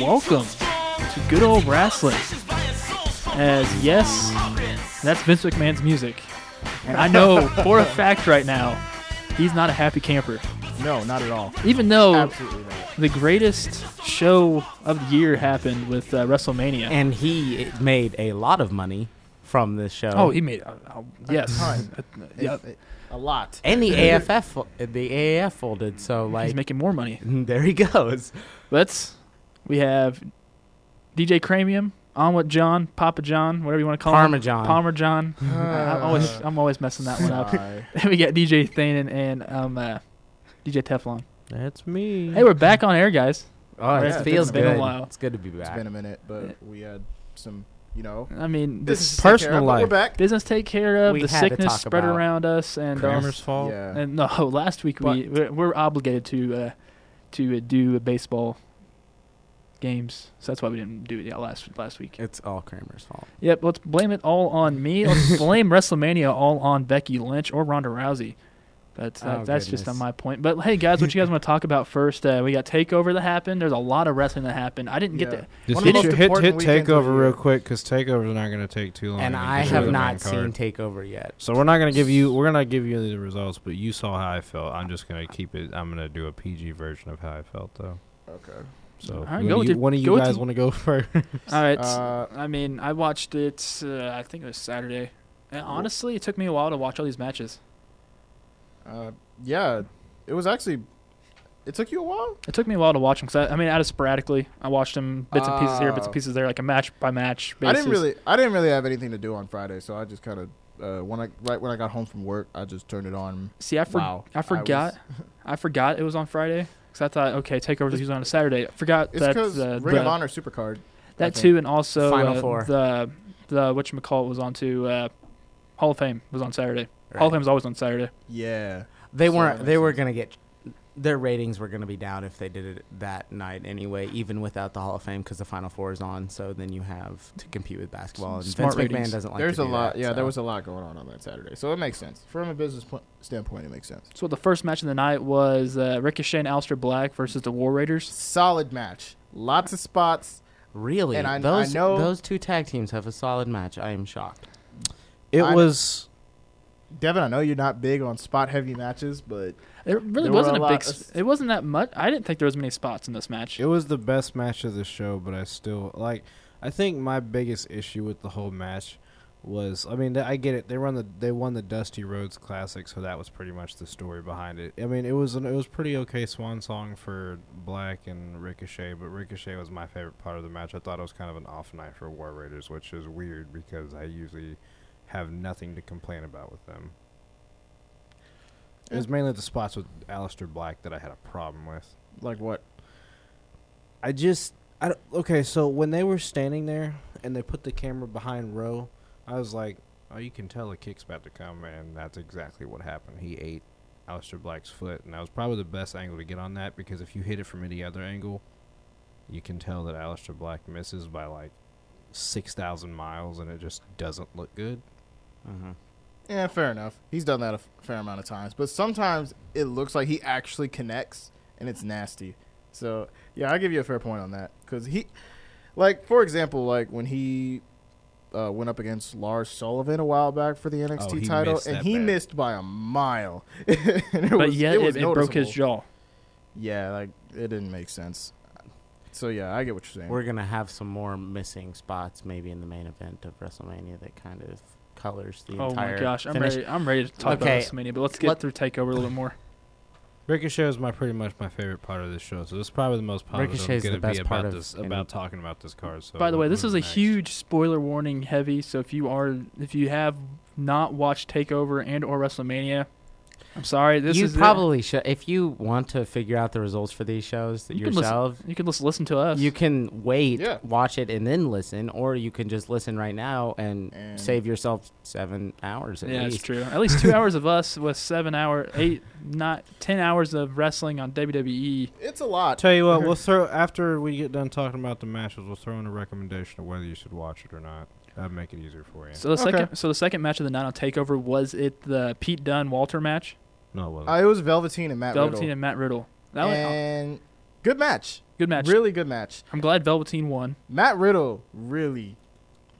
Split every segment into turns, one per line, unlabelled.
welcome to good old wrestling. As yes, that's Vince McMahon's music, and I know for a fact right now, he's not a happy camper.
No, not at all.
Even though
Absolutely not.
the greatest show of the year happened with uh, WrestleMania.
And he made a lot of money from this show.
oh, he made uh, uh, yes,
ton.
yep.
It- a lot.
and the AFF, fo- the AAF folded. So
he's
like,
making more money.
there he goes.
Let's. We have DJ Cranium, On with John, Papa John, whatever you want to call
Parmesan.
him. Parmesan. I'm always
Uh.
I'm always messing that one up.
Sorry.
Then we got DJ Thanen and um, uh, DJ Teflon.
That's me.
Hey, we're back on air, guys.
oh,
yeah,
it
it's
feels
been a
good.
while.
It's good to be back.
It's been a minute, but we had some, you know.
I mean,
This
this
is personal
personal
life.
life.
We're back.
business take care of
We
the
had to
sickness
talk
spread
about
around us and uh,
Kramer's fault.
Yeah.
and no, last week we we're, we're obligated to uh, to uh, do a baseball games, so that's why we didn't do it yeah, last last week.
It's all Kramer's fault.
Yep, let's blame it all on me. Let's blame WrestleMania all on Becky Lynch or Ronda Rousey. But uh,
Oh,
that's just on
goodness.
my point. But hey, guys, what you guys want to talk about first? Uh, we got Takeover that happened. There's a lot of wrestling that happened. I didn't get
Yeah.
to.
Just
One of
hit,
the
your-
most
hit, hit
important weekends of the
takeover
year.
real quick because takeovers not going to take too long.
and
to
I
get through
have
the
not
main card.
seen Takeover yet.
So we're not going to give you. We're not give you the results, but you saw how I felt. I'm just going to keep it. I'm going to do a PG version of how I felt though.
Okay.
So
All right,
when
go
you,
with it.
one of
Go
you
with
guys
it.
want to go first?
All right.
Uh,
I mean, I watched it. Uh, I think it was Saturday. And honestly, it took me a while to watch all these matches.
uh, yeah, it was actually. It took you a while.
It took me a while to watch them because I, I mean, out of sporadically, I watched them bits and pieces here, bits
Oh.
and pieces there, like a match by match
I
basis.
didn't really. I didn't really have anything to do on Friday, so I just kind of. Uh, when I right when I got home from work, I just turned it on.
See, I, for-
Wow, I
I
was-
forgot. I, forgot it was on Friday because I thought, okay, Takeover was usually on a Saturday. I forgot
It's
that
because
uh,
Ring of
the-
Honor Supercard. I
that
think.
too, and also
Final
uh,
Four.
the the what you call was on to uh, Hall of Fame was on Saturday. Hall of Fame's always on Saturday.
Yeah.
They
So that
weren't.
makes
They were
sense.
gonna get. Their ratings were gonna be down if they did it that night anyway, even without the Hall of Fame, because the Final Four is on. So then you have to compete with basketball, and
Smart
Vince
ratings.
McMahon doesn't like.
There's
to
a
do
lot.
that,
yeah,
so.
there was a lot going on on that Saturday, so it makes sense from a business point, standpoint. It makes sense.
So the first match of the night was uh, Ricochet and Aleister Black versus the War Raiders.
Solid match. Lots of spots.
Really,
And I- I
those
know-
those two tag teams have a solid match. I am shocked.
It
I-
was.
Devin, I know you're not big on spot heavy matches, but
It really
There were
wasn't
a
a,
lot
big.
of
s
s-
it wasn't that much. I didn't think there was many spots in this match.
It was the best match of the show, but I still like. I think my biggest issue with the whole match was. I mean, th- I get it. They run the. They won the Dusty Roads Classic, so that was pretty much the story behind it. I mean, it was an, it was pretty okay swan song for Black and Ricochet, but Ricochet was my favorite part of the match. I thought it was kind of an off night for War Raiders, which is weird because I usually have nothing to complain about with them. It was mainly the spots with Aleister Black that I had a problem with.
like what?
I just I don't- okay. So when they were standing there and they put the camera behind Roe, I was like, "Oh, you can tell a kick's about to come," and that's exactly what happened. He ate Aleister Black's foot, and that was probably the best angle to get on that because if you hit it from any other angle, you can tell that Aleister Black misses by like six thousand miles, and it just doesn't look good.
Mm-hmm.
Yeah, fair enough. He's done that a f- fair amount of times, but sometimes it looks like he actually connects, and it's nasty. So yeah, I'll give you a fair point on that because he, like for example, like when he uh, went up against Lars Sullivan a while back for the NXT
Oh,
he
title,
missed
and
that
he
bad.
missed by a mile. And it
but
was-
yet
was
it, it broke his
noticeable.
jaw.
Yeah, like it didn't make sense. So yeah, I get what you're saying.
We're gonna have some more missing spots, maybe in the main event of WrestleMania that kind of colors the
Oh
entire.
my gosh, I'm
finish.
ready. I'm ready to talk
Okay.
about WrestleMania, but let's get
Let-
through Takeover a little bit more.
Ricochet is my pretty much my favorite part of this show, so this is probably the most positive
Ricochet's
I'm
the
going to be
best part
about
of
this
any-
about talking about this card. So
By the way,
what-
this
what
is a
next?
huge spoiler warning heavy. So if you are, if you have not watched Takeover and or WrestleMania, I'm sorry. This
you
is it.
probably should, if you want to figure out the results for these shows
You can listen-
yourself.
You can just listen to us.
You can wait,
Yeah.
watch it, and then listen, or you can just listen right now and,
And-
save yourself seven hours at
yeah,
least.
it's true. At least two hours of us with seven hour, eight, not ten hours of wrestling on E. WWE.
it's a lot.
Tell you what, we'll throw after we get done talking about the matches, we'll throw in a recommendation of whether you should watch it or not. That'd make it easier for you.
So the
Okay.
second, so the second match of the night on Takeover was it the Pete Dunne Walter match,
no, it wasn't.
Uh, it was Velveteen and Matt
Velveteen
Riddle.
and Matt Riddle. That was,
and good match.
Good match.
Really good match.
I'm glad Velveteen won.
Matt Riddle really.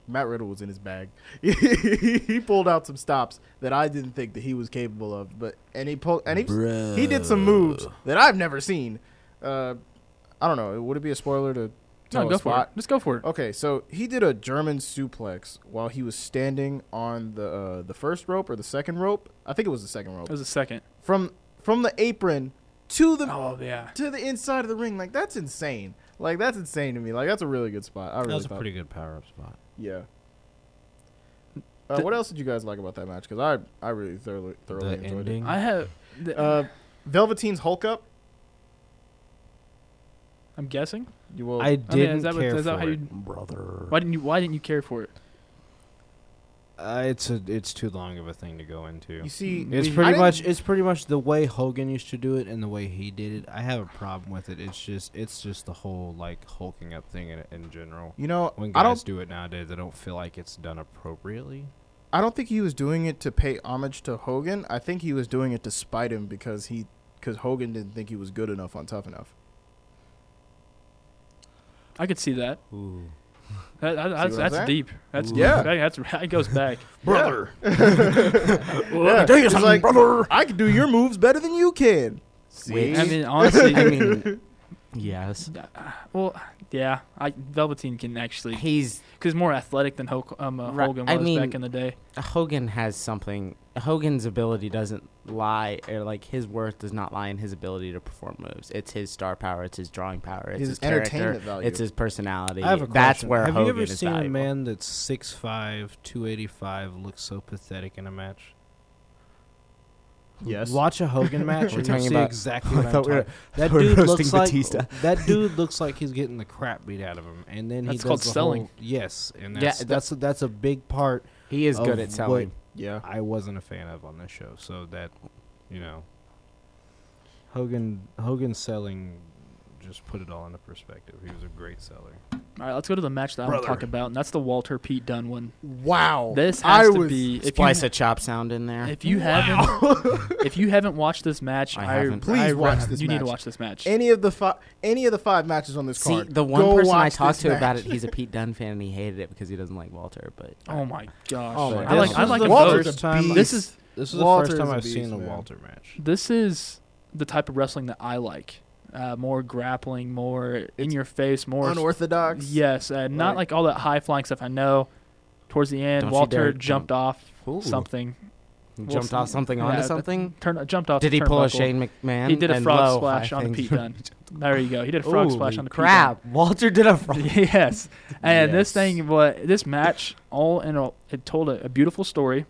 Matt Riddle was in his bag. he pulled out some stops that I didn't think that he was capable of, but and he pulled and he he did some moves that I've never seen. Uh, I don't know. Would it be a spoiler to tell
no,
a
go
spot?
for it. Just go for it.
Okay, so he did a German suplex while he was standing on the uh, the first rope or the second rope. I think it was the second rope
That was a second.
from from the apron to the
Oh yeah.
to the inside of the ring. Like that's insane. Like that's insane to me. Like that's a really good spot. I really
that was a
thought-
pretty good power up spot.
yeah. Uh,
The-
what else did you guys like about that match? Because I I really thoroughly thoroughly
the
enjoyed
ending.
I have. th-
it. Uh, Velveteen's Hulk up.
I'm guessing.
You will.
I
I mean,
didn't
is that, what-
care
is that
for
how
it.
you?
brother.
Why didn't you? Why didn't you care for it?
Uh, it's a, it's too long of a thing to go into.
you see,
It's
We-
I
pretty
didn't-
much it's pretty much the way Hogan used to do it and the way he did it. I have a problem with it. It's just it's just the whole like hulking up thing in, in general.
you know,
When
I don't
guys do it nowadays, I don't feel like it's done appropriately.
I don't think he was doing it to pay homage to Hogan. I think he was doing it to spite him because he because Hogan didn't think he was good enough on Tough Enough.
I could see that.
Ooh.
that, that- that's
what I'm
that's
saying?
deep. That's
Ooh. Yeah.
That, that's that goes back.
Brother. Yeah. He's like, I can do your moves better than you can. See?
Wait,
I mean, honestly,
I mean, yes.
well, yeah. I, Velveteen can actually
He's
because more athletic than Hulk, um, uh,
Right,
Hogan was
I mean-
back in the day.
Hogan has something. Hogan's ability doesn't lie, or like his worth does not lie in his ability to perform moves. It's his star power. It's his drawing power. It's
His
his, character.
entertainment value.
It's his personality.
I have a
That's
question.
where
have
Hogan
you ever
is
seen
valuable.
a man that's 6'5", 285 look so pathetic in a match?
yes.
Watch a Hogan match
We're
and you'll
talking
see
about- I
exactly what I'm
thought we were-
talking. That
we're
dude
roasting
looks like
Batista.
that dude looks like he's getting the crap beat out of him, and then he
That's
does
called
the
selling.
whole- yes, and
Yeah,
that's
that-
that's a, that's a big part
He is
of
good at selling.
what
Yeah.
I wasn't a fan of on this show. So that, you know, Hogan Hogan selling just put it all into perspective. He was a great seller.
All right, let's go to the match that I want to talk about, and that's the Walter Pete Dunn one.
Wow.
This
I
has to
was-
be if
Splice
you,
a chop sound in there.
if you haven't if you haven't watched this match,
I
I,
haven't.
Please
I-
watch this
You need to
match.
watch this match.
Any of the five, any of the five matches on this
See,
card.
the one
go
person I
watch
talked
this
to about
match.
it, he's a Pete Dunn fan, and he hated it because he doesn't like Walter. But
oh my gosh!
Oh my
I like
gosh.
I like them
Walter's
both.
a beast.
This is
This is
Walter
the
is
first
a
time I've
beast,
seen a
man.
Walter match.
this is the type of wrestling that I like. Uh, more grappling, more in
It's
your face, more
unorthodox.
Yes, uh, not like
Like-
all that high flying stuff. I know. Towards the end,
Don't you
Walter
dare
jumped
jump.
off
Ooh.
something.
he
Well,
jumped off something
yeah,
onto
that-
something.
Turn jumped off.
Did
the
he pull a
turnbuckle.
Shane McMahon?
He did a
and
frog
low,
splash
high
on
things?
Pete Dunn. There you go. He did a frog splash
Holy
on the Pete Dunn.
crap. Walter did a frog.
yes. And this
Yes.
thing, what this match, all in all, it told a, a beautiful story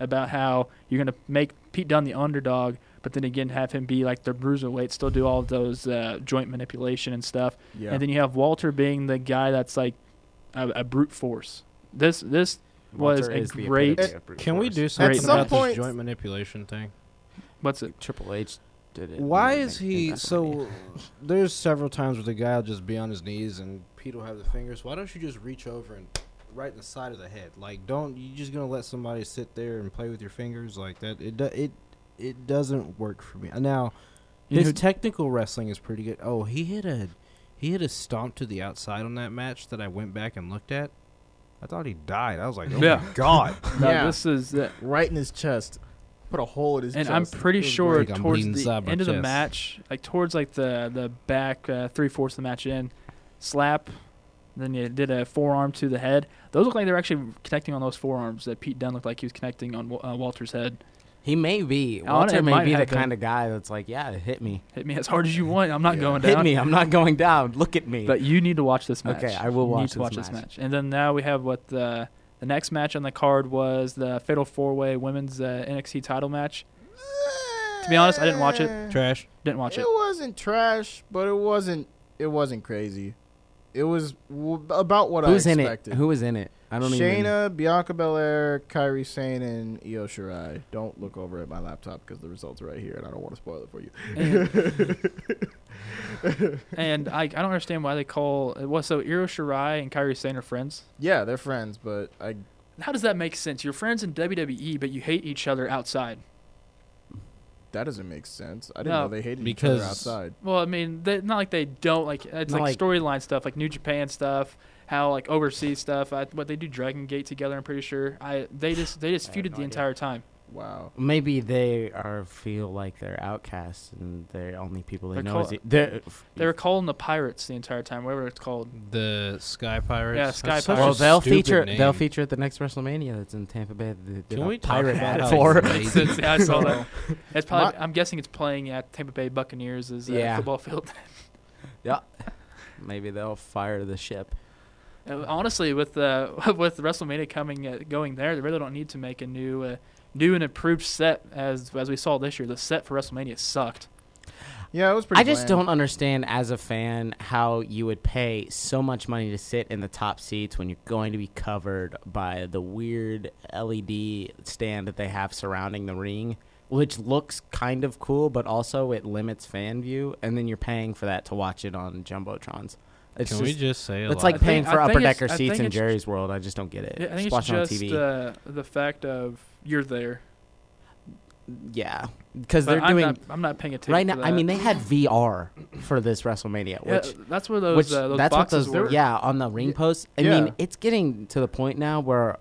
about how you're going to make Pete Dunne the underdog, but then again have him be like the bruiserweight, still do all those uh, joint manipulation and stuff.
Yeah.
And then you have Walter being the guy that's like a, a brute force. This this was
Walter
a
is the
great-
epitome of brute
Can we
force.
do something
some
about
point-
this joint manipulation thing?
what's it?
Triple H did it.
Why
and
is
they- they
he
got money.
so? There's several times where the guy will just be on his knees and Pete will have the fingers. Why don't you just reach over and right in the side of the head? Like, don't you just gonna let somebody sit there and play with your fingers like that? It do, it it doesn't work for me. Uh, Now,
You know
his
who-
technical wrestling is pretty good. Oh, he hit a he hit a stomp to the outside on that match that I went back and looked at. I thought he died. I was like, oh
Yeah.
my god.
no,
Yeah.
This is uh,
right in his chest. Put a hole in his
and
chest.
I'm pretty
It was
sure
like I'm
towards
bleeding
the
inside my
end of the
chest.
match, like towards like the the back uh, three fourths of the match in, slap, then you did a forearm to the head. Those look like they're actually connecting on those forearms. That Pete Dunne looked like he was connecting on Wa- uh, Walter's head.
He may be.
I wanna-
Walter
it might
may be the
have been.
kind of guy that's like, yeah, hit me.
Hit me as hard as you want. I'm not
Yeah.
going down.
Hit me. I'm not going down. Look at me.
But you need to watch this match.
Okay, I will
You
watch
need to
this
watch this
match.
match. And then now we have what the the next match on the card was the Fatal Four Way Women's uh, NXT Title match.
like- "Eh."
To be honest, I didn't watch it.
Trash.
Didn't watch
it
it.
wasn't trash, but it wasn't it wasn't crazy. It was w- about what
Who's
I
in
expected.
it? Who is in it? I don't even.
Shayna, Bianca Belair, Kyrie Sane, and Io Shirai. Don't look over at my laptop because the results are right here, and I don't want to spoil it for you.
and, and I, I don't understand why they call it was so Iro Shirai and Kyrie Sane are friends.
Yeah, they're friends, but I
E, How does that make sense? You're friends in WWE, but you hate each other outside.
that doesn't make sense. I didn't
No.
know they hated each
Because-
other outside.
Well, I mean, they, not like they don't like it's
Not
like,
like-
storyline stuff, like New Japan stuff, how like overseas stuff. I, what they do, Dragon Gate together. I'm pretty sure. I they just they just
I have
feuded the
no idea.
entire time.
Wow.
Maybe they are feel like they're outcasts and they're only people they
They're
know.
called-
is e- they're,
They were calling the pirates the entire time, whatever it's called.
The Sky Pirates.
Yeah, Sky
That's such a
well, they'll
stupid
feature. They'll
name.
feature at the next WrestleMania that's in Tampa Bay. They did
Can
a
we talk
pirate
about
bat
how
for?
it's
It's- it's- yeah, I saw that. It's probably.
My-
I'm guessing it's playing at Tampa Bay Buccaneers as a
Yeah.
football field.
Maybe they'll fire the ship.
Uh, Honestly, with uh, with WrestleMania coming uh, going there, they really don't need to make a new uh, new and improved set as as we saw this year. The set for WrestleMania sucked.
Yeah, it was pretty.
I just
bland.
don't understand as a fan how you would pay so much money to sit in the top seats when you're going to be covered by the weird LED stand that they have surrounding the ring, which looks kind of cool, but also it limits fan view, and then you're paying for that to watch it on jumbotrons. It's
Can
just,
we just say a
it's
lot?
like
I think-
paying for
I think
upper
it's-
decker
I
seats
think
in
it's-
Jerry's world. I just don't get
I
it.
think
Just
it's
watch it on
just
TV.
uh, the fact of you're there.
yeah, because
But
they're
I'm
doing
not, I'm not paying attention
right
to
now. I
that.
mean, they had VR for this Wrestlemania,
Yeah,
which
that's where those,
Which
uh, those
that's what
boxes
those
were.
yeah on the ring
Yeah.
posts. I
Yeah.
mean, it's getting to the point now where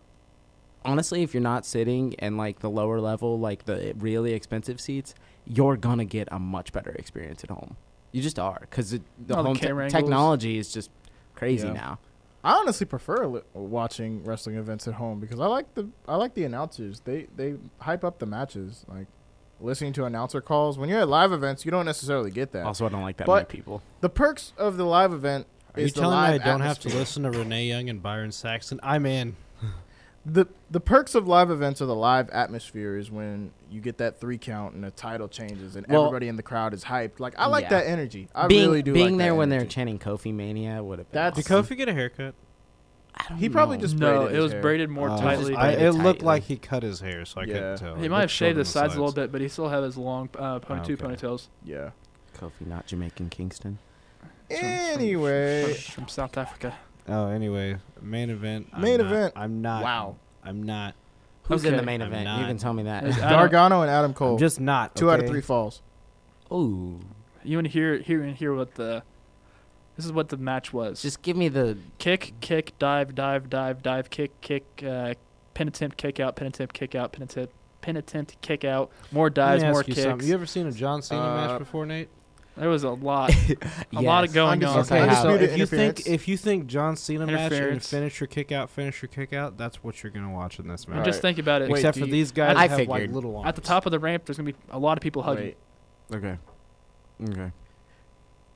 honestly, if you're not sitting in like the lower level, like the really expensive seats, you're gonna get a much better experience at home. You just are because the
All the
home
camera angles.
te- technology is just crazy
Yeah.
now.
I honestly prefer li- watching wrestling events at home because I like the I like the announcers. They they hype up the matches. Like listening to announcer calls when you're at live events, you don't necessarily get that.
Also, I don't like that
But-
many people.
The perks of the live event
Are
is
you
the
telling me I
live
don't have to
atmosphere.
listen to Renee Young and Byron Saxon? I'm in.
The the perks of live events are the live atmosphere is when you get that three count and the title changes and
Well-
everybody in the crowd is hyped. Like I like
Yeah.
that energy. I
being
really do.
being
like
there
that
when they're
energy.
chanting Kofi Mania would have been.
That's-
Did
awesome.
Kofi get a haircut?
I don't
He probably
know.
just
no,
braided
it
his
was
hair.
braided more
Oh,
Uh,
tightly.
I,
Braided
it looked
tightly.
like he cut his hair, so I
Yeah.
couldn't tell.
he
It
might have
looked short
shaved
on
the sides a little
sides.
bit, but he still had his long
Oh,
uh, pony, two
Okay.
ponytails
yeah.
Kofi, not Jamaican Kingston.
Anyway,
from, from South Africa.
Oh, anyway, main event. I'm
Main
not-
event.
I'm not.
wow.
I'm not.
Who's in
Okay.
the main
I'm
event? You
not.
can tell me
Is-
that.
I don't-
Gargano and Adam Cole.
I'm just not.
two out of
okay?
three falls.
Ooh,
You want to hear hear and hear what the this is what the match was.
just give me the
kick, kick, dive, dive, dive, dive, kick, kick, uh, pin attempt, kick out, pin attempt, kick out, pin attempt, pin attempt, kick out. More
Let me
dives,
ask
more
you
kicks.
something. You ever seen a John Cena
Uh,
match before, Nate?
There was a lot, a lot of
Yes.
going
Undis-
on.
Okay,
undisputed
how-
So if you
interference.
think if you think John Cena match and
Interference.
finisher kick out, finisher kick out, that's what you're gonna watch in this
And
match.
Alright.
just think about it.
Wait,
Except
do
for
you-
these guys,
I
that have like
figured.
little arms.
At the top of the ramp, there's gonna be a lot of people hugging.
Wait.
Okay. Okay.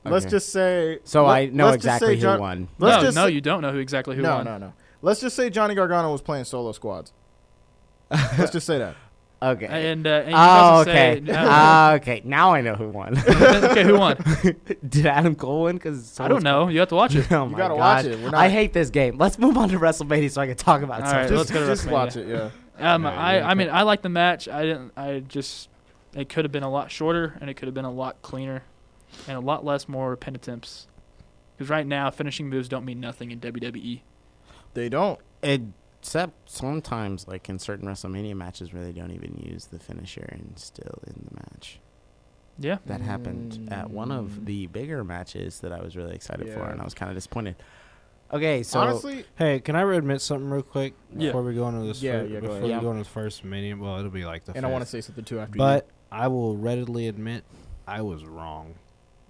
Let's
Okay.
just say.
So
let-
I know
let's just say
exactly who
John-
won.
Let's
no,
just
no,
say-
you don't know who exactly who
no,
won.
no, no. Let's just say Johnny Gargano was playing solo squads. Let's just say that.
Okay.
And, uh, and you
oh,
guys
okay.
Say,
Ah, okay. Now I know who won.
okay, who won?
Did Adam Cole win? Because
I don't know. You have to watch it.
Oh
You
my
gotta watch
God.
it. We're not,
I hate this game. Let's move on to WrestleMania so I can talk about
All
something.
right, let's
Just,
go to
just
WrestleMania.
watch it. Yeah.
Um,
Yeah,
I,
yeah,
I mean,
okay.
I like the match. I didn't. I just, it could have been a lot shorter, and it could have been a lot cleaner, and a lot less more pin attempts. Because right now, finishing moves don't mean nothing in E. WWE.
They don't.
Except sometimes, like in certain WrestleMania matches where they don't even use the finisher and still in the match.
Yeah,
That happened at one
Mm.
of the bigger matches that I was really excited for,
Yeah.
and I was kind of disappointed. Okay, so
Honestly,
Hey, can I admit something real quick
Yeah.
before we go into this?
Yeah,
fir-
yeah, go
before
ahead.
we
Yeah.
go into the first mania, well, it'll be like the.
and I want to
fifth.
say something too after
but I will readily admit, I was wrong.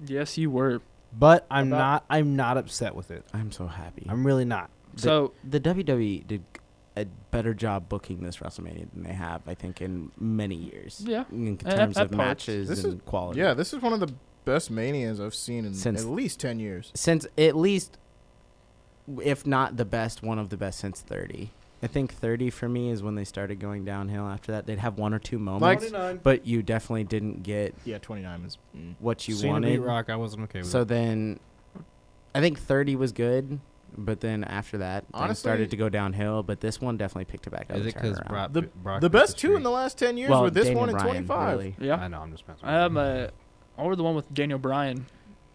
yes, you were.
But I'm
About-
not. I'm not upset with it.
I'm so happy.
I'm really not.
The-
So
the WWE did a better job booking this WrestleMania than they have, I think, in many years.
yeah,
In
at-
terms
at
of
parts.
matches
This
and quality.
you. Yeah, this is one of the best manias I've seen in
Since-
at least ten years.
Since at least, if not the best, one of the best since 30. I think 30 for me is when they started going downhill after that. They'd have one or two moments, but you definitely didn't get
Yeah, twenty nine is. Mm.
what you
Cena
wanted.
beat Rock. I wasn't okay with
So
it.
then, I think 30 was good, but then after that, things
Honestly-
started to go downhill, but this one definitely picked it back up.
Is
and
it
turned
because
around.
Brock?
The-
Brock
The
beat
best two in
streak?
the last ten years
Well,
were this
Damian
one and
Bryan,
twenty five.
really.
yeah.
I know. I'm just messing. with
Um,
you.
uh, or the one with Daniel Bryan.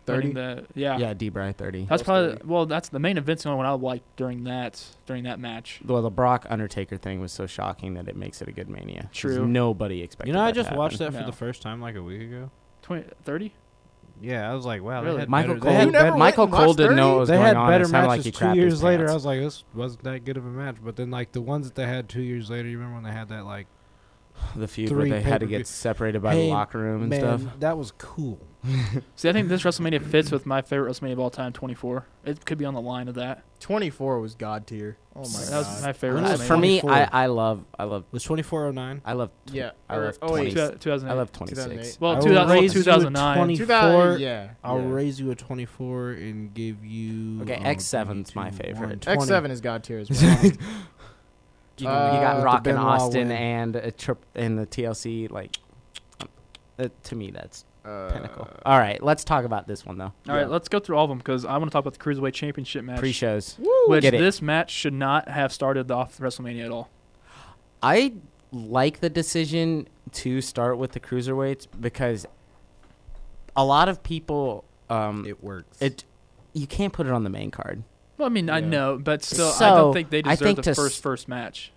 winning
30?
the yeah.
Yeah, Debray thirty.
That's
Close
probably
30.
well. That's the main event's the only one I liked during that during that match.
Well, the Brock Undertaker thing was so shocking that it makes it a good mania. 'Cause
True.
Nobody expected.
You know, I
that to
just watched
happen.
that for
No.
the first time like a week ago.
20, 30?
Yeah, I was like, wow,
Really?
they had
Michael
better,
Cole.
they had,
You never went
Michael
and watched
Cole didn't know what was
they
going
had
on. It
better
sounded
matches
like he
two
crapped
years
his
later.
pants.
I was like, this wasn't that good of a match. But then like the ones that they had two years later, you remember when they had that like
the feud where
three
they had to
pay-per-view-
get separated by
Hey,
the locker room and
man,
stuff.
that was cool.
See, I think this WrestleMania fits with my favorite WrestleMania of all time, 24. It could be on the line of that.
24 was god tier. Oh my
that
god.
was my favorite.
When
I-
was
WrestleMania.
for me,
24.
I, I love I love
It was twenty four oh nine.
I love tw-
yeah.
I
or-
love
oh, wait.
20.
Two- 2008.
I love twenty six.
2008.
well,
I
2000,
will
well,
raise you a
2009.
20
2000, yeah.
I'll
yeah.
raise you a twenty four and give you
Okay, X7's my favorite.
X7 is god tier as well.
You, you got
Uh,
Rock
the
and
Benoit
Austin
win.
and a trip and the TLC like. uh, to me, that's
uh,
pinnacle. All right, let's talk about this one though.
All right,
Yeah.
let's go through all of them because I want to talk about the Cruiserweight Championship match.
Pre-shows.
which
Get it.
this match should not have started off WrestleMania at all.
I like the decision to start with the cruiserweights because a lot of people um
It works.
it you can't put it on the main card.
Well, I mean, I
Yeah.
know, but still, I don't
So,
think they
I
deserve
think
the
to s-
first first match.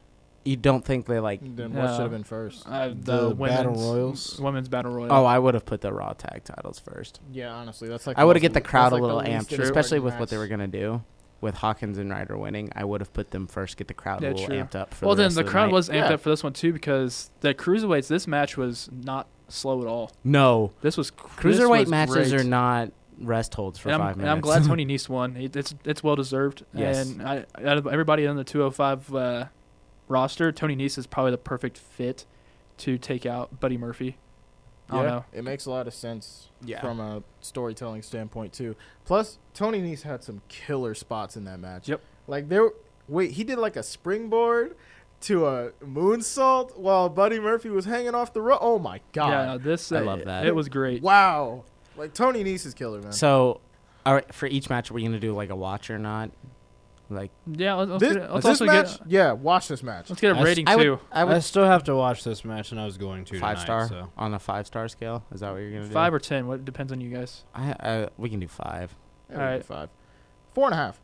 You don't think they like
Then
Yeah.
what should have been first?
Uh, the
The Battle
women's-
Royals?
women's battle royal.
Oh, I would have put the Raw tag titles first.
Yeah, honestly, that's like
I would have get
most-
the crowd
that's
a
like
little
the least
amped,
important
especially with what they
match.
were gonna do with Hawkins and Ryder winning. I would have put them first, get the crowd
Yeah,
a little
true.
amped up. For
well,
the
then
rest
the
of the
crowd
night.
was amped
Yeah.
up for this one too because the cruiserweights. This match was not slow at all.
no
This was
cruiserweight
this was
matches
great.
are not rest holds for
and I'm,
five
and
minutes.
I'm glad Tony Nese won. It, it's it's well deserved.
Yes.
And I, out of everybody on the 205 uh, roster, Tony Nese is probably the perfect fit to take out Buddy Murphy. I don't know.
It makes a lot of sense
Yeah.
from a storytelling standpoint too. Plus, Tony Nese had some killer spots in that match.
Yep.
Like there, wait, he did like a springboard to a moonsault while Buddy Murphy was hanging off the rope. Oh my
Yeah,
god!
no, this
I
uh,
love that.
It was great.
Wow. Like Tony Nese is killer, man.
So, all right, for each match, are we gonna do like a watch or not? Like
Yeah, let's, let's,
this
get, let's
this
also
match,
get
yeah. Watch this match.
let's get a
I s-
rating
I would,
too.
I
I,
would
still have to watch this match, and I was going to
five star
tonight, So.
on a five star scale. Is that what you're gonna do?
Five or ten, what depends on you guys.
I, I we can do five.
Yeah, we
All
did
right.
Five, four and a half.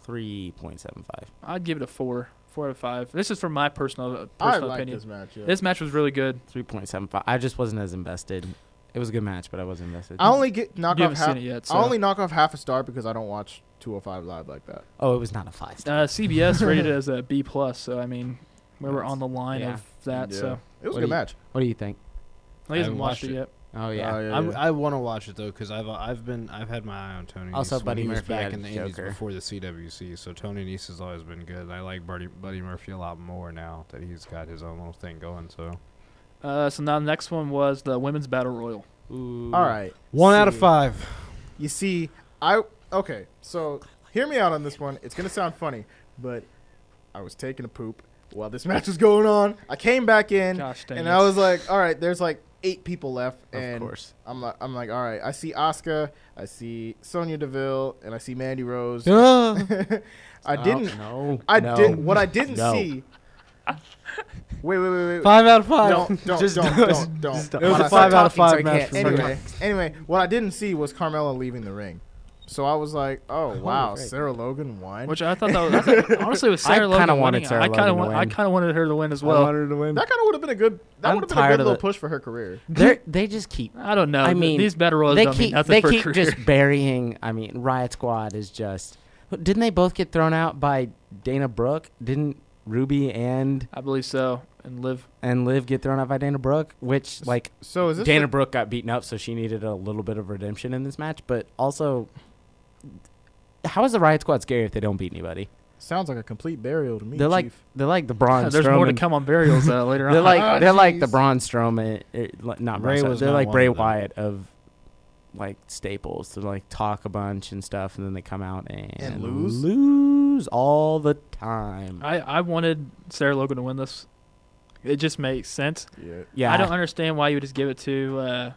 Three point seven five.
I'd give it a four, four out of five. This is from my personal uh, personal
I like
opinion.
this match. Yeah.
This match was really good.
Three point seven five. I just wasn't as invested. It was a good match, but I wasn't invested.
I only get knock
you
off
haven't
half.
seen it yet. So.
I only knock off half a star because I don't watch 205 live like that.
oh, it was not a five star.
uh, CBS rated it as a B plus, so I mean we were on the line
Yeah.
of that.
Yeah.
So
It was
What do
a good
you-
match.
What do you think?
he hasn't
haven't
watched
watched
it
it.
yet.
Oh
Oh,
yeah.
yeah,
I,
yeah.
I want to watch it though because I've uh, I've been I've had my eye on Tony.
Also,
Nese when
Buddy
he was
Murphy
back
had
in the
Joker.
Indies before the CWC, so Tony Nese has always been good. I like Buddy Buddy Murphy a lot more now that he's got his own little thing going. So
Uh, so now the next one was the women's battle royal.
All right.
one out of
See.
five.
You see, I okay. So hear me out on this one. It's gonna sound funny, but I was taking a poop while this match was going on. I came back in,
Gosh dang
and
it.
I was like, "All right, there's like eight people left."
Of
and
course.
I'm like, "I'm like, all right." I see Oscar, I see Sonya Deville, and I see Mandy Rose. I didn't.
No.
I
no.
did what I didn't
No.
see. Wait, wait, wait, wait. wait.
Five out of five.
Don't, don't,
Just
don't,
don't.
don't, don't.
Stop.
It was
When
a
I-
five out of
talking, so
five
I
match.
can't-
for me.
anyway, anyway, what I didn't see was Carmella leaving the ring. So I was like, "Oh wow,
frick.
Sarah Logan won."
Which I thought that was, I thought- honestly with
I
Sarah
kinda
Logan
wanted
winning,
Sarah
I kind of
Logan to
I
win.
kind of wanted her to win as
I
well.
wanted to win.
that kind of would have been a good. That
I'm
would have been a
tired of
good little
the-
push for her career.
They're- they just keep.
I don't know.
I
Th-
mean,
these battle royals
they
don't mean
keep.
nothing
They
for
keep
career.
just burying. I mean, Riot Squad is just. Didn't they both get thrown out by Dana Brooke? Didn't Ruby and
I believe so. And live.
and Liv get thrown out by Dana Brooke? Which like
So is this
Dana
the-
Brooke got beaten up, so she needed a little bit of redemption in this match. But also, how is the Riot Squad scary if they don't beat anybody?
sounds like a complete burial to me?
they're like
Chief.
they're like the Braun
There's more to
Strowman-
come on burials uh, later on.
They're like
Ah,
they're like the
jeez.
Braun Strowman, er, li- not Braun
Bray
Strowman,
was
They're
not
like
one
Bray
of them.
Wyatt of like staples. They like talk a bunch and stuff, and then they come out and,
And lose?
lose all the time.
I I wanted Sarah Logan to win this. It just makes sense.
yeah.
yeah,
I don't understand why you would just give it to uh,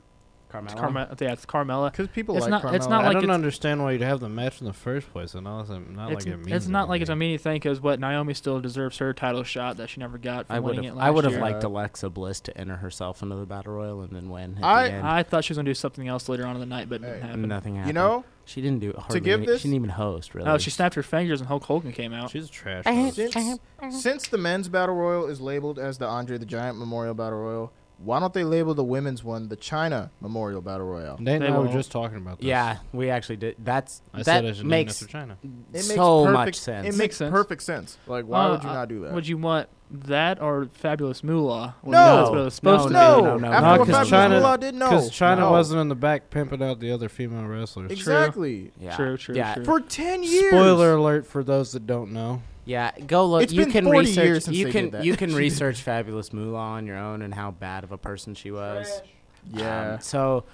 Carmella.
Carme- yeah, it's Carmella.
Because people
It's
like
not- it's
Carmella.
not
I
like
don't
it's-
understand why you'd have the match in the first place, and also not
It's,
like it means.
it's not like it's a
anything.
meaning thing because what Naomi still deserves her title shot that she never got from
I would
winning
have.
it last
I would have
year.
liked Alexa Bliss to enter herself into the battle royal and then win. At
I-
the end.
I thought she was gonna do something else later on in the night, but it didn't
Hey.
happen.
nothing happened.
you know,
she didn't do hardly
give
any-
this-
She didn't even host really.
No, Oh, she snapped her fingers and Hulk Hogan came out.
She's a trash. host.
since, since the men's battle royal is labeled as the Andre the Giant Memorial Battle Royal, why don't they label the women's one the China Memorial Battle Royal?
Nate and
They
I were
won't.
just talking about this.
Yeah, we actually did. That's
I said I
that
should name it
makes
after China.
It
so
perfect,
much
It
sense.
makes
Makes sense.
perfect sense. Like, why
Uh,
would you
uh,
not do that?
Would you want that or Fabulous Moolah? Well,
No.
that's what it was supposed to
no,
be.
No, no, no,
after
no.
what Fabulous
Because China-
Moolah did, no,
Because China
No.
wasn't in the back pimping out the other female wrestlers.
exactly
Yeah.
True, true,
Yeah,
true.
for ten years.
Spoiler alert for those that don't know.
yeah. Go look.
It's
you
been
can
40
research.
years since
you
they
can
did that.
you can research Fabulous Moolah on your own and how bad of a person she was.
Yeah.
Um, so.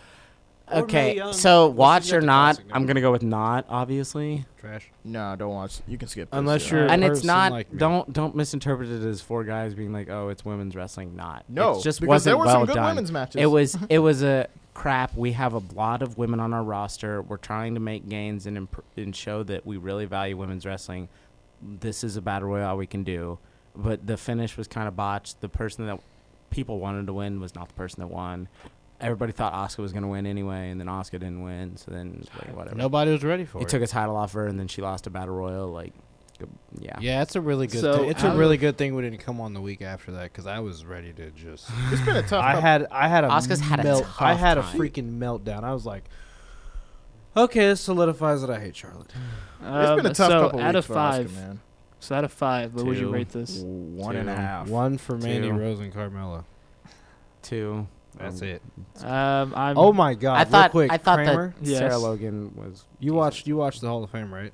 Or um, Mae
Okay,
Young.
so
Let's
watch
forget
or
the
not,
classic
I'm
number.
gonna go with not, obviously.
Trash.
no, don't watch. You can skip. This,
Unless
yeah.
you're a
and it's
person
not
like me.
don't don't misinterpret it as four guys being like oh it's women's wrestling not
No,
it just
because
wasn't
there were
well
some good
done
women's matches.
it was it was a crap we have a lot of women on our roster we're trying to make gains and imp- and show that we really value women's wrestling this is a battle royale we can do but the finish was kind of botched the person that people wanted to win was not the person that won everybody thought Oscar was going to win anyway and then Oscar didn't win so then it was like whatever
Nobody was ready for
he
it.
took his title off her and then she lost a battle royal like yeah
yeah, it's a really good.
So,
thing. It's a
out of-
really good thing we didn't come on the week after that because I was ready to just.
It's been a tough.
I
couple-
had I had a
Asuka's had a
melt,
tough
I had
time.
a freaking meltdown. I was like, okay, this solidifies that I hate Charlotte.
It's
Um,
been a tough
so
couple
out of
weeks for Asuka,
five.
man.
so out of five, what would you
Two.
rate this?
One and a
Two.
half.
One for Mandy
Two.
Rose and Carmella.
two
That's
Um,
it.
Um, I'm
Oh my God!
I
real
thought
quick,
I thought
Kramer,
that
Yes.
Sarah Logan was.
you watched you watched the Hall of Fame, right?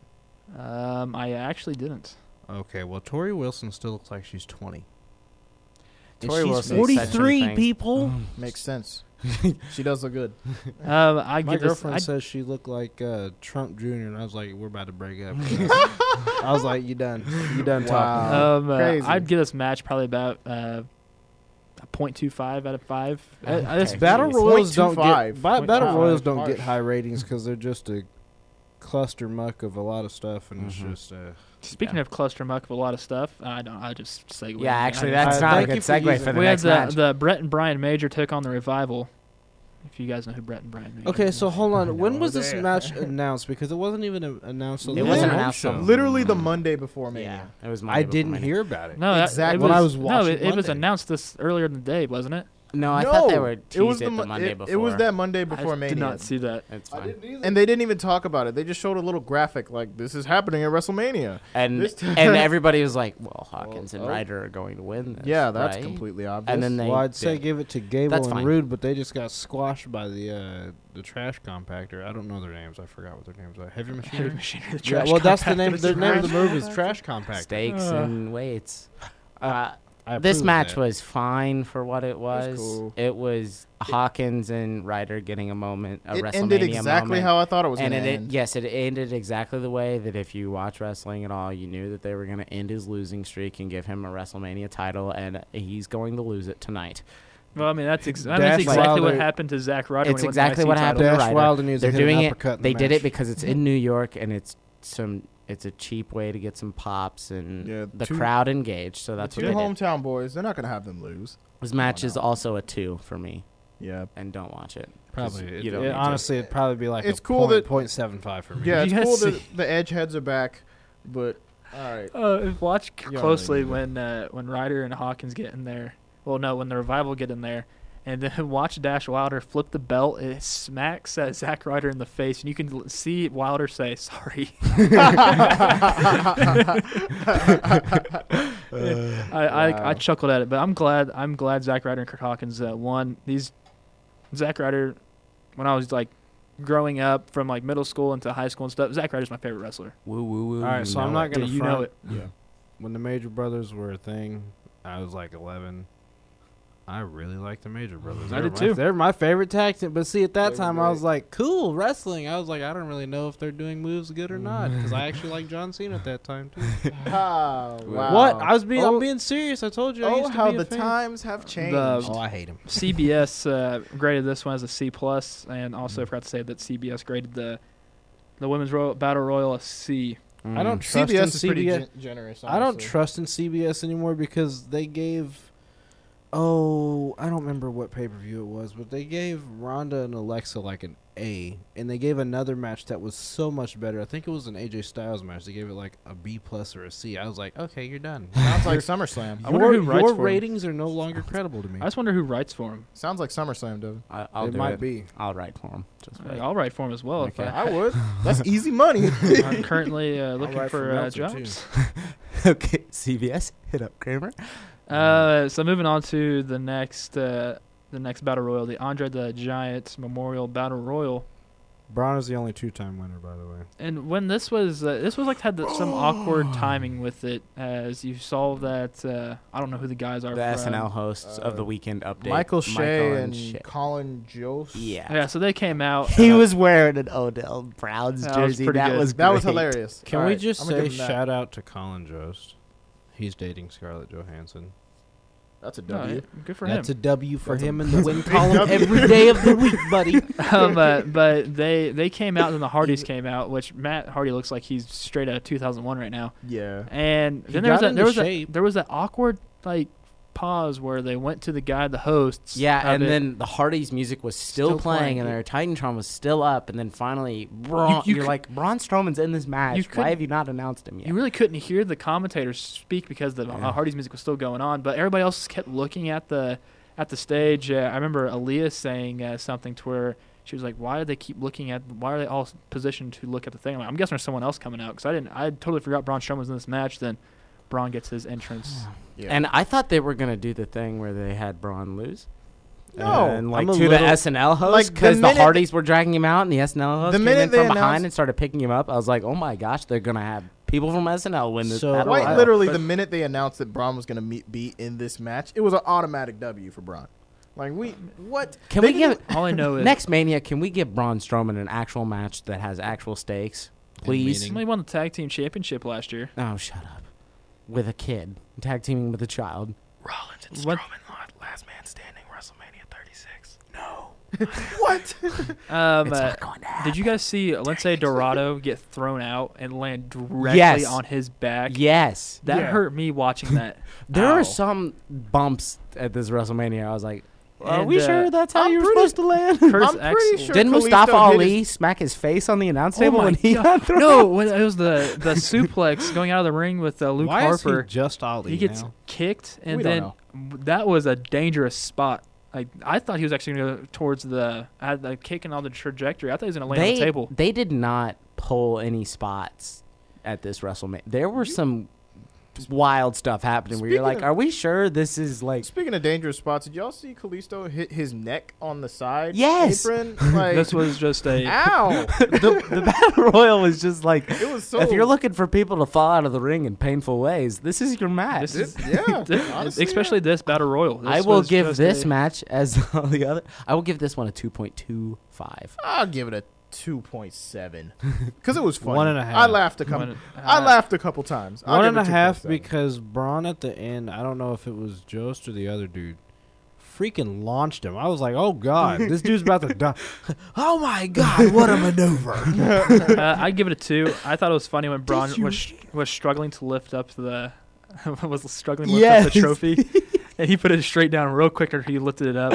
Um, I actually didn't.
Okay, well, Tori Wilson still looks like she's twenty. And
Tori
she's
Wilson.
43
people.
Makes sense. she does look good.
Um, I
My
give this.
girlfriend
I,
says she looked like uh, Trump Jr. and I was like, we're about to break up. I was like, you done, you done
Wow.
talking.
um, uh,
Crazy.
I'd give this match probably about uh, a point two five out of five. Uh,
Oh,
Okay.
this
Battle
Jeez.
Royals don't get
0.25.
ba- Battle
0.25.
Royals don't get
Harsh.
high ratings because they're just a cluster muck of a lot of stuff, and
Mhm.
it's just. Uh,
Speaking
Yeah.
of cluster muck of a lot of stuff, I don't. I just segue.
Yeah, actually,
I-
that's
Uh,
not a
thank
good
you for
segue
using
for the
we had
next
the,
match.
the Brett and Brian Major took on the revival. If you guys know who Brett and Brian Major
okay,
is.
so hold on. When
No,
was this
there.
match announced? Because it wasn't even a- announced. on
It
the
wasn't
home
announced
show.
on-
Literally the Monday before
yeah,
Mania.
it was. Monday
I
before
didn't
Monday.
hear about it.
no, that- it
Exactly.
was,
When I was
no,
watching
it, it was
Monday.
announced this earlier in the day, wasn't it?
No, Oh, I
no,
thought they were
it
teased
was the,
it
Mon-
the Monday
it,
before.
It was that Monday before
I
Mania.
did not see that.
It's fine.
And they didn't even talk about it. They just showed a little graphic like this is happening at WrestleMania.
And
This time-
and everybody was like, "Well, Hawkins and
oh.
Ryder are going to win this."
yeah, that's
right?
completely obvious.
And then they.
Well, I'd say
did.
give it to Gable
That's
and
fine.
Rude, but they just got squashed by the uh, the trash compactor. I don't know their names. I forgot what their names are. Heavy
Heavy
machinery.
Machinery, the
Yeah,
trash
well, that's the
compactor,
name.
the
The name of the
trash-
move is Trash Compactor.
stakes
Uh.
and weights. Uh,
I
this
approve
match
that.
was fine for what it was.
was cool.
It was Hawkins and Ryder getting a moment, a
it
WrestleMania
ended exactly
moment.
how I thought it was
and
going to
it,
end.
yes, it ended exactly the way that if you watch wrestling at all, you knew that they were going to end his losing streak and give him a WrestleMania title, and he's going to lose it tonight.
Well, I mean, that's, ex- I mean,
Dash
that's exactly what
Wilder-
happened to Zach Ryder. when
It's
he won the
exactly
IC
what
title.
happened.
Dash
Ryder.
Wilder needs
They're
to hit
doing
an
it.
uppercut in
They
the
did
match.
it because it's in New York and it's some. It's a cheap way to get some pops and
Yeah,
the
two-
crowd engaged. So that's
the
what
two
they did.
hometown boys. They're not going to have them lose.
This match
Oh,
on
is
out.
also a two for me,
Yeah.
and don't watch it. 'cause
Probably. It,
You don't
it
need to.
honestly, it'd probably be like
It's
a
cool
point-
that-
point seven five for me.
Yeah,
Did
it's
you guys
cool that
see-
the edge heads are back, but all right.
Uh, if- watch c-
You don't
closely
really
when uh, when Ryder and Hawkins get in there. Well, no, when the revival get in there, and then watch Dash Wilder flip the belt. It smacks uh, Zack Ryder in the face, and you can l- see Wilder say sorry. I, I, I
Wow.
chuckled at it, but I'm glad I'm glad Zack Ryder and Kirk Hawkins uh, won. These Zack Ryder, when I was like growing up from like middle school into high school and stuff, Zack Ryder's my favorite wrestler.
Woo woo woo.
All right,
you
so I'm
know
not
it.
gonna.
you
front.
know it.
Yeah.
When the Major Brothers were a thing, I was like eleven. I really like the Major Brothers.
I
They're
did
my-
too.
They're my favorite tag team. But see, at that
They were
time, I was
great.
like, cool, wrestling. I was like, I don't really know if they're doing moves good or not because I actually like John Cena at that time, too.
Ah, wow.
What? I was being,
Oh.
I'm being serious. I told you. I
Oh,
used to
how
be a
the
fan.
times have changed.
The-
Oh, I hate him.
CBS uh, graded this one as a C plus, and
Mm-hmm.
also forgot to say that CBS graded the the women's royal, battle royal a C.
I don't trust
CBS
in
is pretty
CBS.
gen- generous.
I don't
honestly.
trust in CBS anymore because they gave. Oh, I don't remember what pay per view it was, but they gave Ronda and Alexa like an A, and they gave another match that was so much better. I think it was an AJ Styles match. They gave it like a B plus or a C. I was like, okay, you're done.
Sounds like SummerSlam.
I wonder
your
who writes
your
for 'em.
ratings are no longer credible to me.
I just wonder who writes for him.
Sounds like SummerSlam, Devin.
I, I'll
it
do
might
it.
be.
I'll write for him. Just wait.
I'll write for him as well
Okay.
if
I would. That's easy money.
I, I'm currently uh, looking
write for
for uh,
Meltzer, too.
jobs.
okay, CBS, hit up Kramer.
Uh, so moving on to the next uh, the next battle royal, the Andre the Giant Memorial Battle Royal.
Braun is the only two time winner, by the way.
And when this was uh, this was like had the, some awkward timing with it, as you saw that uh, I don't know who the guys are.
The
from.
SNL hosts of the weekend update.
Michael Shea and
Shea.
Colin Jost.
Yeah.
Yeah, so they came out.
He
uh,
was wearing an Odell Brown's
That was
jersey.
pretty
that
good.
was
That was
great.
hilarious.
Can
All
we
right,
just
I'm gonna
say
give him that.
shout out to Colin Jost? He's dating Scarlett Johansson.
That's a
no,
W.
oh, yeah, good for
That's
him.
a W for
That's a-
him in the win
big
column
W.
every day of the week, buddy.
um, but, but they they came out and the Hardys came out, which Matt Hardy looks like he's straight out of 2001 right now.
Yeah.
And
He
then there was
got
that, there
into
was that,
shape.
there was that awkward like pause where they went to the guy the hosts. of
Yeah, and
it.
then the Hardys music was still,
Still
playing,
playing.
and their Titantron was still up, and then finally, Braun,
you
you, are
could-
like, Braun Strowman's in this match.
You
Why
couldn't-
have you not announced him yet?
you really couldn't hear the commentators speak because the uh, Hardy's music was still going on, but everybody else kept looking at the at the stage. Uh, I remember Aaliyah saying uh, something to where she was like, "Why do they keep looking at? Why are they all s- positioned to look at the thing?" I'm, like, I'm guessing there's someone else coming out because I didn't. I totally forgot Braun Strowman was in this match. Then Braun gets his entrance.
yeah.
and I thought they were gonna do the thing where they had Braun lose.
No,
and like
I'm a
to the
little-
SNL host
like, the
because the,
minute-
Hardys were dragging him out, and the SNL host
The
came
minute
in
they
from
announced-
behind and started picking him up. I was like, oh my gosh, they're gonna have people from SNL win this.
So-
battle
Wait,
Quite
royal.
literally,
But-
the minute they announced that Braun was going to meet, be in this match, it was an automatic W for Braun. Like we, what?
Can
They
we give
didn't-
it
All I know is
next Mania? Can we give Braun Strowman an actual match that has actual stakes, please?
somebody won the tag team championship last year.
Oh, shut up. With a kid, tag teaming with a child.
Rollins and
What-
Strowman lost last man standing WrestleMania 36. No.
What?
Um,
it's
uh,
not going to happen.
did you guys see Lince Dorado get thrown out and land directly
Yes.
on his back?
Yes.
That
Yeah.
hurt me watching that.
There
Ow.
are some bumps at this WrestleMania. I was like, are
And,
we
uh,
sure that's how
I'm
you were
pretty-
supposed to land?
Curtis
I'm
Axel-
pretty sure.
Didn't
Kalisto
Mustafa
hit
Ali smack his Oh face on the announce table when he
Oh God.
got thrown?
No, when it was the the suplex going out of the ring with uh, Luke
Why
Harper.
is he just Ali
he gets
now?
kicked, and
We don't
then that was a dangerous spot. Like I thought he was actually going to go towards the I had the kick and all the trajectory. I thought he was going to land on
They,
the table.
they did not pull any spots at this WrestleMania. There were some wild stuff happening where you're
Speaking
like,
of-
are we sure this is like.
Speaking of dangerous spots, did y'all see Kalisto hit his neck on the side?
Yes.
Apron? Like,
This was just a
ow!
The, the Battle Royal is just like.
It was so.
if you're looking for people to fall out of the ring in painful ways, this is your match.
this is
yeah, honestly,
especially this battle royal. This
I will
was
give
just
this
a-
match as all the other. I will give this one a two point two five.
I'll give it a two point seven because it was fun.
One and a half.
I laughed a couple.
One-
I
uh,
laughed a couple times. I'll
One
give
and
it
a half
2.7.
because Braun at the end, I don't know if it was Jost or the other dude, freaking launched him. I was like, oh god, this dude's about to die.
Oh my god, what a maneuver!
uh, I give it a two. I thought it was funny when Braun was was struggling to lift up the was struggling to lift up the
Yes.
trophy, and he put it straight down real quick after he lifted it up.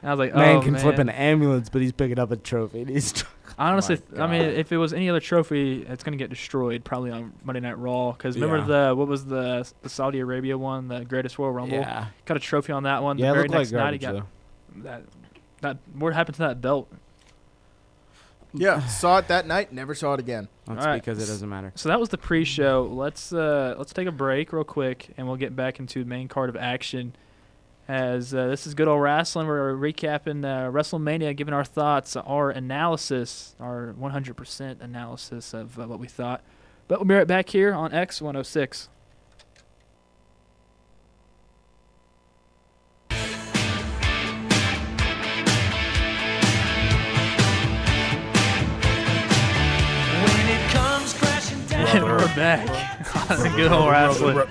And I was like,
man
oh
can
man.
flip an ambulance, but he's picking up a trophy. and he's tr-
I honestly,
My
I mean,
God.
if it was any other trophy, it's gonna get destroyed probably on Monday Night Raw. Because remember the what was the the Saudi Arabia one, the Greatest Royal Rumble?
yeah,
Got a trophy on that one. the
yeah, it
very
looked
next
like
night, he
garbage
got
though.
that. That what happened to that belt?
yeah, saw it that night. Never saw it again.
that's
All right.
because it doesn't matter.
So that was the pre-show. Let's uh, let's take a break real quick, and we'll get back into the main card of action. As uh, this is good old wrestling, we're recapping uh, WrestleMania, giving our thoughts, our analysis, our 100% analysis of uh, what we thought. But we'll be right back here on X106. back. a good old wrestling.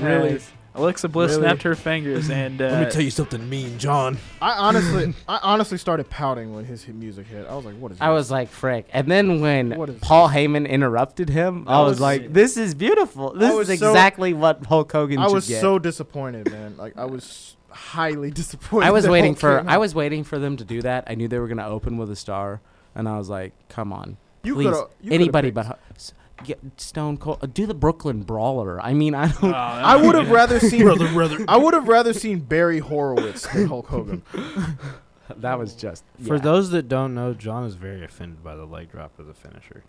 Really.
Nice.
Alexa Bliss
Really?
snapped her fingers and uh,
you something mean, John.
I honestly, I honestly started pouting when his music hit. I was like, "What is?"
I
this?
was like, frick. And then
What is
when Paul Heyman interrupted him, I was,
was-
like, this is beautiful. This
was
is
so-
exactly what Hulk Hogan
I
should
was
get.
so disappointed, man. Like I was highly disappointed.
I was
that
waiting
Hulk
for
came
I
out.
was waiting for them to do that. I knew they were going to open with a star, and I was like, come on.
You
please,
coulda- you coulda
anybody
picked-
but Hu- s- get Stone Cold. uh, Do the Brooklyn Brawler. I mean, I
oh,
don't.
that
I
was
would have
good.
rather seen. brother, brother. I would have rather seen Barry Horowitz than Hulk Hogan.
that was just
For
yeah.
those that don't know, John is very offended by the leg drop of the finisher.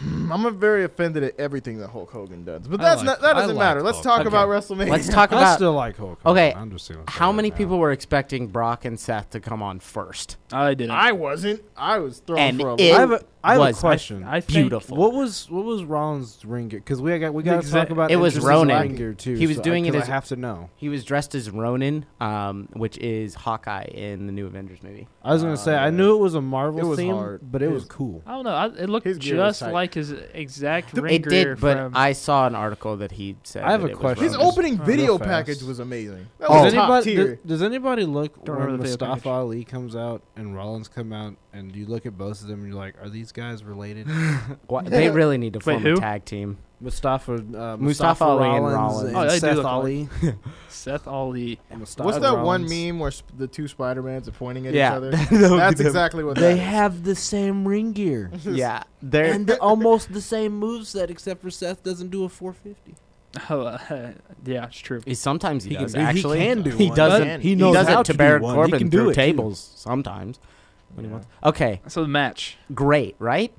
I'm a very offended at everything that Hulk Hogan does, but
I
that's
like-
not, that
I
doesn't
like
matter. Let's
Hulk.
talk
Okay.
about WrestleMania.
Let's talk
I
about
still like Hulk. Hogan.
Okay,
I'm just gonna say
how
that
many
now.
people were expecting Brock and Seth to come on first.
I didn't.
I wasn't. I was thrown
And
for a
it-
I have a, I have a
was-
question.
I think
Beautiful.
what was what was Rollins' ring gear? Because we got we got to
Exa-
talk about
It was
Anderson's
Ronin.
ring gear too.
He was
so
doing it
'cause
as-
I have to know.
He was dressed as Ronin, um, which is Hawkeye in the new Avengers movie.
I was gonna say I
Uh,
knew it was a Marvel
it was
theme,
hard.
but it
It
was
was-
cool.
I don't know. I, it looked
His gear was
just
tight.
like his exact ring
It
gear
did, but
from.
I saw an article that he said.
I have
that
a
it was
question.
His
Rollins.
Ronin.
opening
Real
video
fast.
package was amazing. That
Oh.
was
does,
top
anybody,
tier.
does, does anybody look
Don't
when
remember the video
Mustafa
package.
Ali comes out and Rollins come out, and you look at both of them, and you're like, are these guys related?
Wha- They really need to
Wait,
form
who?
a tag team.
Mustafa, uh, Mustafa,
Mustafa Ali and
Rollins,
Rollins.
and
Oh, they do
Seth
look alike.
Ali.
Seth Ali.
and Mustafa
What's that one
Rollins.
meme where sp- the two Spider Mans are pointing at
Yeah,
each other?
that would be
That's
them.
exactly what that
They
is.
have the same ring gear
Yeah, they're
and almost the same moveset, except for Seth doesn't do a 450.
Oh, uh, yeah, it's true.
He sometimes he,
He can
does
do- he
actually.
can do
He
one.
doesn't.
Can.
He,
He
knows
knows
it
how
to
to do
Baron
one. He
Corbin
can do
through
it, too.
tables sometimes. When he
Yeah.
wants- Okay,
So the match.
great, right?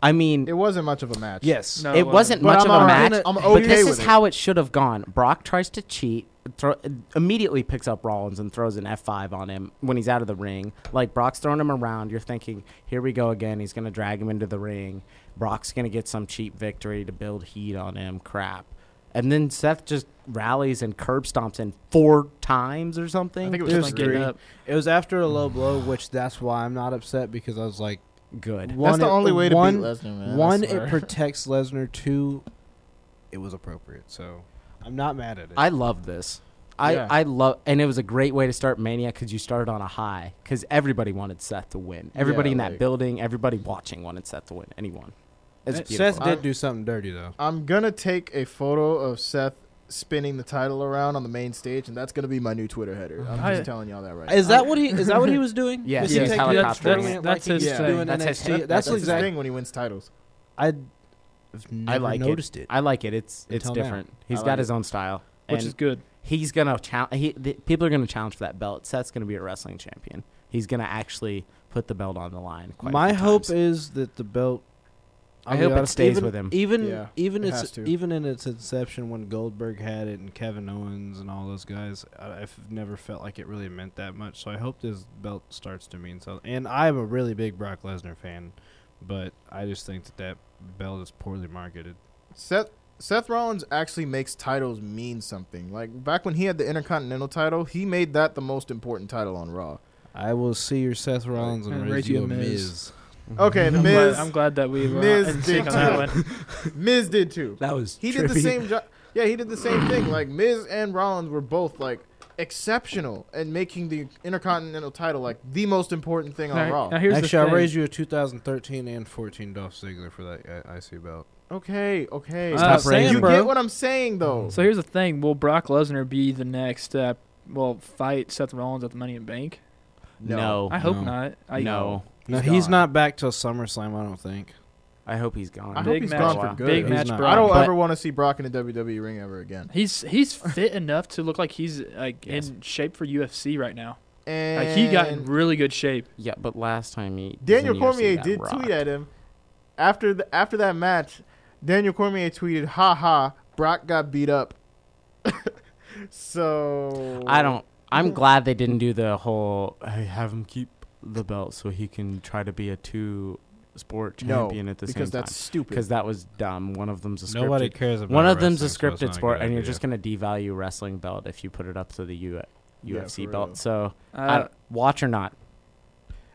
I mean,
It wasn't much of a match.
Yes.
No,
it wasn't
But
much
I'm
of a
all right.
match,
I'm
but
okay
this
E with
is
it.
how it should have gone. Brock tries to cheat, throw, immediately picks up Rollins and throws an F5 on him when he's out of the ring. Like Brock's throwing him around. You're thinking, here we go again. He's going to drag him into the ring. Brock's going to get some cheap victory to build heat on him. Crap. And then Seth just rallies and curb stomps him four times or something.
I think it was
It
Just
was
like getting
three.
up.
It was after a low blow, which that's why I'm not upset because I was like,
Good.
That's the
it-
only way to
one,
beat Lesnar, man. I
One,
swear.
it protects Lesnar. Two, it was appropriate. So I'm not mad at it.
I love this. I,
Yeah.
I love, and it was a great way to start Mania because you started on a high because everybody wanted Seth to win. Everybody
Yeah,
in that
like-
building, everybody watching wanted Seth to win. Anyone. It's
Seth
beautiful.
did
I-
do something dirty though.
I'm gonna take a photo of Seth spinning the title around on the main stage, and that's gonna be my new Twitter header. I'm
I-
just telling y'all that right. now.
Is that what he? Is that what he was doing?
Yes,
Was
he was
taking it
helicoptering
twirling
it.
it
That's
like
his
he was
thing.
doing
That's his-
NXT?
that-
That's,
his
exactly.
thing when he wins titles.
I, I've never
I like
noticed it.
I like it. It's it's
Until now.
different. He's
I
got
like
his own style,
Which
and
is good.
he's gonna challenge. He, the, people are gonna challenge for that belt. Seth's gonna be a wrestling champion. He's gonna actually put the belt on the line. Quite a
My
few
hope
times.
is that the belt.
I
I'll be
hope it
honest,
stays
even-
with him.
Even
Yeah,
even
it has
its
to.
even in its inception, when Goldberg had it and Kevin Owens and all those guys, I- I've never felt like it really meant that much. So I hope this belt starts to mean something. And I'm a really big Brock Lesnar fan, but I just think that that belt is poorly marketed.
Seth Seth Rollins actually makes titles mean something. Like back when he had the Intercontinental title, he made that the most important title on Raw.
I will see your Seth Rollins and, raise you a Miz.
Okay, the
I'm glad,
Miz
Mm-hmm. I'm glad that we uh, were
Miz
in sync on
did
that
too.
one.
Miz did too.
that was
He did the same job. Yeah, he did the same thing. Like Miz and Rollins were both like exceptional and making the Intercontinental title like the most important thing on
Now, now
Raw.
here's
Actually,
the
I raised
thing.
you a 2013 and 14 Dolph Ziggler for that uh, I- IC belt.
Okay, okay.
Uh,
Stop raising,
you
bro.
get what I'm saying though.
So here's the thing. Will Brock Lesnar be the next? Uh, well, fight Seth Rollins at the Money in Bank.
No,
I hope
no.
not. I,
no.
No,
He's
he's
gone.
not back till SummerSlam, I don't think.
I hope he's gone.
I hope
Big
he's
match.
gone for good.
Big
He's
match.
not.
Brock.
I don't
But-
ever want to see Brock in a WWE ring ever again.
He's he's fit enough to look like he's like
Yes.
in shape for UFC right now.
And
Like he got in really good shape.
yeah, but last time he
Daniel
was in UFC, he
Cormier
got
did
rocked.
tweet at him after the, after that match. Daniel Cormier tweeted, "Ha ha, Brock got beat up." so
I don't.
Mm-hmm.
I'm glad they didn't do the whole hey, have him keep the belt so he can try to be a two sport
No,
champion at the same
because that's
time
stupid.
because that was dumb. One of them's a scripted.
Nobody cares about
one of them's a
wrestling, so it's
scripted
not
sport,
good
and you're
idea.
just gonna devalue wrestling belt if you put it up to the U-
Yeah,
UFC
for real.
belt. So I
Uh,
don't- watch or not,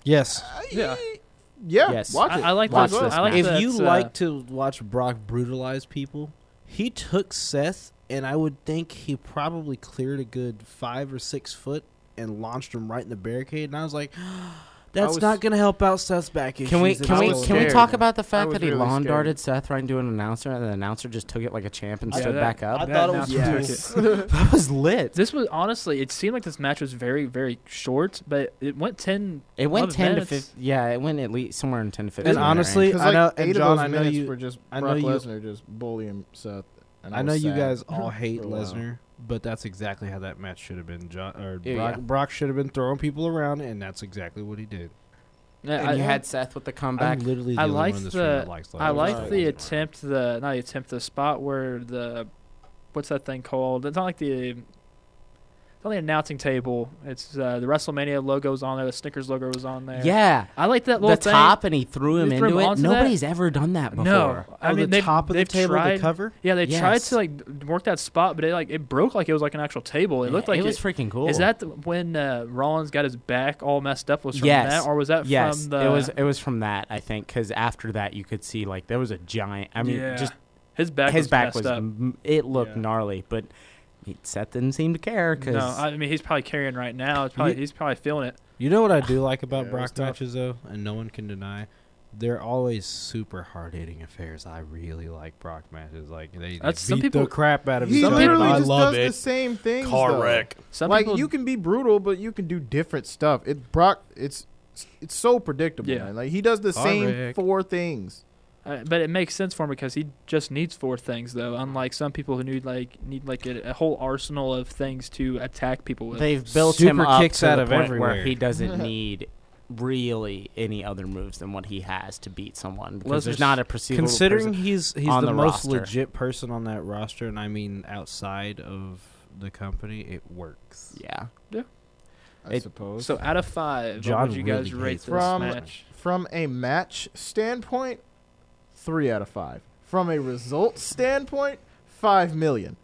yes.
yeah.
Yeah,
Yes.
watch
I,
it.
I like
Watch
that.
this
I like
match.
that
if you
it's, uh,
like to watch Brock brutalize people, he took Seth, and I would think he probably cleared a good five or six foot and launched him right in the barricade. And I was like, that's
was-
not going to help out Seth's back issues.
Can we
if
can
he
we
was
goes
can we
scared.
there."
talk about the
I
fact
was
that he
really
lawn
scared.
darted Seth right into an announcer and the announcer just took it like a champ and
Yeah,
stood
that-
back up?
I
that
thought it
announcer
was-
took
Yes.
it.
that was lit.
This was honestly, it seemed like this match was very, very short, but it went 10.
It went
11
ten
minutes.
to fifteen. Yeah, it went at least somewhere in ten to fifteen.
And
minute
honestly,
range.
Because
I
like
know- and
eight
John,
of those
I know
minutes
you-
were just
I know
Brock
you-
Lesnar just bullying Seth. And
I
was
know you
sad.
guys all hate
For a while.
Lesnar, but that's exactly how that match should have been. John or
Yeah,
Brock,
yeah.
Brock should have been throwing people around, and that's exactly what he did.
Yeah,
and
uh, I,
you had Seth with the comeback.
I'm literally the
I
only
liked
one in this
the-
room that likes Lesnar.
I like
right.
the attempt, the not the attempt, the spot where the what's that thing called? It's not like the it's on the announcing table. It's uh, the WrestleMania logo's on there. The Snickers logo was on there.
yeah,
I like that
the
little thing.
top, and he threw him
You threw him
into it.
onto that?
Nobody's ever done that before.
No, I
Oh,
mean
the
they've,
top of the
they've
table,
tried,
the cover.
Yeah, they tried
Yes.
to like work that spot, but it like it broke like it was like an actual table. It looked like
it was freaking cool.
Is that the, when uh, Rollins got his back all messed up? Was from
Yes.
that, or was that
Yes,
from the?
it was. It was from that I think because after that you could see like there was a giant. I mean,
Yeah.
just
his back.
his
was
back
messed
was.
up.
m- It looked
Yeah.
gnarly, but he- Seth didn't seem to care because
No, I mean he's probably carrying right now. It's probably,
You-
he's probably feeling it.
You know what I do like about
Yeah, it was
Brock
tough.
matches though, and no one can deny, they're always super hard hitting affairs. I really like Brock matches. Like they, they beat
That's- some
the
people-
crap out of
He
each other.
literally
I
just
love
does
it.
the same things.
Car
though.
wreck.
Some
like
people,
you can be brutal, but you can do different stuff. It Brock, it's it's so predictable.
Yeah.
man. like he does the
Car
same
wreck.
four things.
uh, but it makes sense for him because he just needs four things though. Unlike some people who need like need like a, a whole arsenal of things to attack people with.
they've built him
Super
up
kicks
to
out
the
of
point where
everywhere.
he doesn't need really any other moves than what he has to beat someone because
Lesnar's-
there's not a perceivable
Considering
person-
he's he's
on
the,
the
most
roster.
legit person on that roster, and I mean outside of the company, it works.
yeah
I
It-
suppose.
so out of five,
John
what would you guys
really
rate
hates
this
From-
match?
from a match standpoint, three out of five. From a result standpoint, five million.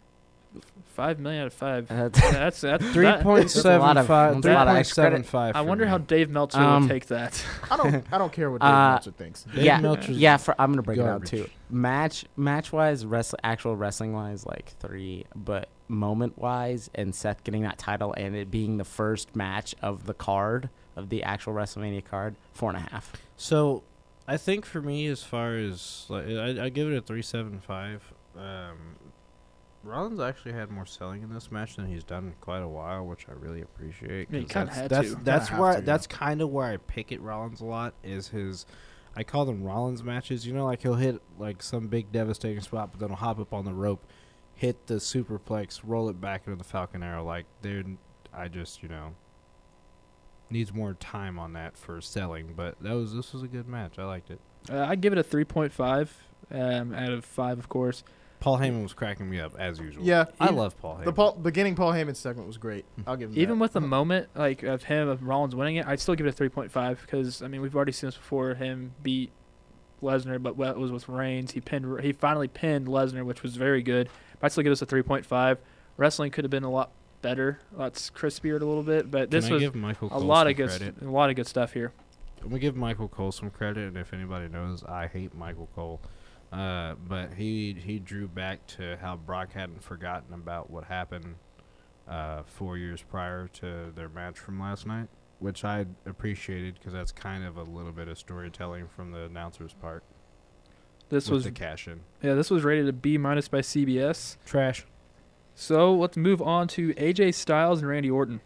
Five million out of five.
That's-
that's that's
Three
that-
point
That's a lot
seven
of-
five.
that's a
Three
lot of
point
extra
seven five.
I wonder how Dave Meltzer
Um,
would take that.
I don't I don't care what Dave
Uh,
Meltzer thinks.
Dave
yeah,
Meltzer's
yeah. For, I'm gonna break it out too.
garbage.
Match match wise, wrestling actual wrestling wise, like three, but moment wise, and Seth getting that title and it being the first match of the card of the actual WrestleMania card, four and a half.
So, I think for me, as far as like, I, I give it a three seven five. Um, Rollins actually had more selling in this match than he's done in quite a while, which I really appreciate.
Yeah, he
'cause
kinda
that's
had
that's,
to.
that's
Kinda have
where
to, yeah.
that's kind of where I pick at Rollins a lot is his. I call them Rollins matches. You know, like he'll hit like some big devastating spot, but then he'll hop up on the rope, hit the superplex, roll it back into the Falcon Arrow. Like, dude, I just you know needs more time on that for selling. But that was this was a good match. I liked it.
Uh, I'd give it a three point five um, out of five, of course.
Paul Heyman was cracking me up as usual.
Yeah,
I
even-
love Paul Heyman.
The Paul, beginning Paul Heyman segment was great. I'll give him
Even
that.
with the
Mm-hmm.
moment like of him of Rollins winning it, I'd still give it a three point five because I mean we've already seen this before. Him beat Lesnar, but what was with Reigns, he pinned he finally pinned Lesnar, which was very good. But I'd still give this a three point five. Wrestling could have been a lot better, a lot crispier a little bit, but
Can
this
I
was
give Michael
a
Cole
lot
some
of good
credit?
st- a lot of good stuff here.
I'm gonna give Michael Cole some credit, and if anybody knows, I hate Michael Cole. Uh, but he he drew back to how Brock hadn't forgotten about what happened uh, four years prior to their match from last night, which I appreciated because that's kind of a little bit of storytelling from the announcer's part.
This
with
was
the cash in
yeah, this was rated a B minus by CBS.
trash.
So let's move on to AJ Styles and Randy Orton.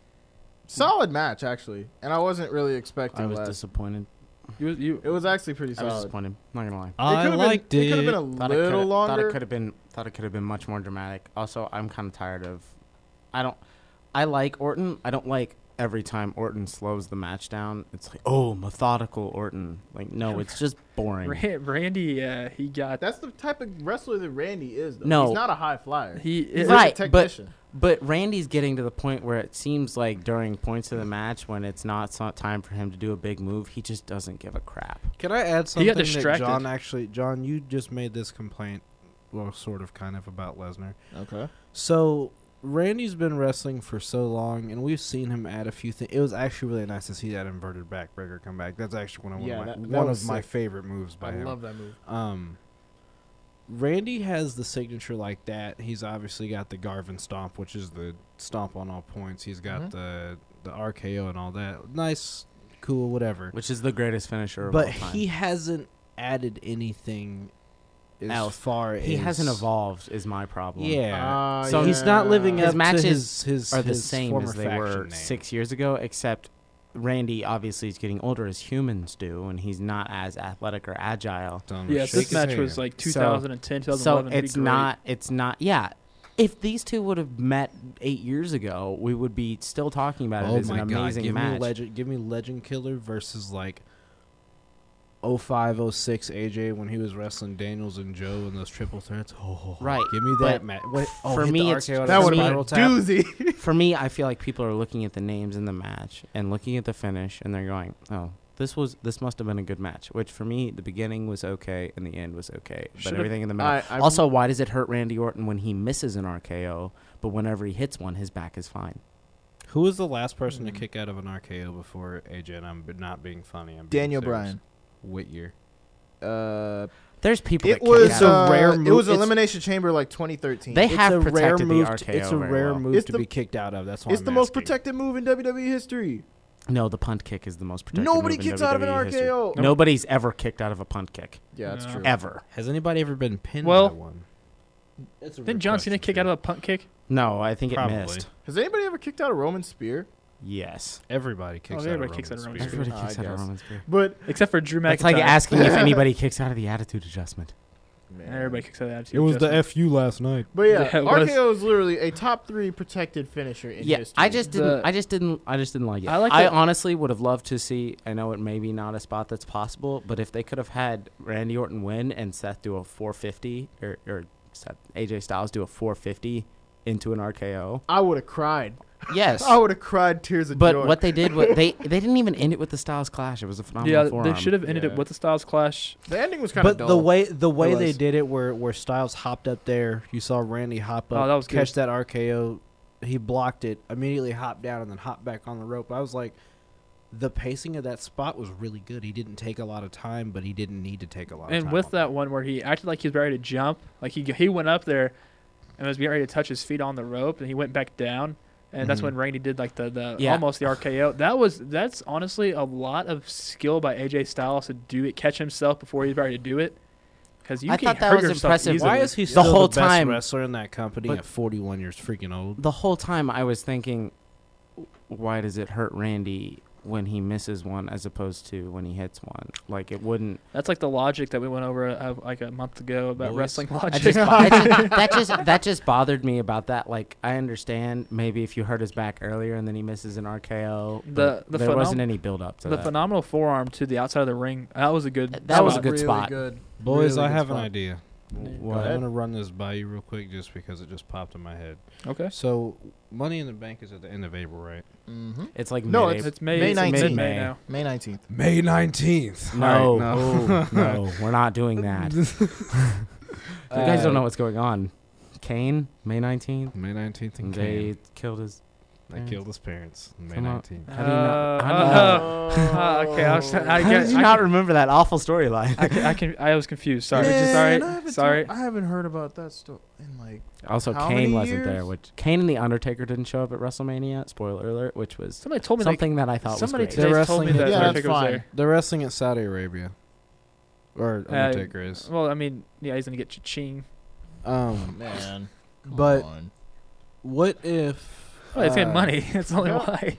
solid match actually, and I wasn't really expecting.
I was
less.
disappointed.
You, you,
it was actually pretty
I was
solid.
disappointed. Not gonna lie.
It
I
could've
liked
been,
it.
It could have been a
Thought it
little
coulda- Thought
longer.
it could have been. Thought it could have been much more dramatic. Also, I'm kind of tired of. I don't. I like Orton. I don't like every time Orton slows the match down. It's like, oh, methodical Orton. Like, no, it's just boring.
Ra- Randy, uh, he got
That's the type of wrestler that Randy is. Though.
No.
he's not a high flyer.
he
He's
it,
like
Right,
a
but-
technician.
But Randy's getting to the point where it seems like during points of the match when it's not so- time for him to do a big move, he just doesn't give a crap.
Can I add
He
something
got
that
distracted.
John actually John you just made this complaint well sort of kind of about Lesnar.
okay.
So Randy's been wrestling for so long, and we've seen him add a few things. It was actually really nice to see that inverted backbreaker come back. That's actually one of,
Yeah,
one
that-
of, my,
that
one
was
of my
sick.
favorite moves by
I
him.
love that move.
Um, Randy has the signature like that. He's obviously got the Garvin stomp, which is the stomp on all points. He's got
Mhm.
the the RKO and all that. Nice, cool, whatever.
which is the greatest finisher of
But
all time.
he hasn't added anything as
Else.
far as
he hasn't evolved is my problem.
Yeah.
Ah,
So
he's not living
His
up
matches
to Uh, his, his
are the
his
same
former
as they
faction
were
name.
six years ago, except Randy obviously is getting older as humans do, and he's not as athletic or agile.
Don't
Yeah, if
shake
this
his
match
hand.
was like
So-
2010,
So
2011. it'd be
it's
great.
not. It's not. Yeah. If these two would have met eight years ago, we would be still talking about it
Oh
as an
my god!
amazing
Give me
match.
legend, give me legend killer versus like 05, 06 AJ when he was wrestling Daniels and Joe in those triple threats. Oh,
Right,
give me
but
that match. Oh,
for
hit the
me, it's-
RKO on
that
the
would have been a
spiral tap.
doozy.
For me, I feel like people are looking at the names in the match and looking at the finish, and they're going, "Oh, this was this must have been a good match." Which for me, the beginning was okay and the end was okay, but
Should've-
everything in the middle.
I, I,
also, why does it hurt Randy Orton when he misses an RKO, but whenever he hits one, his back is fine?
Who was the last person to
Hmm.
kick out of an RKO before AJ? And I'm b- not being funny. I'm being
Daniel
serious.
Bryan.
Whityear.
Uh,
There's people.
it
that kick
was
out of-
a
uh,
rare
It
move.
was
It's-
Elimination Chamber like 2013.
They
it's
have
a rare
protected the
move.
RKO
to, it's a
very
rare
well.
move
It's
to
the-
be kicked out of. That's why
it's
I'm
the most
asking.
protected move in WWE history.
no, the punt kick is the most protected.
Nobody
move in
kicks out of an
WWE history.
RKO.
Nobody's ever kicked out of a punt kick
Yeah, that's
No.
true.
ever.
Has anybody ever been pinned
Well-
by one? That's a
Didn't
real
John Cena
question,
kick
too.
out of a punt kick?
No, I think
Probably.
it missed.
Has anybody ever kicked out a Roman spear?
Yes,
Everybody kicks out.
Oh, everybody
of
kicks out of
Roman
Roman
Spears.
Spears.
everybody
I
kicks out of
guess.
Roman Spear.
But
Except for Drew McIntyre.
It's like asking if anybody kicks out of the attitude adjustment.
And everybody kicks out of the attitude.
It was
adjustment.
the fu last night.
But yeah,
Yeah, it was.
RKO is literally a top three protected finisher in
yeah,
history.
I just
The-
didn't. I just didn't. I just didn't like it.
I
I,
like it-
honestly would have loved to see. I know it may be not a spot that's possible, but if they could have had Randy Orton win and Seth do a 450 or, or Seth, AJ Styles do a 450 into an RKO.
I would have cried.
Yes.
I would have cried tears of
but
joy.
what they did was they they didn't even end it with the Styles clash. It was a phenomenal
Yeah,
forearm.
they should have ended it
Yeah.
with the Styles Clash.
the ending was kind of
But
dull.
the way the way they
was.
did it, where where Styles hopped up there, you saw Randy hop
Oh,
up,
that was
catch that RKO. He blocked it, immediately hopped down, and then hopped back on the rope. I was like, the pacing of that spot was really good. He didn't take a lot of time, but he didn't need to take a lot. of
And
time
with
on
that one where he acted like he was ready to jump, like he he went up there and was getting ready to touch his feet on the rope, and he went back down, and that's
Mhm.
when Randy did like the, the
Yeah.
almost the RKO. That was that's honestly a lot of skill by AJ Styles to do it, catch himself before he's ready to do it. Because you
I
can
thought that
hurt
was
yourself
impressive.
easily.
Why is he
The
still the
whole
best
time-
wrestler in that company
But-
at 41 years freaking old?
the whole time I was thinking, why does it hurt Randy when he misses one as opposed to when he hits one? Like it wouldn't.
That's like the logic that we went over uh, like a month ago about
Boys.
wrestling
I
logic.
just, I just- that just that just bothered me about that. Like I understand maybe if you hurt his back earlier and then he misses an RKO,
The-
but
the
there
phenom-
wasn't any build up to
the
that.
phenomenal forearm to the outside of the ring. That was a good.
That was a
spot.
good spot.
Boys,
Really
I
good
have an
spot.
idea.
What?
I'm gonna run this by you real quick, just because it just popped in my head.
Okay.
So, Money in the Bank is at the end of April, right?
Mm-hmm.
It's like
No,
mid-
It's
It's May.
May
it's
19th.
mid-May
May.
now.
May 19th.
May 19th.
no, oh,
Alright, no.
no, we're not doing that. you guys
uh,
don't know what's going on. Kane, May nineteenth,
May 19th in Cannes.
they killed his.
They
parents.
killed his parents on May
Come on.
19th.
How do you not-
Uh,
how do you
uh,
not-
uh, okay, I was- I
How
get-
did you not remember that
I
awful storyline?
can, I can. I was confused. Sorry.
Man,
Just,
I haven't
sorry. Sorry.
talked- I haven't heard about that story in like.
Also,
How
Kane
many
wasn't there.
years?
Which Kane and the Undertaker didn't show up at WrestleMania. Spoiler alert. Which was
Somebody told me that-
something that I thought was
Somebody
great.
today
They're
told me
wrestling-
that
Yeah,
that's
Undertaker was
fine.
there.
They're wrestling at Saudi Arabia. Or
Uh,
Undertaker is.
Well, I mean, yeah, he's gonna get cha-ching.
Um,
Man.
come But- what if.
Well, it's in
uh,
money. That's the only
yeah.
why.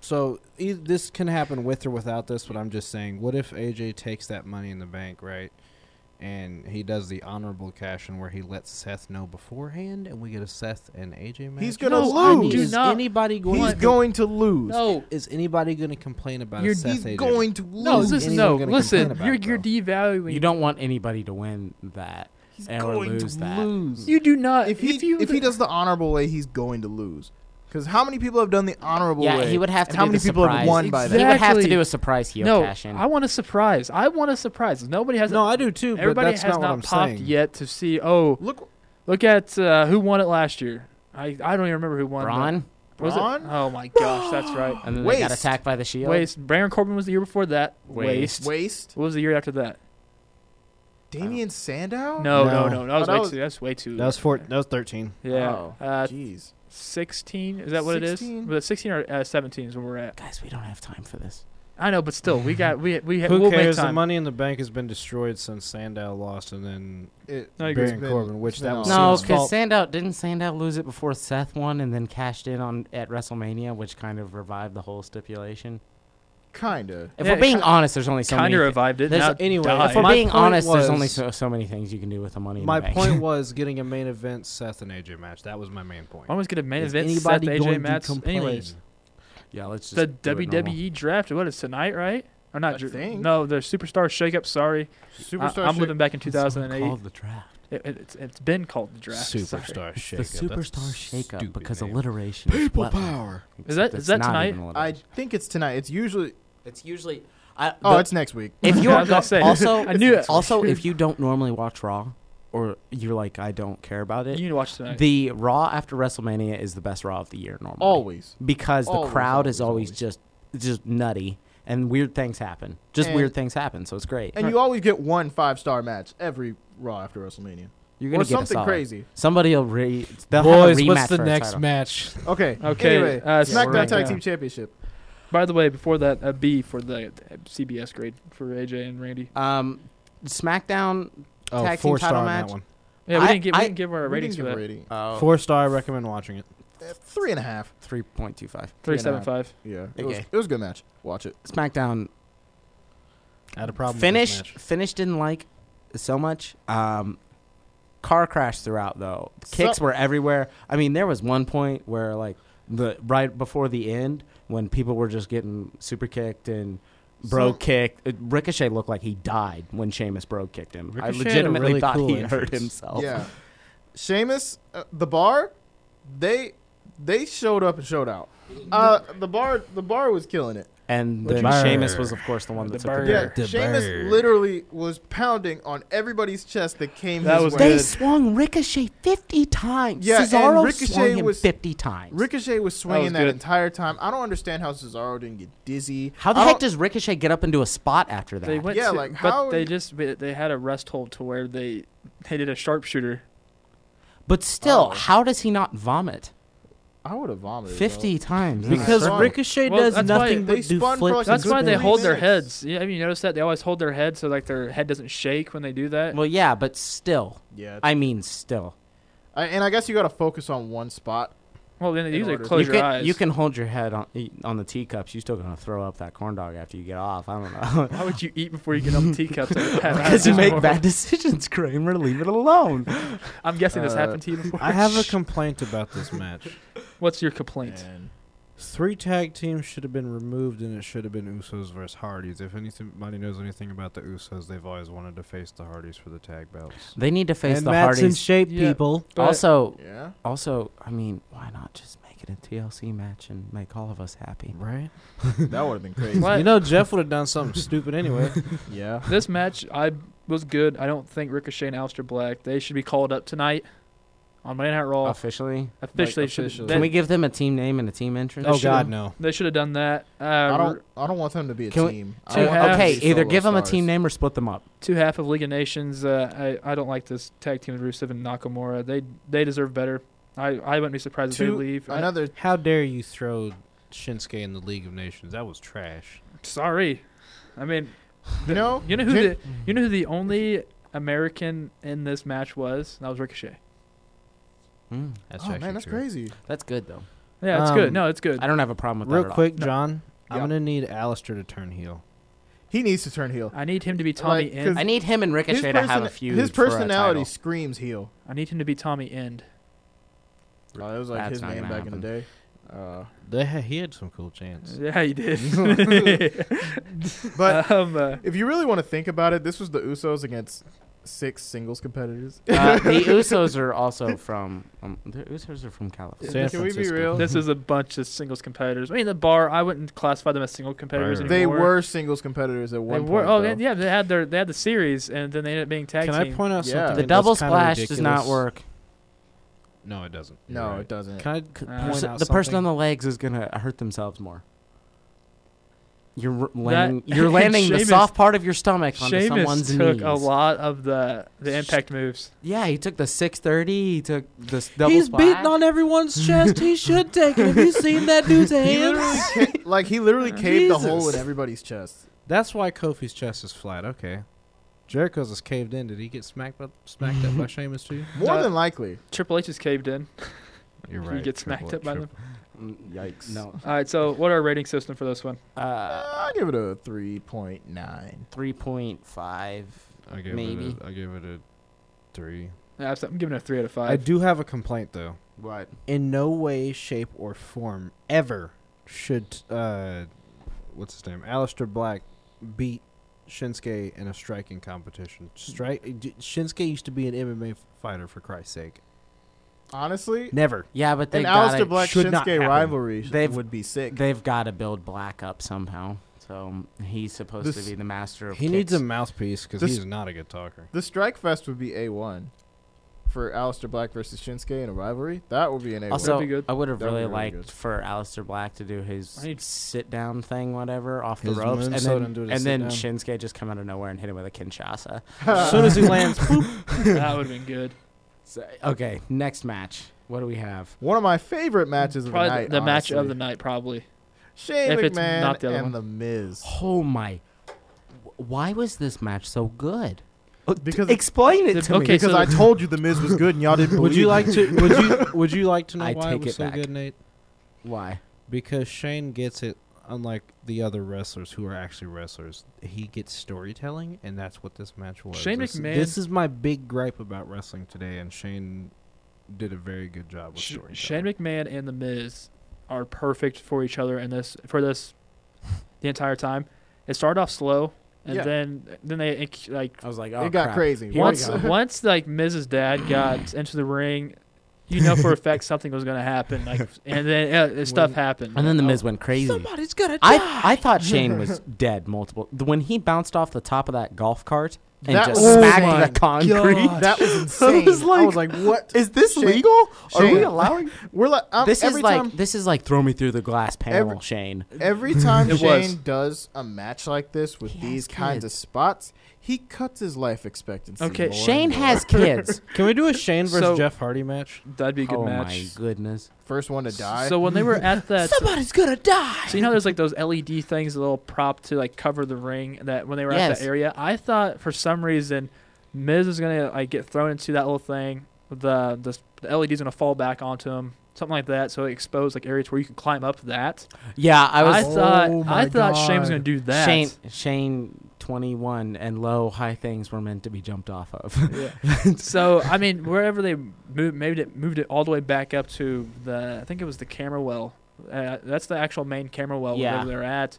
So e- this can happen with or without this, but I'm just saying, what if AJ takes that money in the bank, right? And he does the honorable cash in where he lets Seth know beforehand, and we get a Seth and AJ match.
He's gonna
No, I
lose.
do
Is
not
anybody going?
He's
to,
going to lose.
No.
Is anybody going to complain about
You're
a Seth?
he's
AJ?
going to lose.
No.
is
Listen.
anyone
No.
gonna
Listen.
complain
You're
about,
you're devaluing.
You don't want anybody to win that.
He's
And or
going
lose
to
that.
lose.
You do not.
if he if,
you
he does the honorable way, he's going to lose. Because how many people have done the honorable
Yeah,
way?
he would have
and
to
How
do
many
the
people have
surprise.
won by that?
He would have to
Exactly.
do a surprise heel
no,
cash in.
I want a surprise. I want a surprise. Nobody has.
No, I do too.
everybody
but that's
has
not,
not,
what I'm
popped
saying.
yet to see. Oh,
Look,
look at uh, who won it last year. I, I don't even remember who won. but-
Braun,
Was it?
Braun?
Oh my gosh, that's right.
and then they got
Waste.
attacked by the Shield.
Waste. Baron Corbin was the year before that. Waste.
Waste.
Waste.
What was the year after that?
Damian Sandow.
No, no, no.
No.
That was
Oh, that
way
was-
too. That's way too.
That was four. That was thirteen.
Yeah.
Oh.
Uh,
Jeez.
sixteen. Is that what it is?
16?
Was it sixteen or uh, seventeen? Is where we're at.
Guys, we don't have time for this.
I know, but still, we got we we
Who
we'll
cares?
make
The
time.
money in the bank has been destroyed since Sandow lost, and then
It,
No, I agree.
Baron
It's been-
Corbin, which
it's
that
been
was
all-
No,
Cena's
because
fault.
Sandow didn't Sandow lose it before Seth won and then cashed in on at WrestleMania, which kind of revived the whole stipulation.
Kinda.
If
Yeah,
we're being
ki-
honest, there's only so
kind
many.
of
thi-
revived it.
There's-
Now
anyway,
died.
if we're
My
being
point
honest, there's only
was-
so, so many things you can do with the money. In
My
the bank.
point was getting a main event Seth and AJ match. That was my main point.
I was gonna main
Is
event Seth
anybody going
AJ
to
match.
complain?
Anyways,
yeah, let's just
the E
do it normal.
WWE draft. What is tonight, right? Or not?
I
dr-
think.
No, the superstar shakeup. Sorry,
Superstar.
I, am
shit.
living back in
It's not
2008.
called the draft.
It, it, it's, it's been called the draft. sorry.
Superstar shakeup.
The
That's
superstar
a
shakeup
stupid
because
name.
alliteration. is what-
Is that-
It's
is that
not
tonight?
even
I
alliteration.
think it's tonight. It's usually.
It's usually. I,
Oh,
the-
it's next week.
if you
Yeah, I
are
was gonna
go-
say,
also
I knew it.
also if you don't normally watch Raw or you're like I don't care about
you
it,
need to watch tonight.
the Raw after WrestleMania is the best Raw of the year normally.
Always.
because the
Always,
crowd is always,
always, always.
just just nutty and weird things happen. Just
And-
weird things happen, so it's great.
And you always get one five star match every Raw after WrestleMania.
You're
Or
gonna get a
something
solid.
crazy.
Somebody will re. They'll have a
Boys,
rematch
what's the
for a
next
title.
match?
Okay.
Okay,
Anyway,
uh,
SmackDown
SmackDown.
Tag Team Championship.
By the way, before that, a B for the uh, CBS grade for AJ and Randy.
Um, SmackDown.
Oh,
Tag team
four star
title
on
match?
that one.
Yeah, we
I-
didn't give we
I-
didn't give our
We didn't
ratings for
give a
that.
rating.
Uh,
Four star. I recommend watching it.
Uh, Three and a half.
Three point two five.
Three seven five.
Yeah. It, was,
Okay.
it was a good match. Watch it.
SmackDown
I had a problem.
finish
With this match.
finish didn't like so much. Um, car crash throughout though. Kicks
So-
were everywhere. I mean, there was one point where like the right before the end when people were just getting super kicked and bro
So-
kicked. uh, Ricochet looked like he died when Sheamus bro kicked him. I
Ricochet had a
legitimately
really
thought
cool
he hurt
entrance.
himself.
Yeah. Sheamus, uh, the bar, they they showed up and showed out. Uh, the bar the bar was killing it.
And
Would
then
you-
Sheamus
Burr.
was of course the one
The
that took
burr.
the
Yeah,
bear.
The
Sheamus
bird.
literally was pounding on everybody's chest that came
That
his
was
way.
They
Good.
swung Ricochet fifty times.
Yeah, and
Cesaro swung
Ricochet
him
was-
fifty times.
Ricochet was swinging that,
good.
entire time. I don't understand how Cesaro didn't get dizzy.
How the
I
heck
don't-
does Ricochet get up into a spot after that?
They went
Yeah,
to,
like,
but
how-
they just they- they had a rest hold to where they they did a sharpshooter.
But still,
Oh.
how does he not vomit
I would have vomited. though.
fifty times?
Because
That's why-
Ricochet
Well,
does
that's why
nothing
they
but do
spun for
flips.
like a
and
That's why they
three
spins.
hold their
minutes.
heads. Yeah, have you noticed that they always hold their head so like their head doesn't shake when they do that?
Well, yeah, but still,
Yeah.
I mean, still,
I, and I guess you got to focus on one spot.
Well, then they
In
usually
order.
close
you
your
can
eyes.
you can hold your head on on the teacups. You're still gonna throw up that corn dog after you get off. I don't know.
Why would you eat before you get on the teacups?
Because you make bad decisions, Kramer. Leave it alone.
I'm guessing this
Uh,
happened to you before.
I have a complaint about this match.
What's your complaint?
And
Three tag teams should have been removed, and it should have been Usos versus Hardys. If anybody knows anything about the Usos, they've always wanted to face the Hardys for the tag belts.
They need to face
And
the
Matt's in
Hardys.
shape,
Yeah.
people.
But-
also,
yeah.
also, I mean, why not just make it a TLC match and make all of us happy?
Right?
That would have been crazy.
What?
You know, Jeff would have done something stupid anyway.
Yeah.
this match I was good. I don't think Ricochet and Aleister Black they should be called up tonight on Monday Night Raw.
Officially,
officially,
like,
should
officially.
They,
can we give them a team name and a team entrance?
oh
should've-
God, no.
they should have done that. Uh,
I don't. I don't want them to be a
Can we-
team. I
to
want them to
have-
Oh, okay,
be
either
solo
give them a
stars.
team name or split them up.
two half of League of Nations. Uh, I I don't like this tag team of Rusev and Nakamura. They they deserve better. I, I wouldn't be surprised if they
Two-
leave. I-
Another.
How dare you throw Shinsuke in the League of Nations? That was trash.
sorry, I mean,
You know.
you know who
Jin-
the you know who the only American in this match was? That was Ricochet.
Mm,
That's
oh
actually
man, that's
true.
crazy.
that's good though.
Yeah, it's
Um,
good. No, it's good.
I don't have a problem with that.
Real
at all.
quick, John, I'm
Yeah.
gonna need Alistair to turn heel.
He needs to turn heel.
I need him to be Tommy
Like, 'cause
End.
I need him and
His,
Ricochet to have a
person-
feud.
his
for a
personality
title.
screams heel.
I need him to be Tommy End.
Oh, that was like
That's
his
not
name
gonna
back in the day. Uh,
They ha- he had some cool chants.
Yeah, he did.
but
um, uh,
if you really want to think about it, this was the Usos against six singles competitors.
Uh, the Usos are also from. Um, the Usos are from California.
San
Can we be
Francisco.
real?
this is a bunch of singles competitors. I mean, the bar. I wouldn't classify them as single competitors
Burn.
anymore.
They were singles competitors at
They
one
were.
point.
Oh,
though.
yeah. They had their. They had the series, and then they ended up being tag
Can
team.
I point out
Yeah.
something?
The
that's
double
kinda
splash does not
ridiculous?
work.
No, it doesn't. You're
No,
right.
it doesn't.
Can I c-
Uh,
point
So
out
the person on
something?
the legs is gonna hurt themselves more. You're r-
That-
landing, you're landing the
Sheamus-
soft part of your stomach onto someone's
Sheamus took
knees.
a lot of the the impact moves.
Yeah, he took the 630. He took the s- double
He's
spike.
beating on everyone's
Hmm.
chest. He should take it. Have you seen that dude's
He
hands?
literally, ca- like he literally caved a hole
Jesus.
in everybody's chest.
That's why Kofi's chest is flat. Okay. Jericho's is caved in. Did he get smacked up, smacked up by Sheamus too?
More
Uh,
than likely,
Triple H is caved in.
You're
He
right.
gets smacked up by them.
Mm, Yikes. No.
All right, so what our rating system for this one?
Uh,
I give it a three point nine.
3.5.
I give
Maybe.
it. A, I give it a three.
Yeah, Uh, I'm giving it a three out of
I
five.
do have a complaint though.
What?
In no way, shape,
Or form ever should uh, what's his name? Alistair Black beat Shinsuke in a striking competition. Strike. d- Shinsuke used to be an MMA f- fighter for Christ's sake.
Honestly,
Never.
Yeah, but they
an
got
Alistair
to
Black
should not
Shinsuke
happen.
rivalry sh-
They've-
would be sick.
they've got to build Black up somehow. So he's supposed
This-
to be the master of
He needs a
kicks.
mouthpiece because
This-
he's not a good talker.
the Strike Fest would be a one for Alistair Black versus Shinsuke in a rivalry. That would be an a
Also,
one.
That'd be good.
I would have
That'd be
really
really
liked
good.
for Alistair Black to do his
I need-
sit down thing, whatever, off the
His
ropes, and
moonsault
then,
and do the
and
sit
then
down.
Shinsuke just come out of nowhere and hit him with a Kinshasa.
as soon as he lands,
that would have been good.
So, okay, next match. What do we have?
One of my favorite matches of
Probably
the
the,
night.
the match of
honestly.
the night, probably.
Shane
if it's
McMahon
not the other
and
one.
the Miz.
Oh my! Wh- Why was this match so good? Oh, d-
Because-
explain it
Did-
to
okay,
me.
Because
so-
I told you the Miz was good and y'all didn't
would
believe
you
me.
like to? Would you? Would you like to know
I
why
take
it was
it
so
back.
good, Nate?
Why?
Because Shane gets it, unlike the other wrestlers who are actually wrestlers, he gets storytelling, and that's what this match was.
Shane
this,
McMahon-
This is my big gripe about wrestling today, and Shane did a very good job with
Sh-
storytelling.
Shane McMahon and the Miz are perfect for each other in this for this the entire time. It started off slow, and
Yeah.
then then they it, like
I was like, oh,
It got
crap.
crazy.
Here we
once
go.
once like Miz's dad got into the ring, you know for a fact something was going to happen. Like and then uh, stuff happened.
And then the Miz went crazy.
Somebody's gonna die.
I I thought Shane was dead multiple. When he bounced off the top of that golf cart and
That
just
was- Oh my
smacked the concrete.
That was insane. I was like, what?
Is this
Shane-
legal? Are we
Shane.
allowing?
We're like, um,
this is
every
like
time,
this is like throw me through the glass panel,
Every-
Shane.
every time
It
Shane
was.
does a match like this with
He has
these kinds of
kids.
spots, he cuts his life expectancy.
Okay,
more
Shane
and more.
has kids.
Can we do a Shane versus
So-
Jeff Hardy match?
That'd be a good
oh my
match.
goodness!
first one to die.
So when they were at that,
Somebody's gonna die.
So you know, there's like those LED things, a little prop to like cover the ring. That when they were at
Yes.
that area, I thought for some reason, Miz is gonna like get thrown into that little thing. The the, the LED's gonna fall back onto him, something like that. So it exposed like areas where you can climb up that.
Yeah, I
I,
was
thought
Oh my
I thought Shane was
God.
gonna do that.
Shane Shane twenty one and low high things were meant to be jumped off of.
so I mean, wherever they moved, maybe it moved it all the way back up to the. I think it was the camera well. Uh, that's the actual main camera well
Yeah.
wherever they're at.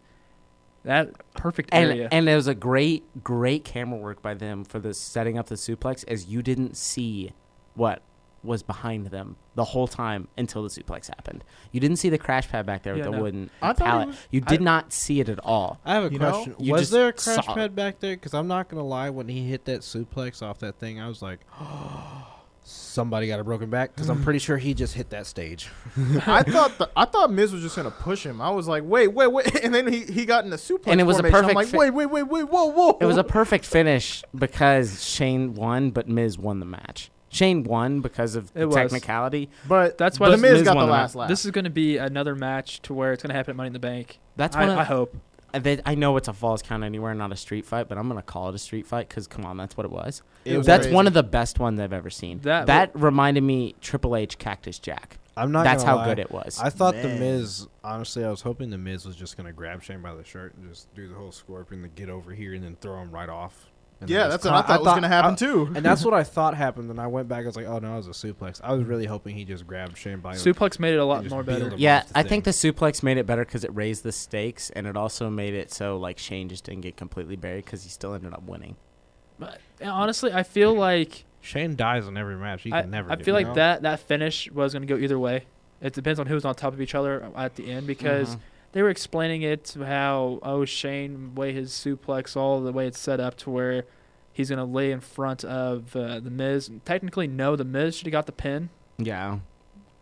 That perfect
And
area.
and it was a great great camera work by them for the setting up the suplex as you didn't see what was behind them the whole time until the suplex happened. You didn't see the crash pad back there
Yeah,
with the
no.
wooden
I thought it
pallet.
was-
you
I-
did not see it at all.
I have a
You know,
question.
you
was
just
there a crash
saw it.
pad back there? Because I'm not gonna lie, when he hit that suplex off that thing, I was like, somebody got a broken back. Because I'm pretty sure he just hit that stage.
I thought the, I thought Miz was just gonna push him. I was like, wait, wait, wait, and then he, he got in a suplex.
And it was a
formation.
perfect
I'm like,
fit-
wait, wait, wait, wait, whoa, whoa.
It was a perfect finish because Shane won, but Miz won the match. Shane won because of
It was.
technicality.
but
That's why
the
this-
Miz
Miz
got
won the
the last laugh.
This is going to be another match to where it's going to happen at Money in the Bank.
That's
I,
one. of-
I hope.
I, they, I know it's a falls count anywhere, not a street fight, but I'm gonna call it a street fight because come on, that's what it was.
It was
that's
crazy.
one of the best ones I've ever seen.
That
That, reminded me Triple H Cactus Jack.
I'm not.
That's
gonna
how
lie.
good it was.
I thought the
Man.
Miz. Honestly, I was hoping the Miz was just gonna grab Shane by the shirt and just do the whole scorpion, the get over here, and then throw him right off. And
yeah,
then
that's
just
what I
climb-
thought, was gonna happen
I-
too.
and that's what I thought happened. And I went back. I was like, "Oh no, it was a suplex." I was really hoping he just grabbed Shane by.
Suplex made it a
They
lot
just
more
beat
better.
him.
yeah,
Lost the
I think the suplex made it better because it raised the stakes, and it also made it so like Shane just didn't get completely buried because he still ended up winning.
But, and honestly, I feel like
Shane dies in every match. He
I,
can never.
I
get
feel like
back.
that that finish was going to go either way. It depends on who was on top of each other at the end because
Mhm.
they were explaining it how oh Shane way his suplex all the way it's set up to where he's going to lay in front of uh, the Miz. And technically, no, the Miz should have got the pin
Yeah,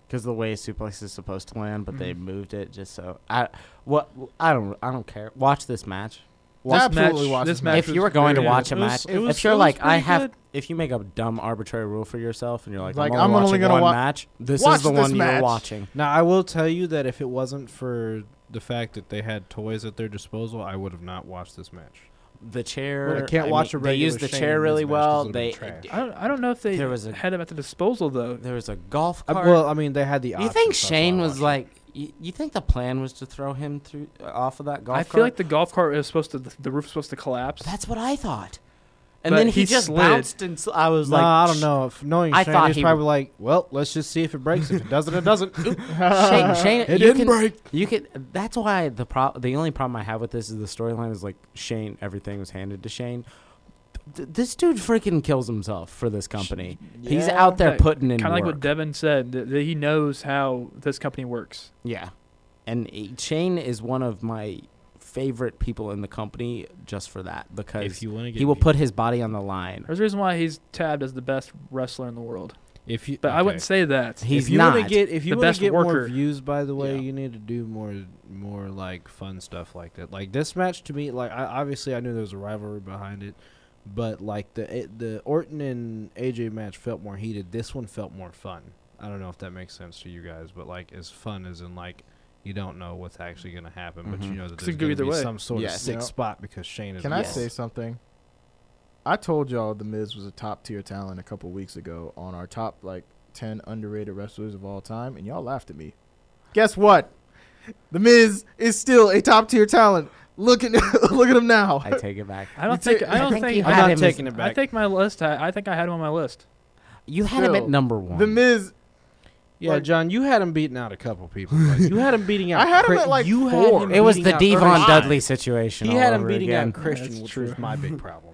because the way suplex is supposed to land, but they
Mm-hmm.
moved it just so I what I don't I don't care. Watch this match.
This
absolutely
match,
watch
this
this
match
if
was
you were going to
pretty good.
watch a
It was-
match,
it was-
if you're
it was
like I
pretty
have,
good.
if you make a dumb arbitrary rule for yourself and you're like,
Like,
I'm only, watching
gonna
one
wa-
match, this
watch
is the
this
one you're
match.
watching.
Now, I will tell you that if it wasn't for the fact that they had toys at their disposal, I would have not watched this match.
The chair.
Well, I can't watch
mean,
a
They used
regular
the
Shane
chair
in
really
this match, 'cause
well.
it'd have
They
been trash.
I don't, I don't know if they
There was a-
had them at the disposal though.
there was a golf
I,
cart.
Uh, well, I mean, they had the.
you
option,
think
so that's why I
Shane was
watched it.
like? You, you think the plan was to throw him through off of that golf
I
cart?
feel like the golf cart is supposed to the, the roof was supposed to collapse.
That's what I thought. And
But
then he,
he
just
slid.
bounced, and sl- I was
Nah,
like,
I don't
"Sh-
know. If knowing
I
Shane,
thought
he's
he
probably like, well, let's just see if it breaks. If it doesn't, it doesn't. Oop.
Shane, Shane,
It
you
didn't
can,
break.
You could. That's why the pro- The only problem I have with this is the storyline is like Shane. Everything was handed to Shane. Th- this dude freaking kills himself for this company. He's
Yeah.
out there
Yeah,
putting in
Kind of like
work.
what Devin said. That, that he knows how this company works.
yeah, and eh, Shane is one of my favorite people in the company just for that because
If you want to get,
he will
beat-
put his body on the line.
There's a reason why he's tabbed as the best wrestler in the world.
If you,
But I
okay.
wouldn't say that.
He's
if you
not.
want to get if you
the
want
best
to get more
worker.
views, by the way,
Yeah.
you need to do more more like fun stuff like that. Like this match to me, like I, obviously I knew there was a rivalry behind it, but like the it, the Orton and AJ match felt more heated. This one felt more fun. I don't know if that makes sense to you guys, but like as fun as in like you don't know what's actually going to happen, but you
Mhm.
know that
Could
there's
go
going
either
to be
way.
some sort
Yes.
of sick
Yeah.
spot because Shane is.
Can I
involved.
say something? I told y'all the Miz was a top tier talent a couple weeks ago on our top like ten underrated wrestlers of all time, and y'all laughed at me. Guess what? The Miz is still a top tier talent. Look at look at him now.
I take it back.
I don't
You
think.
take-
I don't
I think
think.
you
I,
had
I'm
him
not
as-
taking it
I
back.
think my list. I, I think I had him on my list.
You had him at
Still,
number one.
The Miz,
yeah,
like-
John, you had him beating out a couple people. Like, you had him beating out.
I had him
Chris-
at, like,
you
four.
Had him
it was the
beating out
Devon
Christian.
Dudley situation.
He
all
had him
over
beating
again.
out Christian,
That's
which
true.
was my big problem.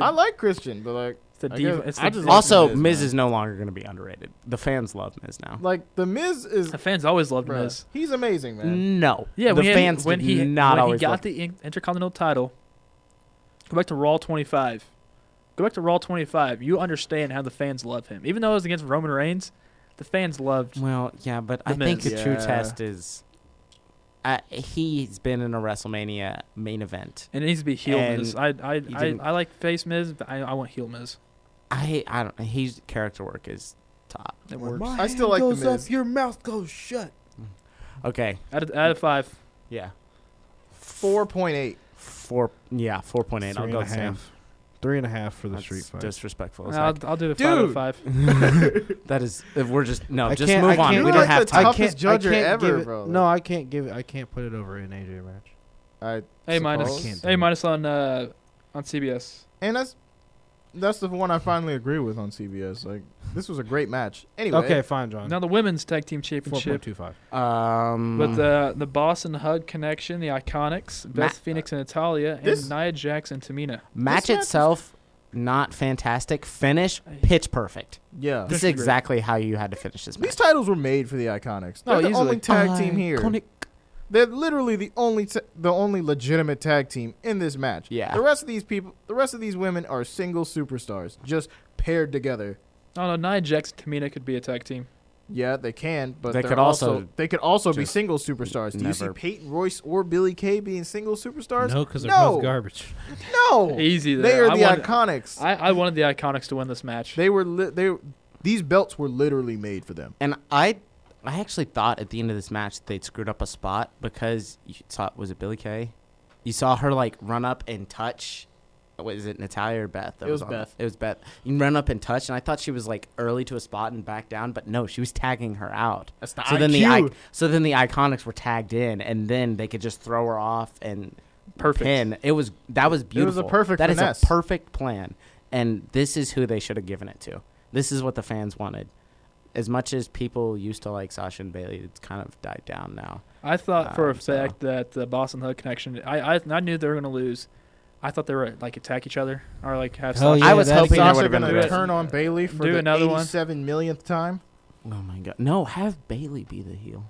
I like Christian, but like
It's the
I
diva.
guess-
It's
I
the,
just-
Also,
Miz,
Miz
man.
is no longer going to be underrated. The fans love Miz now.
like the Miz is
the fans always loved
bruh,
Miz.
he's amazing, man.
No.
Yeah,
the
when he-
fans
when
did
he
not
when
always
he
love-
got the in- Intercontinental title. Go back to Raw 25. Go back to Raw 25. You understand how the fans love him, even though it was against Roman Reigns. The fans loved.
Well, yeah, but
The
I think the
Miz.
true
Yeah.
test is uh, he's been in a WrestleMania main event.
And it needs to be heel
And
Miz. I I, I,
didn't-
I like face Miz, but I, I want heel Miz.
I I don't. His character work is top.
It works.
My
I still
hand
like
goes
the
up,
Miz.
your mouth goes shut.
Okay.
Out of, out of five,
Yeah.
Four point eight.
Four. Yeah. Four point eight. I'll
Three
go
and
the
a
same.
half. Three and a half for the
That's
street fight.
disrespectful. as
I'll,
heck.
I'll do a five out of
Dude.
five.
that is. If we're just no.
I
just
can't-
move
I
on.
can't-
We
You're
don't
like
have
the
time.
top- toughest judger
give
ever,
it-
bro.
No, I can't give it. I can't put it over an AJ match.
I
A
suppose.
minus.
I can't do
A
it.
minus on uh, on CBS.
And that's that's the one I finally agree with on CBS. Like this was a great match. Anyway,
okay, fine, John.
Now the women's tag team
Four point
championship
two five.
Um.
with the the Boss and Hug connection, the Iconics, Beth
Ma-
Phoenix and Natalia,
This-
and Nia Jax and Tamina.
match
This match is-
itself not fantastic. Finish
I-
pitch perfect.
yeah,
This is
Disagree.
exactly how you had to finish this match.
these titles were made for the Iconics. They're
No,
the
easily.
only tag team here.
Iconic.
They're literally the only ta- the only legitimate tag team in this match.
Yeah.
The rest of these people, the rest of these women are single superstars, just paired together.
Oh no, Nia Jax and Tamina could be a tag team.
Yeah, they can, but
They
they're
could also
they could also be
just
single superstars. Do you see
never-
Peyton Royce or Billy Kay being single superstars?
No, because they're
no,
both garbage.
no.
Easy there.
They are
I
the
wanted-
Iconics.
I, I wanted the Iconics to win this match.
They were li- they these belts were literally made for them.
And I, I actually thought at the end of this match that they'd screwed up a spot because you saw was it Billy Kay? You saw her like run up and touch. What is it, Natalia or Beth? that
It was
on the-
Beth.
It was Beth. You run up and touch, and I thought she was like early to a spot and back down, but no, she was tagging her out.
That's the
so then the
IQ.
I- so then the iconics were tagged in, and then they could just throw her off and
Perfect.
pin. It was that was
was a
beautiful.
perfect
That is
finesse.
a perfect plan, and this is who they should have given it to. This is what the fans wanted as much as people used to like Sasha and Bailey, it's kind of died down now.
I thought for a
Um, so-
fact that the Boston Hug connection. I, I I knew they were gonna lose. I thought they were like attack each other or like have.
Hell
some-
yeah,
I was
that'd
hoping
be-
there would
Sasha
have been
gonna
a
do
turn on Bailey for
Do
the
another one.
87 millionth time.
Oh my god! No, have Bailey be the heel.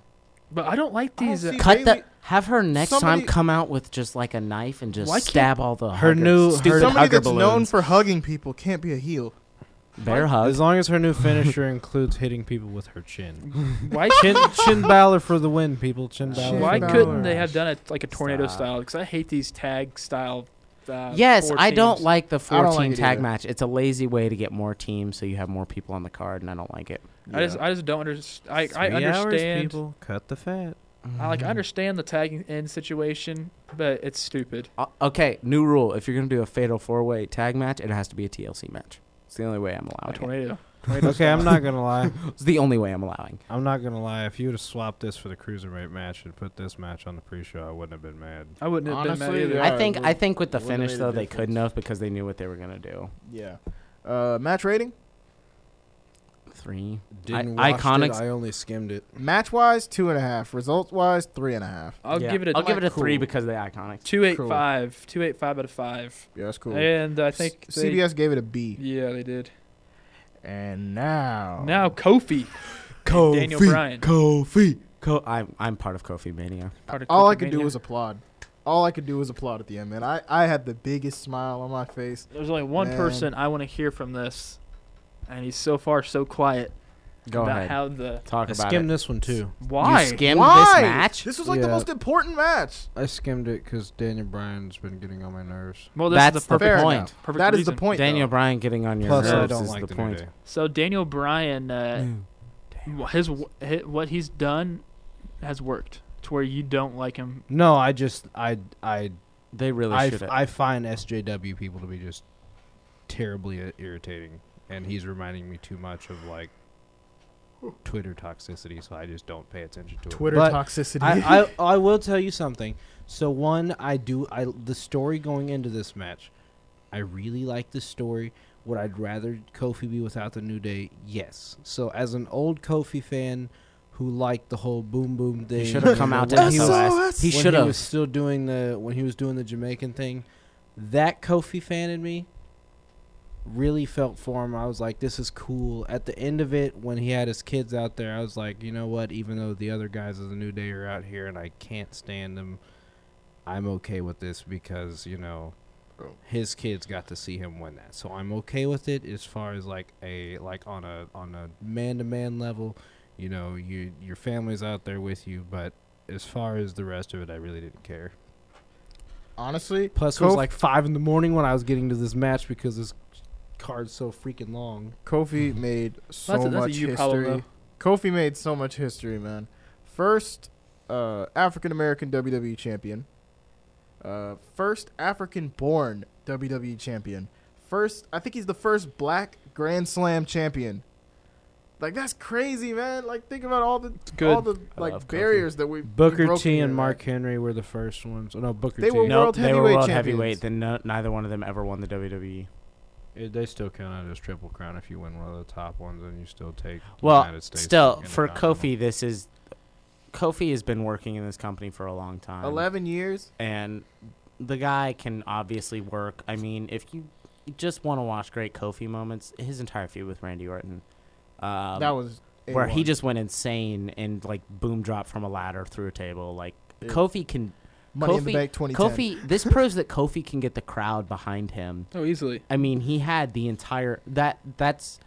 But I don't like
I don't
these. uh,
see-
Cut
Bayley-
the. Have her next
Somebody-
time come out with just like a knife and just
Why can't-
stab all the
Her
huggers.
new- her-
stupid
Somebody
hugger
that's known
balloons.
for hugging people can't be a heel.
Bear hug.
As long as her new finisher includes hitting people with her chin.
Why
Chin, chin Balor for the win, people. Chin Balor.
Why
Shane
couldn't
Balor.
they have done it like a tornado
Stop.
style? Because I hate these tag style. Uh,
Yes,
four
I don't
teams.
like the
I don't like
14
it
tag
either.
match. It's a lazy way to get more teams so you have more people on the card, and I don't like it.
I just I just don't understand. I, I
Three hours,
understand.
people. Cut the fat.
I
Mm-hmm.
like I understand the tagging in situation, but it's stupid.
Uh, okay, new rule. If you're going to do a fatal four way tag match, it has to be a TLC match. It's the only way
A
I'm allowing. It.
tornado.
Okay, I'm not gonna lie.
It's the only way I'm allowing.
I'm not gonna lie. If you would have swapped this for the cruiserweight match and put this match on the pre-show, I wouldn't have been mad.
I wouldn't have
Honestly,
been mad either.
yeah.
I think
it
I
would've-
think with the
it would've
finish
made a
though they
difference.
couldn't have because they knew what they were going to do.
Yeah. Uh, match rating?
Three.
Didn't
I-
watch
Iconics-
it. I only skimmed it.
Match wise, two and a half. Results wise, three and a half.
I'll
Yeah.
give it a
I'll give it a three
Cool.
because of the iconics.
two eight five. Two eight five out of five.
Yeah, that's cool.
And I think
S-
they-
CBS gave it a B.
Yeah, they did.
And now,
Now Kofi,
Kofi,
Daniel Bryan.
Kofi, Ko- I'm I'm part of Kofi Mania.
part of
all
Kofi
I could do
Mania.
was applaud. All I could do was applaud at the end, man. I, I had the biggest smile on my face.
There's only one
Man.
person I want to hear from this, and he's so far so quiet
Go
about
ahead.
how the
Talk
I
about
skimmed
it.
this one too.
why
You skimmed
Why?
this match.
This was like the
Yeah.
most important match.
I skimmed it because Daniel Bryan's been getting on my nerves.
Well, this
That's
is the
the
perfect
Fair
point.
enough.
Perfect
That is
reason.
the point.
Daniel Bryan getting on your
Plus, I
nerves
don't
is
like
the,
the, New
point.
Day.
So Daniel Bryan, uh,
Mm.
wh- his, w- hi what he's done has worked to where you don't like him.
No, I just I I
They really
I,
should.
I find SJW people to be just terribly i- irritating, and he's reminding me too much of like Twitter toxicity, so I just don't pay attention to
Twitter
it.
But
toxicity.
I, I I will tell you something. So one, I do I the story going into this match, I really like the story. Would I'd rather Kofi be without the New Day? Yes. So as an old Kofi fan who liked the whole boom boom thing,
He should have come
you know,
out
when
to
he was-
SOS. He
when
should
was
have.
still doing the when he was doing the Jamaican thing. That Kofi fan in me really felt for him. I was like, this is cool. At the end of it, when he had his kids out there, I was like, you know what? Even though the other guys of the New Day are out here and I can't stand them, I'm okay with this because you know his kids got to see him win that. So I'm okay with it as far as like a like on a on a man to man level. You know, you your family's out there with you, but as far as the rest of it, I really didn't care.
Honestly,
Plus, it
Kof-
was like five in the morning when I was getting to this match because this card's so freaking long.
Kofi made so
That's a- that's a
much
you problem,
history. Kofi made so much history, man. First uh, African American WWE E champion. Uh, first African born WWE E champion. First, I think he's the first black Grand Slam champion. Like that's crazy, man. Like think about all the
Good.
all the
I love
like
Kofi.
barriers that we
Booker
broke
T
here,
and
like-
Mark Henry were the first ones. Oh, no, Booker
They
T.
were-
Nope,
No,
World
they were
heavyweight
world
champions.
heavyweight. Then no, neither one of them ever won the E. WWE.
it- they still count out as triple crown if you win one of the top ones, and you still take.
Well,
United States
still
and
for
Continental.
Kofi, this is Kofi has been working in this company for a long time.
Eleven years.
and the guy can obviously work. I mean, if you just want to watch great Kofi moments, his entire feud with Randy Orton, um,
that was
where he
A1.
just went insane and like boom dropped from a ladder through a table. Like
Yeah.
Kofi can
Money in the
Kofi-
Bank 2010.
Kofi. this proves that Kofi can get the crowd behind him.
Oh, easily.
I mean, he had the entire that that's.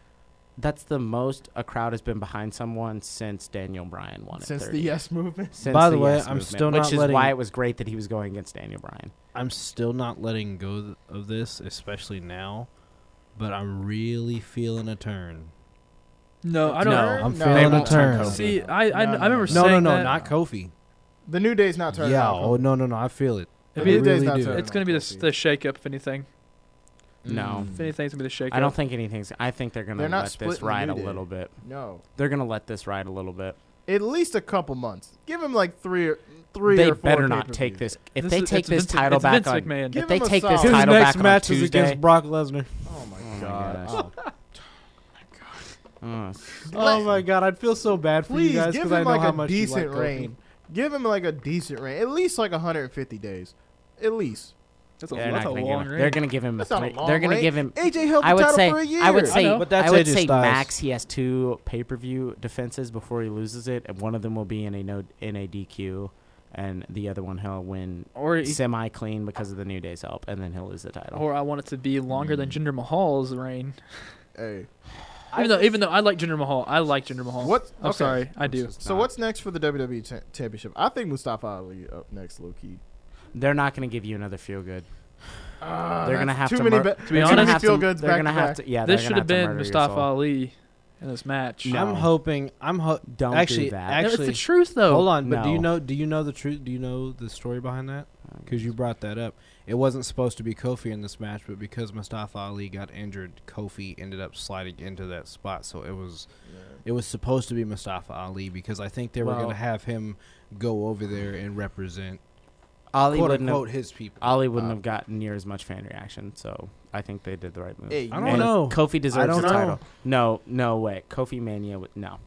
That's the most a crowd has been behind someone since Daniel Bryan won it.
since the Yes movement.
Since
By the way,
Yes
I'm
movement,
still
which
not
is
letting-
why it was great that he was going against Daniel Bryan.
I'm still not letting go th- of this, especially now. But I'm really feeling a turn.
No, Oh, I don't.
No,
I'm
No,
feeling
they
a
won't turn
turn.
Kofi.
See, I I,
No, no,
I remember
no,
No, no,
saying
no,
that.
not Kofi.
The New Day's not turning.
Yeah.
out for
Oh
him.
no, no, no. I feel it.
It'd
I
be-
New Day's
really
not
do.
turning
It's gonna be the Mm. s-
Kofi.
the shake up if anything.
No.
If anything, it's gonna be the shake.
Mm. I don't think anything's. I think they're gonna
They're not
let
splitting
this
the
ride a
New Day.
little bit.
No,
They're gonna let this ride a little bit.
at least a couple months. Give him like three or three.
they
or four
better not take
pay-per-views.
this. If they take this title
it's
back
Vince
on,
McMahon.
Give
if they
him a
take this
solid-
His
title
next
back on
match is
Tuesday.
against Brock Lesnar.
Oh my
Oh my
god!
gosh.
Oh,
Uh,
Oh my god, I'd feel so bad for
please
you guys
give
because
him
I know
like
how
a
much you
decent
like Kofi.
reign. Give him like a decent reign. At least like 150 days. At least.
That's a,
they're
that's
not
a
gonna
long
give him. They're
reign.
gonna give him. A
That's not a
three,
long
they're gonna
reign.
give him.
AJ held the
I would
title
say.
for a year.
I would say.
know.
I,
But that's
would
AJ
say
Styles.
max. He has two pay per view defenses before he loses it, and one of them will be in a no in a DQ, and the other one he'll win
Or he-
semi clean because of the New Day's help, and then he'll lose the title. Mm.
or I want it to be longer than Jinder Mahal's reign.
Hey,
Even though, even though I like Jinder Mahal, I like Jinder Mahal.
what?
I'm
okay.
sorry, I do.
This is
So
not-
what's next for the WWE cha- Championship? I think Mustafa Ali up next, low key.
They're not going to give you another feel good. they're
Ah, that's
going to have
too
to
many
mur-
ba-
To be
they're gonna
honest-
have
feel
to-
goods
They're
back
gonna
to
have
back.
to. Yeah,
this
they're
should
gonna
have been
to murder your
Mustafa
soul.
Ali in this match.
No.
I'm hoping. I'm ho-
Don't do
actually,
that.
No,
Actually,
it's the truth though.
Hold on, but do you
No.
know? Do you know the truth? Do you know the story behind that? Because you brought that up. It wasn't supposed to be Kofi in this match, but because Mustafa Ali got injured, Kofi ended up sliding into that spot. So it was, it was supposed to be Mustafa Ali because I think they were
Well-
going to have him go over there and represent
Ali
quote
wouldn't
unquote
have.
his people.
Ali wouldn't
Uh,
have gotten near as much fan reaction, so I think they did the right move.
Hey,
I don't
man,
know.
Kofi deserves
don't
the
know.
title. No, no way. Kofi Mania would no.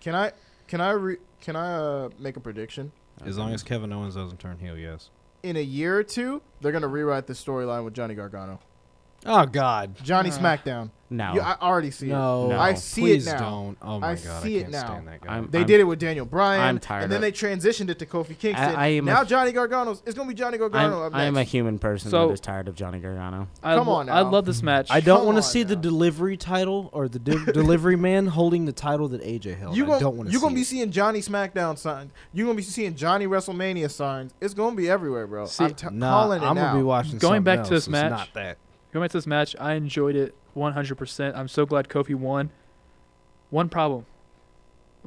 Can I? Can I? Re- can I uh, make a prediction?
As long as Kevin Owens doesn't turn heel, yes.
In a year or two, they're gonna rewrite the storyline with Johnny Gargano,
Oh God,
Johnny
Uh,
SmackDown.
no.
You, I already see
no!
No.
I see it
Please
now.
Don't. Oh my
I
God,
see
I
it
can't
now.
stand that guy.
it.
I'm-
They did it with Daniel Bryan.
I'm tired
And then
of
they transitioned it to Kofi Kingston.
I am a-
now Johnny Gargano's. It's gonna be Johnny
I'm,
Gargano up
I'm a
next.
human person
So-
that is tired of Johnny Gargano.
I
Come
lo-
on
I
now.
love this match.
I don't
Come
want
on
to see the
now.
delivery title or the de- delivery man holding the title that AJ held.
you
I don't
gonna
want to.
you gonna
see
be
it.
seeing Johnny SmackDown signs. You gonna be seeing Johnny WrestleMania signs. It's gonna be everywhere, bro.
See,
I'm t-
nah,
calling it
I'm
now.
gonna be watching.
Going back
something
to this
else. It's
match,
not that.
Going back to this match, I enjoyed it 100%. I'm so glad Kofi won. One problem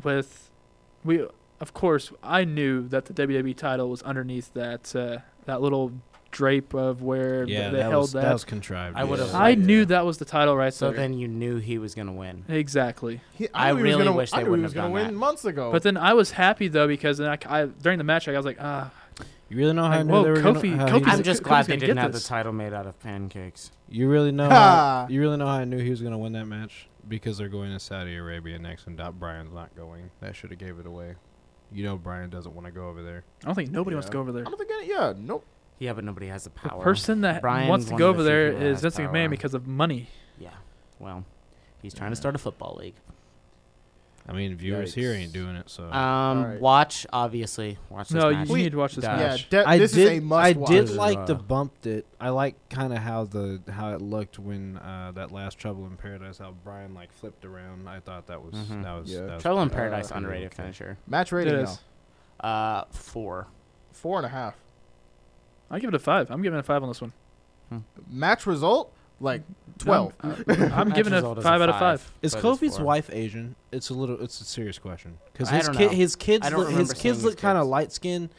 with we, of course, I knew that the WWE title was underneath that uh, that little drape of where they held
was,
that.
was contrived.
I
yeah.
would've-
I
Yeah.
knew that was the title right
So
there.
then you knew he was gonna win.
exactly.
He-
I
knew he was
really
gonna-
wish
I
they
knew he
wouldn't
was
have
gonna
done
win
that.
months ago.
But then I was happy though because then I, c- I- during the match I was like, ah,
You really know how I
Like,
knew
whoa,
they were
Kofi-
gonna. how
Kofi's
he-
Who's-
I'm just
who's
glad they
gonna
didn't
get
have the
this?
title made out of pancakes.
you really know.
Ha.
How, you really know how I knew he was gonna win that match because they're going to Saudi Arabia next, and Dot Bryan's not going. That should have gave it away. You know, Bryan doesn't want to go over there.
I don't think nobody wants to
Yeah.
go over there.
I don't think any, yeah, nope.
Yeah, but nobody has the
The
power.
person that
Brian's
wants to
one
go
of
over
the
there
few that
is
has
Vince McMahon
power.
because of money.
Yeah. Well, he's trying to start a football league.
I mean, viewers here
Yikes.
ain't doing it, so.
Um,
right.
watch obviously. Watch this
No,
match.
you need to watch this
Dash.
match.
Yeah, de-
I
this
did.
is a must
I
watch.
did
This is,
like the
uh,
bumped it. I like kind of how the how it looked when uh, that last Trouble in Paradise, how Brian like flipped around. I thought that was
Mm-hmm.
Mhm.
that was
Yeah.
that was
Trouble in
pretty-
Paradise
pretty
underrated
okay.
finisher.
match
It
rating now.
is.
Uh, four.
Four and a half.
I give it a five. I'm giving it a five on this one.
Match result like twelve.
I'm, uh, I'm
Match
giving it a
result is
five out of five.
Is
but it's
Kofi's
four.
wife Asian? It's a little. It's a serious question because
I
his
don't
kid,
know.
his kids,
I don't
look, his
remember
kids
seeing
look
his
kind of
kids.
light skinned,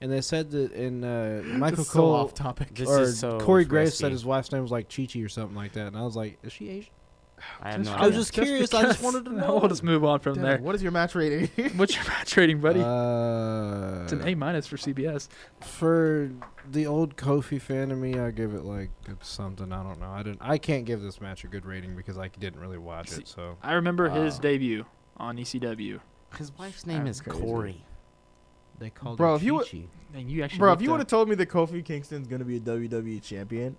and they said that in uh, Michael
This is so
Cole
off topic.
This
or
is so
Corey Graves
risky.
said his wife's name was like Chi Chi or something like that, and I was like, is she Asian?
I have no
Just-
I was
idea.
just curious. I just
because-
wanted to know.
We'll just move on from
Damn,
there.
What is your match rating?
What's your match rating, buddy?
Uh,
it's an A minus for CBS.
for the old Kofi fan of me, I give it like something. I don't know. I didn't. I can't give this match a good rating because I didn't really watch
See-
it. So
I remember his
Wow.
debut on E ECW.
His wife's name is
crazy.
Corey.
they called
Bro, if you would-
Chi.
And you actually,
Bro, if
looked
you
up-
would have told me that Kofi Kingston's gonna be a WWE champion,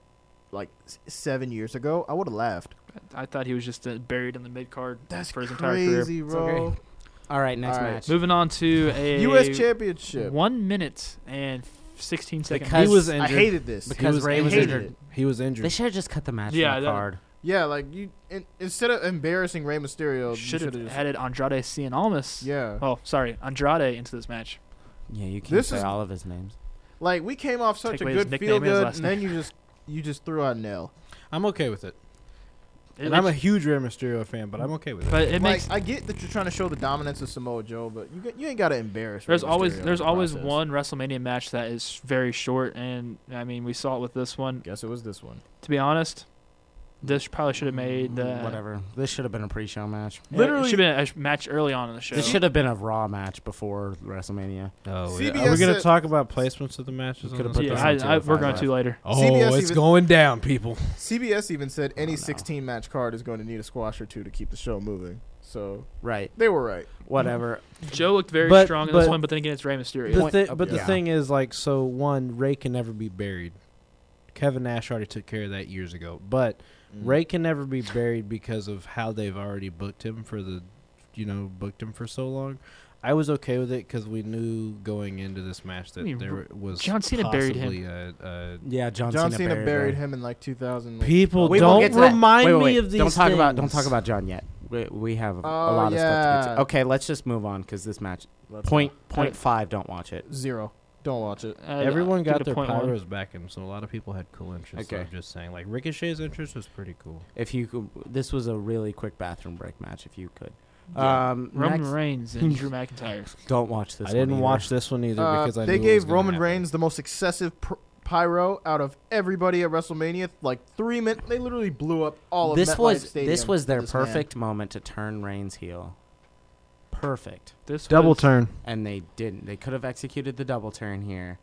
like s- seven years ago, I would have laughed.
I thought he was just uh, buried in the mid card
That's
for his entire career.
crazy, bro.
okay. All right, next
All right.
match.
Moving on to a
U.S. Championship.
one minute and sixteen second.
Because-
he was
I
injured.
hated this.
Because
was
Ray was
hated
injured.
it.
He was
They
injured.
should have just cut the match
Yeah,
from the
that-
card.
Yeah, like you in, instead of embarrassing Rey Mysterio,
should have
had.
added Andrade Cien Almas.
Yeah,
Oh, sorry, Andrade into this match.
Yeah, you can't
This
say
is-
all of his names.
like we came off such
Take
a
away his
good
nickname
feel
and his
good,
last
and then you just you just threw out Nell.
I'm okay with it.
It
And I'm a
makes-
huge Rey Mysterio fan, but I'm okay with it.
but it
like
makes
I get that you're trying to show the dominance of Samoa Joe, but you get, you ain't gotta embarrass. Rey
There's always
Mysterio in
there's
the
always
process.
one WrestleMania match that is very short, and I mean we saw it with this one.
Guess it was this one.
To be honest, this probably should have made uh,
Mm, whatever. This should have been a pre-show match.
Literally, should have been a sh- match early on in the show.
This should have been a Raw match before WrestleMania.
Oh,
yeah. CBS
Are we gonna
said-
talk about placements of the matches?
Could've
on
put
this?
yeah,
this
I,
on
I, we're
205
going to
Live.
later.
Oh,
CBS
it's
even-
going down, people.
CBS even said
don't
any
Oh,
know.
16 match card is going to need a squash or two to keep the show moving. So
Right.
they were right.
Whatever.
Joe looked very
But-
strong in this
but-
one, but then again, it's Rey Mysterio.
The
Mm-hmm. Point
thi-
of-
but the
yeah.
thing is, like, so one, Ray can never be buried. Kevin Nash already took care of that years ago, but Mm-hmm. Ray can never be buried because of how they've already booked him for the, you know, booked him for so long.
I was okay with it because we knew going into this match that
I mean,
there was
John Cena buried him.
possibly
uh,
A, a
Yeah, John,
John Cena
Cena
buried,
him.
him in like 2000. like-
People
We will get
don't
to that.
remind
Wait, wait,
me
wait.
of these.
Don't talk about don't
things.
talk about John yet. We, we have a
Oh,
lot of stuff to get
yeah.
to. Okay, let's just move on because this match
Let's
point
go.
point five. Don't watch it.
go. zero. Don't watch it.
Uh,
Everyone
give it
got
a
their
point one.
pyros back in, so a lot of people had cool interests.
Okay.
I'm just saying, like Ricochet's interest was pretty cool.
If you could, this was a really quick bathroom break match. If you could,
Uh,
Yeah.
um,
Roman
next-
Reigns and Drew McIntyre.
don't watch this.
I didn't
one either.
watch this one either
Uh,
because I
they
knew it
gave
was gonna
Roman
happen.
Reigns the most excessive pr- pyro out of everybody at WrestleMania. Like three minutes, they literally blew up all of
this
MetLife
was
Stadium
this was
for
their
man.
perfect moment to turn Reigns heel. Perfect,
This
double
was-
turn.
and they didn't. They could have executed the double turn here,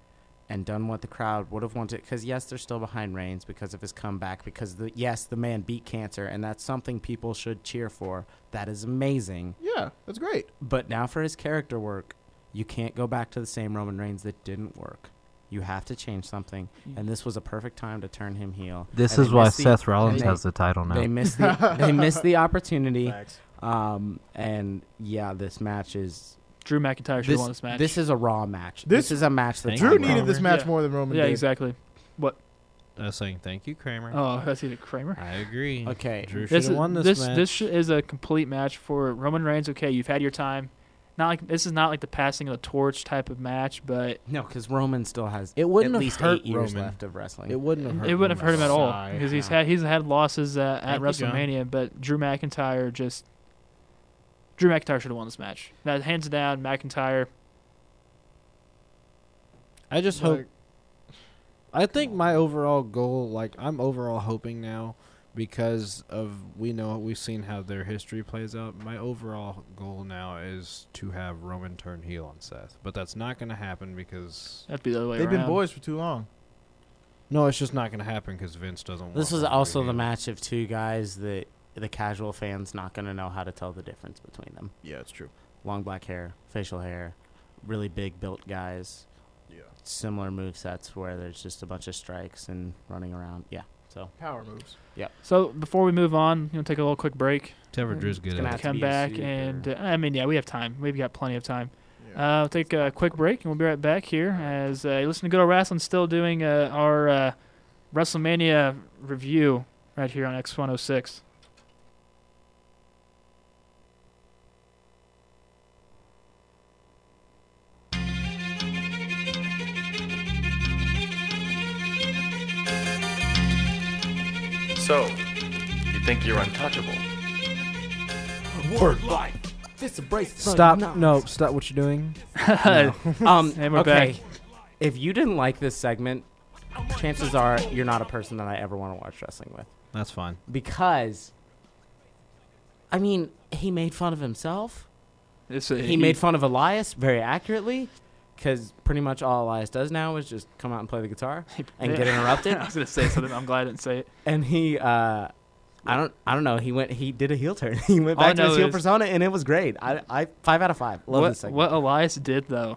and done what the crowd would have wanted. Because yes, they're still behind Reigns because of his comeback. Because the yes, the man beat cancer, and that's something people should cheer for. That is amazing.
Yeah, that's great.
But now for his character work, you can't go back to the same Roman Reigns that didn't work. You have to change something, and this was a perfect time to turn him heel.
This
And
is
they
why
missed the-
Seth Rollins
and they-
has the title now.
They missed the they missed the opportunity,
Facts.
um, and yeah, this match is
Drew McIntyre should have
this,
won this match.
this is a raw match. This,
This-
is a match that
Thank
Drew
you,
needed this
Roman.
match
Yeah.
more than Roman
yeah,
did.
exactly.
I was saying thank you, Kramer.
Oh, that's either Kramer.
I agree.
Okay,
Drew should
This
have
is,
won this,
this,
match.
this sh- is a complete match for Roman Reigns. Okay, you've had your time. Not like this is not like the passing of the torch type of match, but
no, because Roman still has
It wouldn't
at
have
least
hurt
eight years
Roman.
left of wrestling.
It wouldn't have hurt.
it wouldn't have hurt him at all because he's
yeah.
had he's had losses uh, at
Thank you, John.
WrestleMania. but Drew McIntyre just Drew McIntyre should have won this match. Now, hands down, McIntyre.
I just hope. I think my overall goal, like I'm overall hoping now, because of we know we've seen how their history plays out. My overall goal now is to have Roman turn heel on Seth, but that's not going to happen because
That'd be the other way
They've been
around.
boys for too long.
no, it's just not going to happen because Vince doesn't.
This was
want Roman to
also
be
the
heel.
match of two guys that the casual fans not going to know how to tell the difference between them.
Yeah, it's true.
Long black hair, facial hair, really big built guys,
Yeah.
similar move sets where there's just a bunch of strikes and running around. Yeah. So
Power moves.
So before we move on, you know, take a little quick break.
Trevor Drew's good.
gonna
At
have
it.
to
come
be a
back
super-
and uh, I mean, yeah, we have time. We've got plenty of time.
Yeah.
Uh, we'll take a quick break and we'll be right back here as uh, you listen to Good Old Wrestling, still doing uh, our uh, WrestleMania review right here on X106.
So, you think you're untouchable?
Stop! No, stop! What you doing?
um,
And we're
okay.
back.
If you didn't like this segment, chances are you're not a person that I ever want to watch wrestling with
That's fine.
because, I mean, he made fun of himself.
It's a,
He made fun of Elias very accurately because pretty much all Elias does now is just come out and play the guitar and get interrupted.
I was gonna say something. I'm glad I didn't say it.
and he uh I don't I don't know, he went he did a heel turn. He went
All I
back to his
know
heel
is-
persona and it was great. I, I five out of five. Love
what,
this segment.
what Elias did though,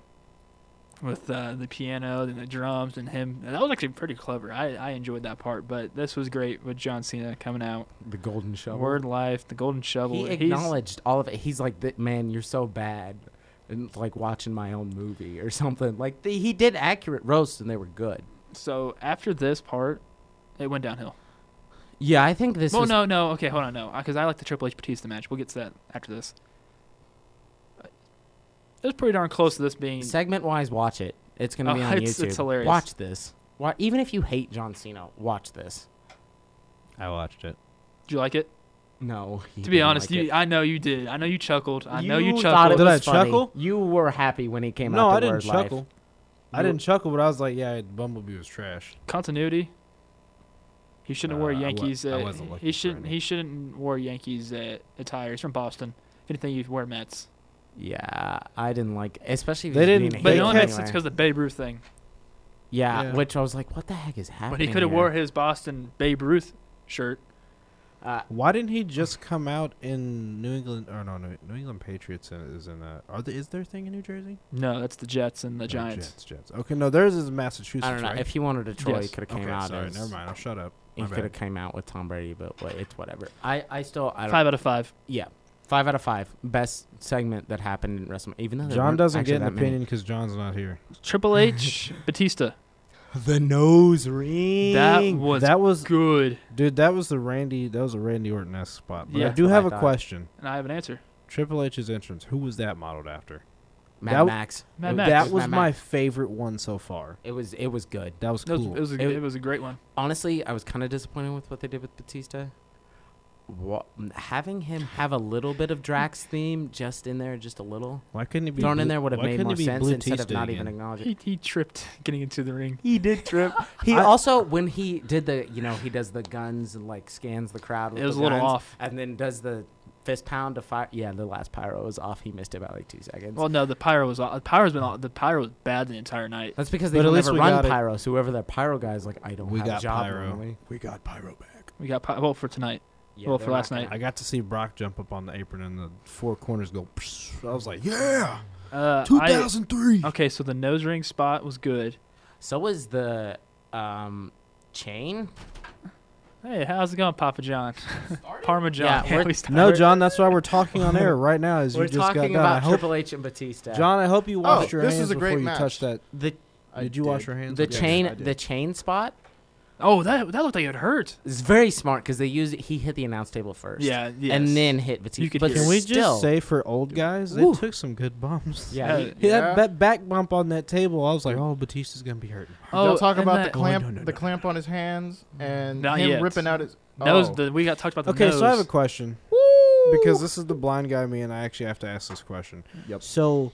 with uh, the piano and the drums and him, that was actually pretty clever. I, I enjoyed that part, but this was great with John Cena coming out.
the golden shovel.
Word life, the golden shovel.
he
He's-
acknowledged all of it. He's like, "Th- man, you're so bad. And it's like watching my own movie or something. Like the, he did accurate roasts and they were good.
So after this part, it went downhill.
Yeah, I think this
well,
was
no, no. Okay, hold on, no, because I like the Triple H Batista match. We'll get to that after this. It was pretty darn close to this being.
segment wise. Watch it. It's gonna
Oh,
be on
it's-
YouTube.
it's hilarious.
Watch this. Wa even if you hate John Cena, watch this.
I watched it.
Did you like it?
No, he
To be
didn't
honest,
like it.
you, I know you did. I know you chuckled. I know you
thought it
chuckled.
Did
was
I
funny.
chuckle?
You were happy when he came
No,
out.
I
the
didn't
word life.
chuckle. I didn't chuckle, but I was like, yeah, Bumblebee was trash.
Continuity. He shouldn't wear
Uh, I wa-
Yankees.
I
uh,
wasn't looking
he
for
shouldn't.
any.
He shouldn't wear Yankees uh, attire. He's from Boston. If anything, you wear Mets.
Yeah, I didn't like, especially if he's
They didn't-
being a
But it
heel
only makes
anyway.
sense because the Babe Ruth thing.
yeah,
Yeah.
which I was like, what the heck is happening?
But he could have
here?
wore his Boston Babe Ruth shirt.
Uh,
Why didn't he just come out in New England? Or no, New, New England Patriots in- is in. A, are the, is there a thing in New Jersey?
No, that's the Jets and the
No,
Giants.
Jets, Jets. Okay, no, theirs is Massachusetts.
I don't know.
Right?
If he wanted to Troy, he
Yes.
could have
okay,
came out.
sorry,
as,
never mind. I'll shut up.
He
My
could have
bad.
came out with Tom Brady, but what, it's whatever. I, I still, I don't.
Five out of five.
Yeah, Five out of five. Best segment that happened in WrestleMania. Even though there
John
weren't
doesn't
actually
get an
that many.
opinion because John's not here.
Triple H, Batista.
The nose ring.
That was
that was
good,
dude. That was the Randy. That was a Randy Orton esque spot. But
Yeah.
I
That's
do
what
have
I
a
thought.
question.
and I have an answer.
Triple H's entrance. Who was that modeled after?
Mad
That-
Max.
Mad
It
Max.
That
It's
was
Mad
my
Max.
favorite one so far.
It was. It was good.
That was
That was,
cool.
it, was a,
It-
it was a great one.
Honestly, I was kind of disappointed with what they did with Batista. Wha- having him have a little bit of Drax theme just in there, just a little
Why couldn't it be
thrown in
blue-
there would have
why
made
couldn't
more
it be
sense
blue
instead of
Tista
not
again?
even acknowledging.
He, he tripped getting into the ring.
He did trip. He
I-
also when he did the you know he does the guns and like scans the crowd. With
It was
the
a little
guns
off.
and then does the fist pound to fire. Yeah, the last pyro was off. He missed it by like two seconds.
Well, no, the pyro was all- the pyro's been all, the pyro was bad the entire night.
That's because they
But at
don't
least
ever
we
run
got it.
pyro. So whoever that pyro guy is like, I don't
We
have
got
a job.
pyro.
normally.
We got pyro back.
We got py- well for tonight.
Yeah,
Well,
they're
for
not
last
gonna-
night.
I got to see Brock jump up on the apron and the four corners go. I was like, yeah,
Uh, I,
2003.
okay, so the nose ring spot was good.
So was the um, chain.
Hey, how's it going, Papa John? Parma John.
Yeah, we're-
we started.
no, John, that's why we're talking on air right now. As
We're
you just got
talking
done. I
about
hope,
Triple H and Batista.
John, I hope you washed your
this is
hands
a great
before you
match.
touched that.
the
I
did you wash your hands?
the
before you
chain
I did.
the chain spot
Oh, that that looked like it hurt.
is very smart because they used he hit the announce table first.
Yeah, yes.
and then hit Batista.
You could
but
hear it.
Can we
still,
just say for old guys, they
Woo.
took some good bumps.
Yeah,
Uh,
he-
Yeah,
Yeah.
That, that back bump on that table, I was like, oh, Batista's gonna be hurting.
Y'all talk
and
about
that,
the clamp,
Oh, no, no,
the
no,
clamp on his hands, and
Not
him
yet.
ripping out his
nose.
Oh.
The, we got talked about the
Okay,
nose.
so I have a question because this is the blind guy me, and I actually have to ask this question.
Yep.
So,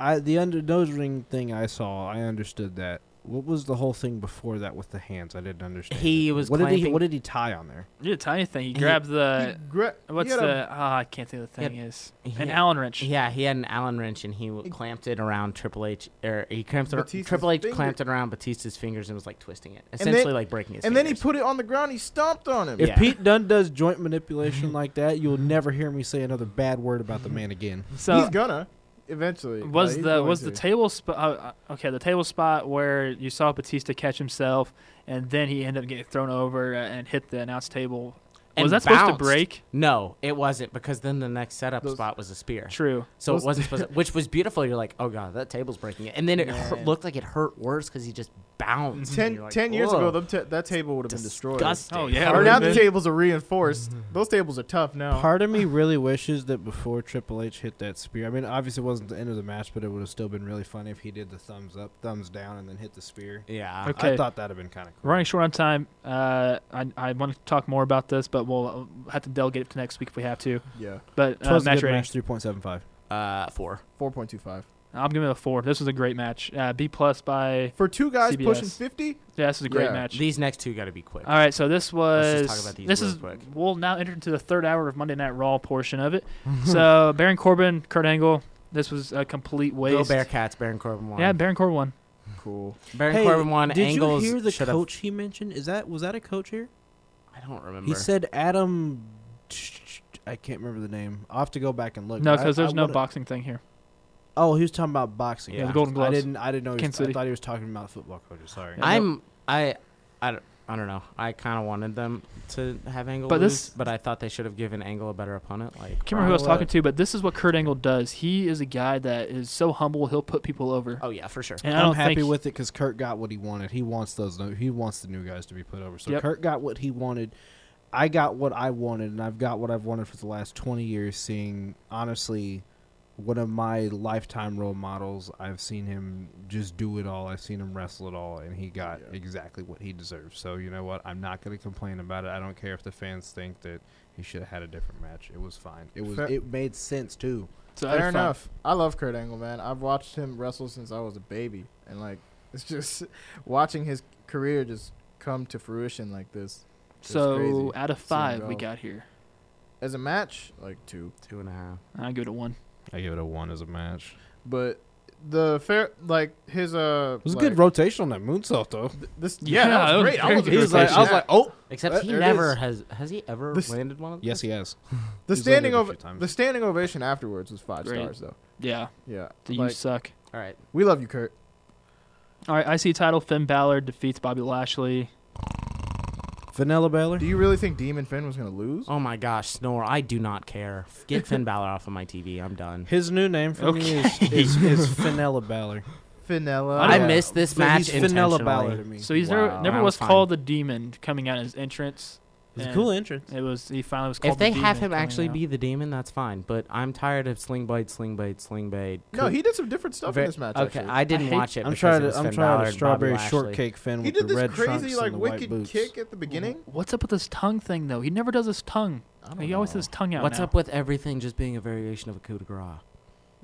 I the under nose ring thing I saw, I understood that. What was the whole thing before that with the hands? I didn't understand.
He
it.
was
What did he?
clamping-
What did he tie on there?
You did a tiny thing. He
He-
grabbed the
He gra- he
what's
had a-
the ah? I can't think of the
he
thing is
he
an
had-
Allen wrench.
Yeah, he had an Allen wrench and he w- clamped it around Triple H. Or he clamped it,
Batista's
Triple H
finger.
clamped it around Batista's fingers and was like twisting it,
And then-
essentially like breaking his.
and then he
fingers.
put it on the ground. He stomped on him.
If
Yeah.
Pete Dunne does joint manipulation like that, you'll never hear me say another bad word about the man again.
So
he's gonna eventually.
was
Like, he's
the
going
was
to.
the table spot? Uh, uh, okay, the table spot where you saw Batista catch himself, and then he ended up getting thrown over uh, and hit the announce table.
And
was that supposed
bounced.
to break?
No, it wasn't because then the next setup
Those-
spot was a spear.
True.
So
Those-
it wasn't supposed to, which was beautiful. You're like, oh god, that table's breaking it, and then it hurt,
Man.
looked like it hurt worse because he just bounced. and
ten,
you're like,
ten years
whoa,
ago, them ta- that table would have been destroyed.
disgusting.
Oh, yeah,
Or
would've
now the
been.
tables are reinforced.
Mm-hmm.
Those tables are tough now.
Part of me really wishes that before Triple H hit that spear, I mean, obviously it wasn't the end of the match, but it would have still been really funny if he did the thumbs up, thumbs down, and then hit the spear.
yeah.
Okay.
I thought that'd have been kind of cool.
Running short on time. Uh, I I want to talk more about this, but we'll uh, have to delegate it to next week if we have to.
yeah,
But uh,
Twas a
match
good
rating.
match, three point seven five.
Uh, four.
four point two five
I'm giving it a four. This was a great match. Uh, B plus by
for two guys
CBS.
pushing fifty.
yeah. This was a great
Yeah.
match.
These next two got to be quick.
All right, so this was.
Let's just talk about these
this
real
is
quick.
we'll now enter into the third hour of Monday Night Raw portion of it. so Baron Corbin, Kurt Angle. This was a complete
Go
waste.
Bearcats. Baron Corbin won.
Yeah, Baron Corbin won.
Cool.
Baron Corbin won.
Did
Angles
you hear the
should've-
coach he mentioned? Is that was that a coach here?
I don't remember.
He said Adam. I can't remember the name. I'll have to go back and look.
No,
but I-
because
I
there's no
would've-
boxing thing here.
Oh, he was talking about boxing.
Yeah, the
Golden
I
Gloves.
didn't. I didn't know. He
Kansas
was, I
City.
thought he was talking about football coaches. Sorry.
Yeah.
I'm I I don't, I don't know. I kind of wanted them to have Angle
But
but
this-
lose, but I thought they should have given Angle a better opponent. Like,
Can't remember who I was
Right.
talking to, but this is what Kurt Angle does. He is a guy that is so humble. He'll put people over.
oh yeah, for sure.
And I
I'm
don't
happy
think,
with it because Kurt got what he wanted. He wants those. no- He wants the new guys to be put over. So
Yep.
Kurt got what he wanted. I got what I wanted, and I've got what I've wanted for the last 20 years. Seeing honestly, one of my lifetime role models. I've seen him just do it all. I've seen him wrestle it all, and he got
Yeah.
exactly what he deserved. So you know what? I'm not going to complain about it. I don't care if the fans think that he should have had a different match. It was fine. It was.
Fair-
It made sense too.
so
Fair
that's fine.
enough. I love Kurt Angle, man. I've watched him wrestle since I was a baby, and like it's just watching his career just come to fruition like this. It's
So
crazy.
out of
him
five, we
go.
got here.
As a match, like two,
Two and a half.
I give it a one.
I give it a one as a match.
but the fair like his uh
It was
like,
a good rotation on that moonsault though.
th- this
Yeah,
yeah, that
it was
was great. I
very
was,
good He was like-
expecting
I was
that.
oh.
Except
Well,
he
there it
never
is.
has. Has he ever
This-
landed one? Of
Yes,
those?
he has.
The
He's
standing
landed a few
ov-
times.
the standing ovation afterwards was five
Great.
stars though.
Yeah,
Yeah,
the
like,
you suck.
All right.
we love you, Kurt.
All right, IC title. Finn Balor defeats Bobby Lashley.
Vanilla Baylor.
Do you really think Demon Finn was gonna lose?
Oh my gosh, Snore, I do not care. Get Finn Balor off of my TV. I'm done.
His new name for me is, is, is Finella Balor.
Finella.
I
yeah.
missed this
But
match
he's Finella Balor to
intentionally.
me.
So he's
Wow.
never, never
That
was
was fine.
called the demon coming out as entrance.
it's a
and
cool entrance.
It was he finally was called.
If they
the
have
demon
him
coming
actually
out.
be the demon, that's fine. But I'm tired of Sling Blade, Sling Blade, Sling Blade.
no, he did some different stuff
Ve-
in this match.
Okay,
actually.
I didn't
I hate-
watch it.
I'm
because
trying
it was
to I'm
Finn
trying to
Balor and Bobby
strawberry
Lashley.
shortcake Finn
he
with
did
the
this
red trunks
crazy
and
like
the white
wicked
boots.
kick at the beginning.
What's up with his tongue thing though? He never does his tongue. Mm-hmm. He always has his tongue out.
Oh. What's
now.
up with everything just being a variation of a coup de grace?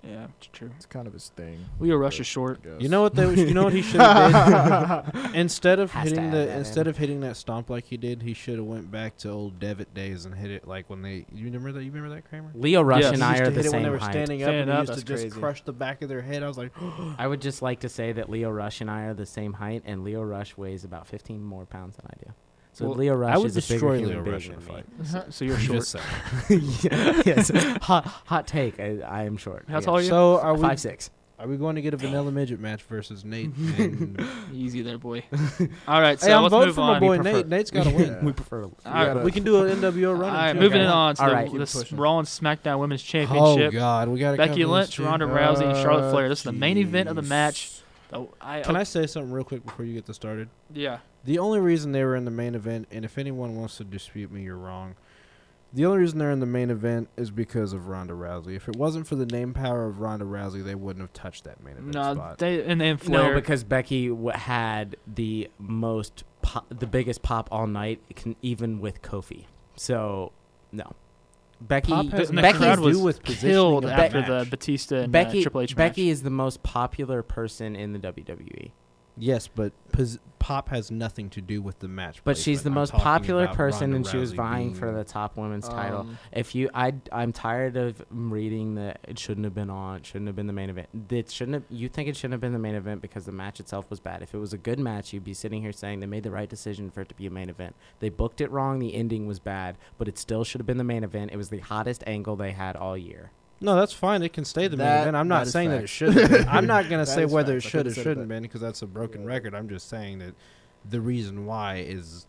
Yeah, it's true.
It's kind of his thing.
Leo Rush is short.
I
You
guess.
know what they you know what he should have did? instead of
Has to
hitting
add
the
that
instead
in.
of hitting that stomp like he did, he should have went back to old Devitt days and hit it like when they you remember that you remember that Kramer?
Leo Rush
Yes.
and
He
I
used
are
to
the
hit it when they
same
were
height.
standing up
Standing
and they
up,
used to
that's
just
crazy.
crush the back of their head. I was like,
I would just like to say that Leo Rush and I are the same height, and Leo Rush weighs about 15 more pounds than I do. So
Well,
Leo Rush
I would
is a bigger
destroy Leo
human being
Rush in a
than me.
fight.
So, so you're
I'm
short.
just saying.
Yeah, yes. hot, hot take. I, I am short.
That's
Yes.
all you-
So are we
Five six.
are we going to get a vanilla midget match versus Nate? And
Easy there, boy. All right, so
hey, I'm
let's
voting
move
for
on.
my boy
All
Nate. Nate's got to win.
we prefer.
right,
gotta-
We can do an NWO
all
running.
right,
too.
moving
Okay.
it on to
All
the,
right.
this
Keep pushing.
Raw and SmackDown Women's
Oh
Championship.
God, we got
Becky Lynch, Ronda Rousey, and Charlotte Flair. This is the main event of the match. Oh, I,
Can I say something real quick before you get this started?
Yeah.
The only reason they were in the main event, and if anyone wants to dispute me, you're wrong. The only reason they're in the main event is because of Ronda Rousey. If it wasn't for the name power of Ronda Rousey, they wouldn't have touched that main event
No,
spot.
they and then
No,
Flair.
because Becky w- had the most, pop, the biggest pop all night, it can, even with Kofi. So, no, Becky.
Pop has
and the
Becky's
crowd was
due with positioning
killed
of the
after
match.
the Batista and uh,
Becky.
Triple H match.
Becky is the most popular person in the E. WWE,
Yes, but pos- Pop has nothing to do with the match.
but
placement.
she's the
I'm
most
talking
popular
about
person,
Ronda
and she was
Rousey
vying
being-
for the top women's
Oh,
title.
Um,
If you, I, I'm tired of reading that it shouldn't have been on, it shouldn't have been the main event. It shouldn't have. You think it shouldn't have been the main event because the match itself was bad. If it was a good match, you'd be sitting here saying they made the right decision for it to be a main event. They booked it wrong. The ending was bad, but it still should have been the main event. It was the hottest angle they had all year.
No, that's fine. It can stay the main
That-
event. I'm
that
not
is
saying that it
fact.
should. have been. I'm not going
That
to say
is
whether
fact. I
it should or
could've said
shouldn't
that.
have been because that's a broken record. I'm just saying that the reason why is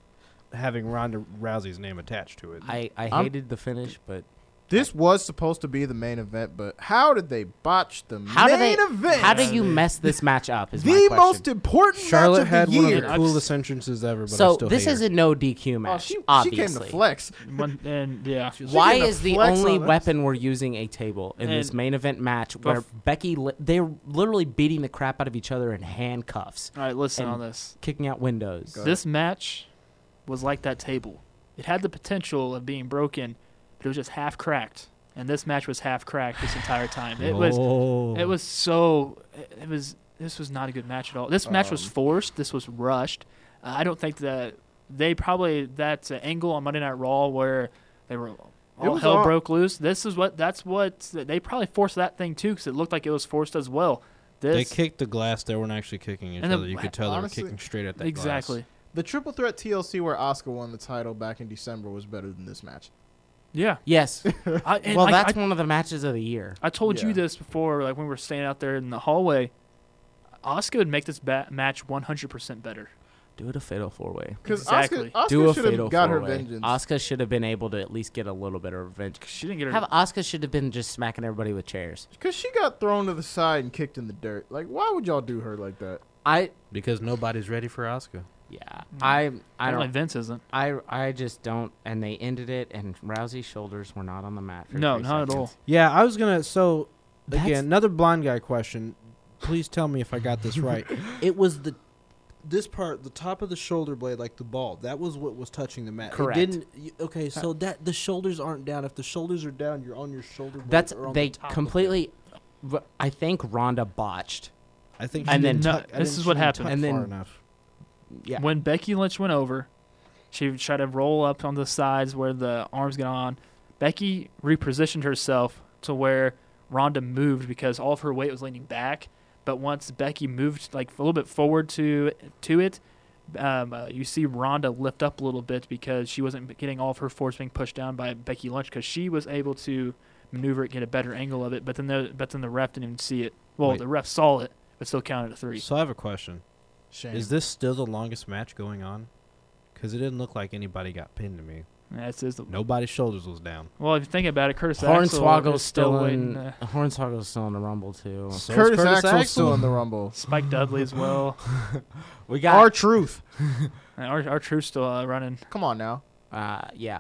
having Ronda Rousey's name attached to it.
I, I
I'm-
hated the finish, but
This was supposed to be the main event, but how did they botch the
how do
main
they?
event?
How do you mess this match up? Is
the
my
most
question.
important
Charlotte
match
had
of the
one
year.
of the coolest entrances ever, but I
so
still
this
hate
is
her.
a no DQ match.
Oh, she, she
obviously.
came to flex.
One- and yeah.
She
Why
came to
is the
flex
only
on us.
weapon we're using a table in this
And-
main event match where
Bef-
Becky li- they're literally beating the crap out of each other in handcuffs,
All right, listen
And-
on this.
kicking out windows?
Go ahead.
This match was like that table. It had the potential of being broken, but it was just half cracked. And this match was half cracked this entire time.
Oh.
It was it was so it- it was this was not a good match at all. This match was
Um,
forced. This was rushed. Uh, I don't think that they probably that uh, angle on Monday Night Raw where they were all
was
hell
all-
broke loose. This is what that's what they probably forced that thing too because it looked like it was forced as well.
They
This
kicked the glass. They weren't actually kicking each
And the-
other. You could tell
honestly-
they were kicking straight at that
exactly.
The triple threat TLC where Oscar won the title back in December was better than this match.
Yeah.
Yes.
I, and
well,
I-
that's
I,
one of the matches of the year.
I told you
Yeah.
this before, like when we were standing out there in the hallway. Oscar would make this ba- match 100% better.
Do it a fatal four way.
Because
Exactly.
Oscar,
Do
Oscar
a
should have
fatal
got
four
her
way.
vengeance.
Oscar should have been able to at least get a little bit of revenge.
'Cause She didn't get her.
Have Oscar should have been just smacking everybody with chairs.
Because she got thrown to the side and kicked in the dirt. Like, why would y'all do her like that?
I
glass because nobody's ready for Oscar.
yeah. I I
Apparently
don't.
Vince isn't.
I I just don't. And they ended it, and Rousey's shoulders were not on the mat. For
No,
three
not at all.
seconds.
Yeah, I was gonna. So
That's-
again, another blind guy question. Please tell me if I got this right. it was the this part, the top of the shoulder blade, like the ball. That was what was touching the mat. It
Correct. Uh,
didn't. y- Okay, so that the shoulders aren't down. If the shoulders are down, you're on your shoulder. Blade
That's
or on
they
the top of it.
completely. r- I think Rhonda botched.
I think. she
and then
didn't
no-
tuck- I
this
didn't-
is
she
what
didn't
happened.
tuck
And
far
then-
enough.
Yeah.
When Becky Lynch went over, she would try to roll up on the sides where the arms get on. Becky repositioned herself to where Ronda moved because all of her weight was leaning back. But once Becky moved like a little bit forward to to it, um, uh, you see Ronda lift up a little bit because she wasn't getting all of her force being pushed down by Becky Lynch because she was able to maneuver it, get a better angle of it. But then the but then the ref didn't even see it. Well,
Wait.
the ref saw it, but still counted a three.
So I have a question.
Shame.
Is this still the longest match going on?
because it didn't look like anybody got pinned to me.
That's is the
Nobody's shoulders was down.
well. If you think about it, Curtis Axel
Hornswoggle's
is still
still
waiting.
in.
Uh,
Hornswoggle's still in the Rumble too.
So is
Curtis, Axel's
Axel.
still in the Rumble.
Spike Dudley as well.
We got
Our truth.
And our our truth's still uh, running.
Come on now.
Uh, yeah.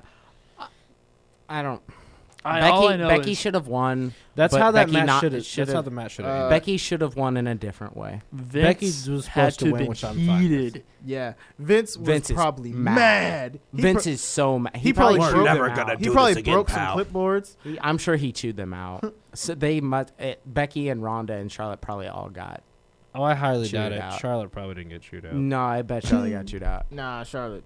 I don't.
I,
Becky,
all I know
Becky
is
should have won.
That's
But
how that
Becky
match
not-
should have.
should've-
That's how the match should have.
Uh,
ended.
Becky should have won in a different way.
Vince
Becky was supposed
had
to
to have
win,
been
which I'm fine with.
heated.
Yeah, Vince was
Vince is
probably
mad.
mad. He
Vince
pro-
is so mad. He,
he
probably,
probably
chewed
broke-
them
Never
out.
gonna
he
do
probably
this again,
broke
pal.
some clipboards.
He- I'm sure he chewed them out. so they must. It, Becky and Rhonda and Charlotte probably all got.
oh, I highly
Chewed
doubt
it
it.
out.
Charlotte probably didn't get chewed out.
Mm.
No, I bet Charlotte got chewed out.
Nah, Charlotte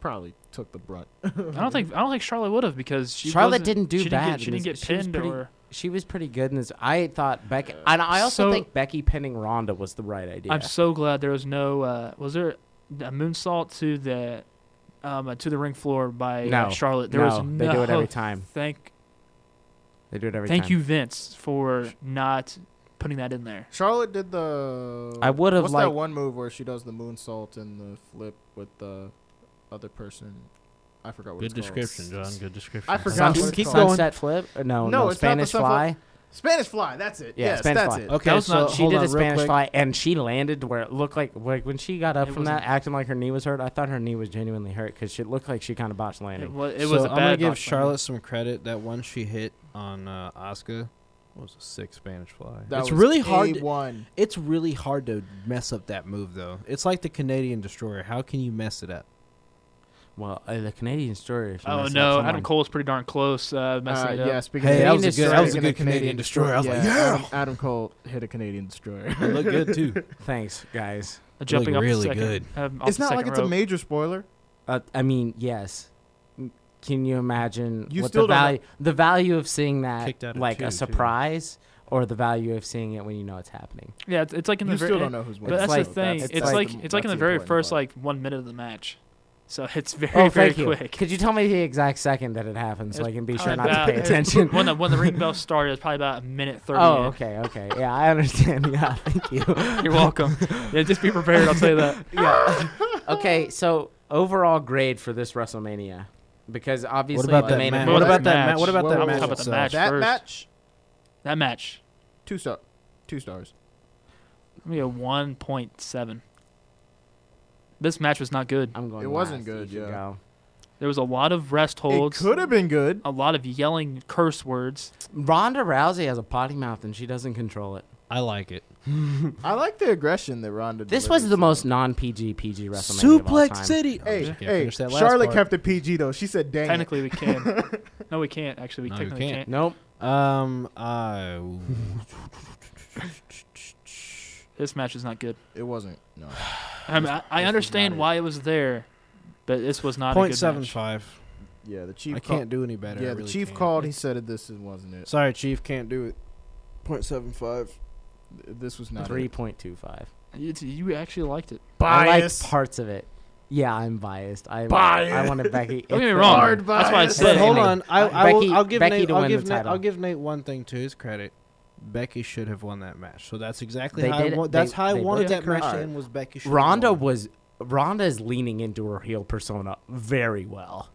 probably took the brunt.
I don't think I don't think Charlotte would have because she
Charlotte
wasn't-
didn't do
she Didn't
bad
get, she
in
didn't
this.
get
She was
pinned
pretty-
or.
She was pretty good in this. I thought Becky, and I also
So-
think Becky pinning Rhonda was the right idea.
I'm so glad there was no. Uh, was there a moonsault to the um, uh, to the ring floor by
No.
uh, Charlotte? There
no,
was no.
they do it every time.
Thank
They do it every
thank
time.
you Vince for not putting that in there.
Charlotte did the.
I would have
What's that
liked-
one move where she does the moonsault and the flip with the other person? I forgot what
Good
it's called.
description, John. Good description.
I forgot
Sun-
what it's
keep
called.
sunset flip? Uh, No,
No,
no,
it's not the
Spanish
sunflower-
fly.
Spanish fly. That's it.
Yeah,
yes,
Spanish
that's
fly.
it.
Okay,
That was
so
not-
She
hold
did
on
a
real
Spanish
quick.
fly, and she landed where it looked like like when she got up
It
from
wasn't-
that, acting like her knee was hurt. I thought her knee was genuinely hurt because she looked like she kind of botched
It
landing.
was it
so
was a
I'm
bad
gonna give
box
Charlotte some credit. That one she hit on uh, Asuka was a sick Spanish fly.
That
It's
was
really hard to-
A1.
It's really hard to mess up that move, though. It's like the Canadian Destroyer. How can you mess it up?
Well, uh, the Canadian story. if you
Oh
mess up
no,
someone-
Adam Cole's pretty darn close uh, messing
Uh,
it up.
yeah, speaking
Hey,
of
that was a
Canadian
good- that was a
destroyer,
good
speaking of
Canadian destroyer. I was like,
Adam, Adam Cole hit a Canadian destroyer.
It looked good too.
Thanks, guys.
Uh, jumping
looked
off
really
the second,
good.
um, off
it's
the
not like
second
it's a
rope.
major spoiler.
Uh, I mean, yes. M- Can you imagine
You
what
still
the
don't
value the value of seeing
Kicked out
that
at
like
two, too.
a surprise, or the value of seeing it when you know it's happening?
Yeah, it's, it's like in
You
the very,
still don't know who's winning.
But that's
like-
the thing.
that's-
it's
that's
like,
the-
it's like in
that's
the very
important
first
part.
like one minute of the match, so it's very
oh,
very
thank you.
quick.
Could you tell me the exact second that it happened so
It's
I can be sure not
probably
to pay
about-
attention?
when the when the ring bell started, it was probably about a minute thirty.
Oh,
in.
okay, okay. Yeah, I understand. Yeah, thank you.
You're welcome. yeah, just be prepared. I'll tell you that.
yeah. okay, so overall grade for this WrestleMania, because obviously
about
the
that
main
match?
event.
What about
match.
that match? What about
Well,
that
I'm
match?
talking about
the
itself?
match.
That
first.
match,
That match.
two star, two stars.
Let me a one point seven. This match was not good.
I'm going.
It wasn't
last,
good,
you
yeah.
go.
There was a lot of rest holds.
It could have been good.
a lot of yelling curse words.
Ronda Rousey has a potty mouth and she doesn't control it.
I like it.
Um,
I like the aggression that Ronda.
This was
delivers,
the
though.
most non-PG PG WrestleMania of all
Suplex
time.
City.
Hey,
Yeah,
hey,
finish that last
Charlotte
part.
kept it PG though. She said, "Dang." it.
Technically, we can. no, we can't. Actually, we
No, you
technically
can't.
can't.
Nope.
Um, I
This match is not good.
It wasn't. No.
I, mean, I, I
this was
understand
not it.
why it was there, but this was not a
point
good
seven
match.
five.
Yeah, the chief.
I
call-
can't do any better. I
Yeah, the
really
chief
can't.
called. He said it, this is- wasn't it.
Sorry, chief, can't do it. Point seven five.
Th- This was not
Three
It.
point two five.
You, you actually liked it.
Bias.
I like parts of it. Yeah, I'm biased. I I
Bias.
wanted Becky.
Don't get
it's
me
the
wrong.
Lord.
Hard
That's why I
bias.
said.
But
But
hold
Becky-
on, I, I
Becky-
will. I'll give
Becky
Nate.
to
I'll
win the
give, Nate
title.
I'll give Nate one thing to his credit. Becky should have won that match. So that's exactly
They
how. I
did it.
wa- that's
They-
how I
they
wanted
did it.
that match
Alright.
to end. Was Becky should have
Ronda
won.
was Ronda is leaning into her heel persona very well.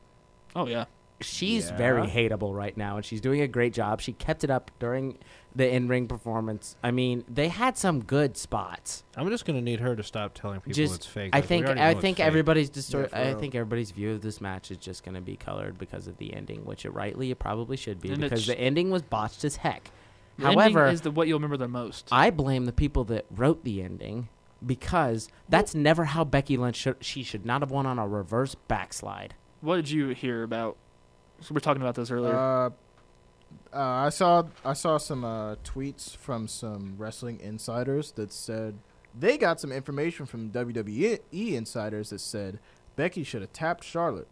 Oh yeah.
She's
Yeah.
very hateable right now, and she's doing a great job. She kept it up during the in ring performance. I mean, they had some good spots.
I'm just gonna need her to stop telling people
Just-
it's fake.
I
Like, we
think
already
I
know
think
it's fake.
everybody's distor-
for
I
real.
think everybody's view of this match is just going to be colored because of the ending, which it rightly it probably should be
And
because
it's-
the ending was botched as heck.
The ending
However,
is the what you'll remember the most.
I blame the people that wrote the ending because that's never how Becky Lynch should. She should not have won on a reverse backslide.
what did you hear about? So we were talking about this earlier.
Uh, uh, I saw I saw some uh, tweets from some wrestling insiders that said they got some information from WWE insiders that said Becky should have tapped Charlotte.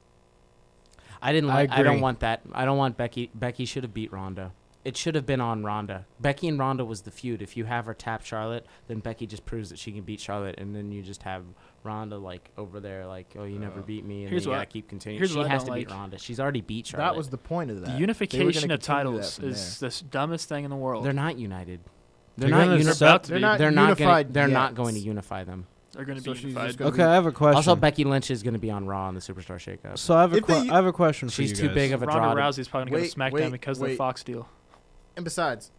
I didn't.
I
Like, I, don't
agree.
want that. I don't want Becky. Becky should have beat Ronda. It should have been on Ronda. Becky and Ronda was the feud. If you have her tap Charlotte, then Becky just proves that she can beat Charlotte, and then you just have Ronda like over there, like, oh, you never
Uh,
beat me, and
here's
then you
what
gotta
I-
keep continuing.
here's
She
what I
has to
don't
beat
like.
Ronda. She's already beat Charlotte.
That was the point of that.
the
They were
unification
gonna
of
continue that
titles
from
is
there.
the s- dumbest thing in the world.
They're not united. They're,
They're
not
gonna
unified.
about to
They're
be.
not
They're not going.
unified
They're
yet.
not going to unify them.
are going to
So
be
she's
unified.
just gonna
Okay, I have a question.
Also, Becky Lynch is going to be on Raw in the Superstar Shakeup.
so I have a
If
que-
they-
I have a question for
She's
you
too
guys.
big of a draw.
Ronda
to-
Rousey is probably going to go
Wait,
to SmackDown
wait,
because of
wait.
the Fox deal.
And besides,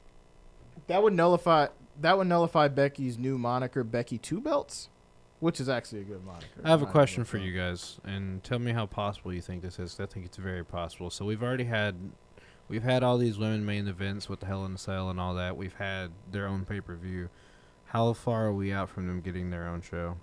that would nullify that would nullify Becky's new moniker, Becky Two Belts, which is actually a good moniker.
I have a
Not
question
gonna
for
lie.
you guys, and tell me how possible you think this is. 'cause I think it's very possible. So we've already had, we've had all these women main events with the Hell in a Cell and all that. We've had their own pay per view. How far are we out from them getting their own show?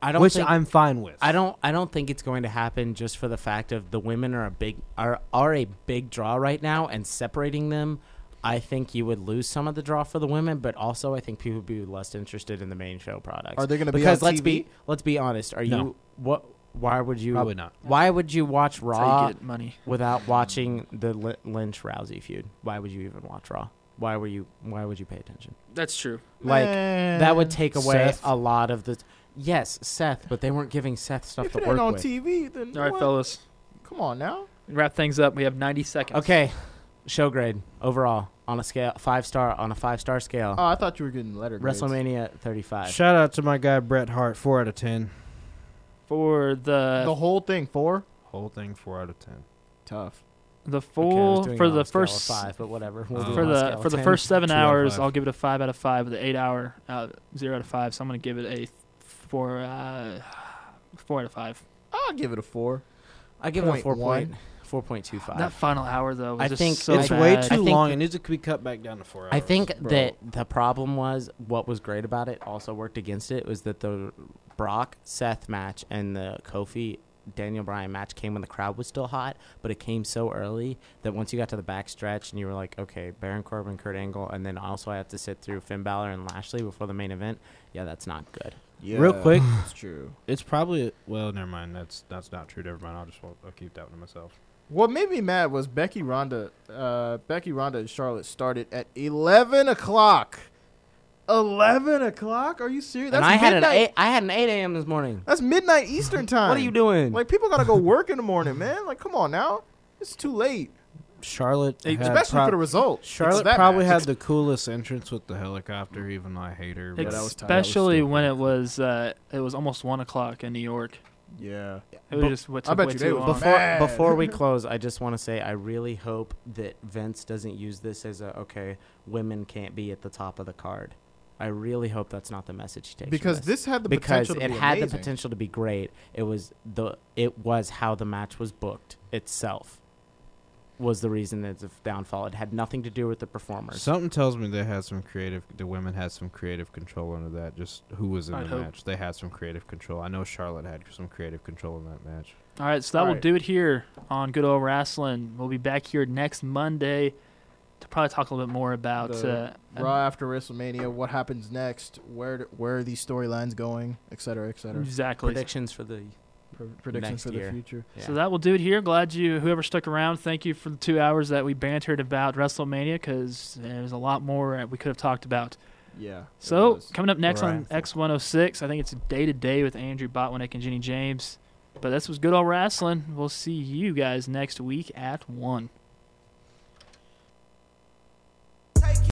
I don't
Which
think,
I'm fine with.
I don't I don't think it's going to happen just for the fact of the women are a big are are a big draw right now and separating them I think you would lose some of the draw for the women but also I think people would be less interested in the main show products.
Are they going to be
because
on
let's
TV?
be let's be honest, are you
No.
what why would you
Probably not.
why would you watch
That's
Raw
how you get money.
without watching the L- Lynch Rousey feud? Why would you even watch Raw? Why were you why would you pay attention?
That's true.
Like that would
Eh,
take away
Seth.
a lot of the Yes, Seth, but they weren't giving Seth stuff
if
to
it
work
ain't on
with.
TV, then
All right,
what?
fellas,
Come on now.
wrap things up. We have 90 seconds.
Okay, show grade overall on a scale five star on a five star scale.
Oh, I thought you were getting letter grades.
WrestleMania 35.
Shout out to my guy Bret Hart. Four out of ten.
For the
The whole thing four.
Whole thing four out of ten.
Tough.
the
Okay, I was
full
doing it
for
on a
the
scale of
first Oh.
five, but whatever. We'll
Uh,
do it
for
on a
the
scale
for
of
the
10.
first seven
Two out of
hours,
five.
I'll give it a five out of five. The eight hour, uh, zero out of five. So I'm gonna give it a four, uh, four out of five.
I'll give it a four.
I give it a
point
four point
one.
four point two five.
That final hour though, was
I
just
think
so
it's way
bad.
I
too
think
long.
that-
It needs to be cut back down to four hours.
I think
Bro.
that the problem was what was great about it also worked against it was that the Brock Seth match and the Kofi Daniel Bryan match came when the crowd was still hot, but it came so early that once you got to the back stretch and you were like, okay, Baron Corbin, Kurt Angle, and then also I have to sit through Finn Balor and Lashley before the main event. Yeah, that's not good.
Yeah,
Real quick.
That's true.
It's probably well. Never mind. That's that's not true. Never mind. I'll just I'll keep that one to myself.
What made me mad was Becky Ronda. Uh, Becky Ronda and Charlotte started at eleven o'clock. Eleven o'clock? Are you serious?
and I had an
midnight.
eight, I had an eight a.m. this morning.
That's midnight Eastern time.
What are you doing?
Like people gotta go work in the morning, man. Like come on now, it's too late,
Charlotte,
It-
had
especially
prob-
for the result.
Charlotte probably had the coolest entrance with the helicopter, even though I hate her.
Yeah,
But
that was tight. That was
especially
stupid.
when it was uh, it was almost one o'clock in New York.
Yeah.
It was
Bu-
just what
I
took
bet
way
you they
too
was
long.
before-
Before
Man.
before we close, I just want to say I really hope that Vince doesn't use this as a okay, women can't be at the top of the card. I really hope that's not the message he takes. from
Because this had the
because
potential.
it
to be
had the
amazing.
potential to be great. It was the it was how the match was booked itself was the reason it's a downfall. It had nothing to do with the performers.
Something tells me they had some creative. The women had some creative control under that. Just who was in
I'd
the
hope.
match? They had some creative control. I know Charlotte had some creative control in that match.
All right, so that will
Right.
do it here on Good Old Wrestling. We'll be back here next Monday to probably talk a little bit more about
The
uh,
Raw after WrestleMania, what happens next? Where d- where are these storylines going? Et cetera, et cetera.
exactly.
Predictions for the
Pr- predictions
Next
for the
year.
future.
yeah.
So that will do it here. Glad you, whoever stuck around, thank you for the two hours that we bantered about WrestleMania because there's a lot more uh, we could have talked about.
Yeah. it
So
was.
coming up next on
Wrathful.
X106, I think it's day to day with Andrew Botwinick and Jenny James. But this was good old wrestling. We'll see you guys next week at one.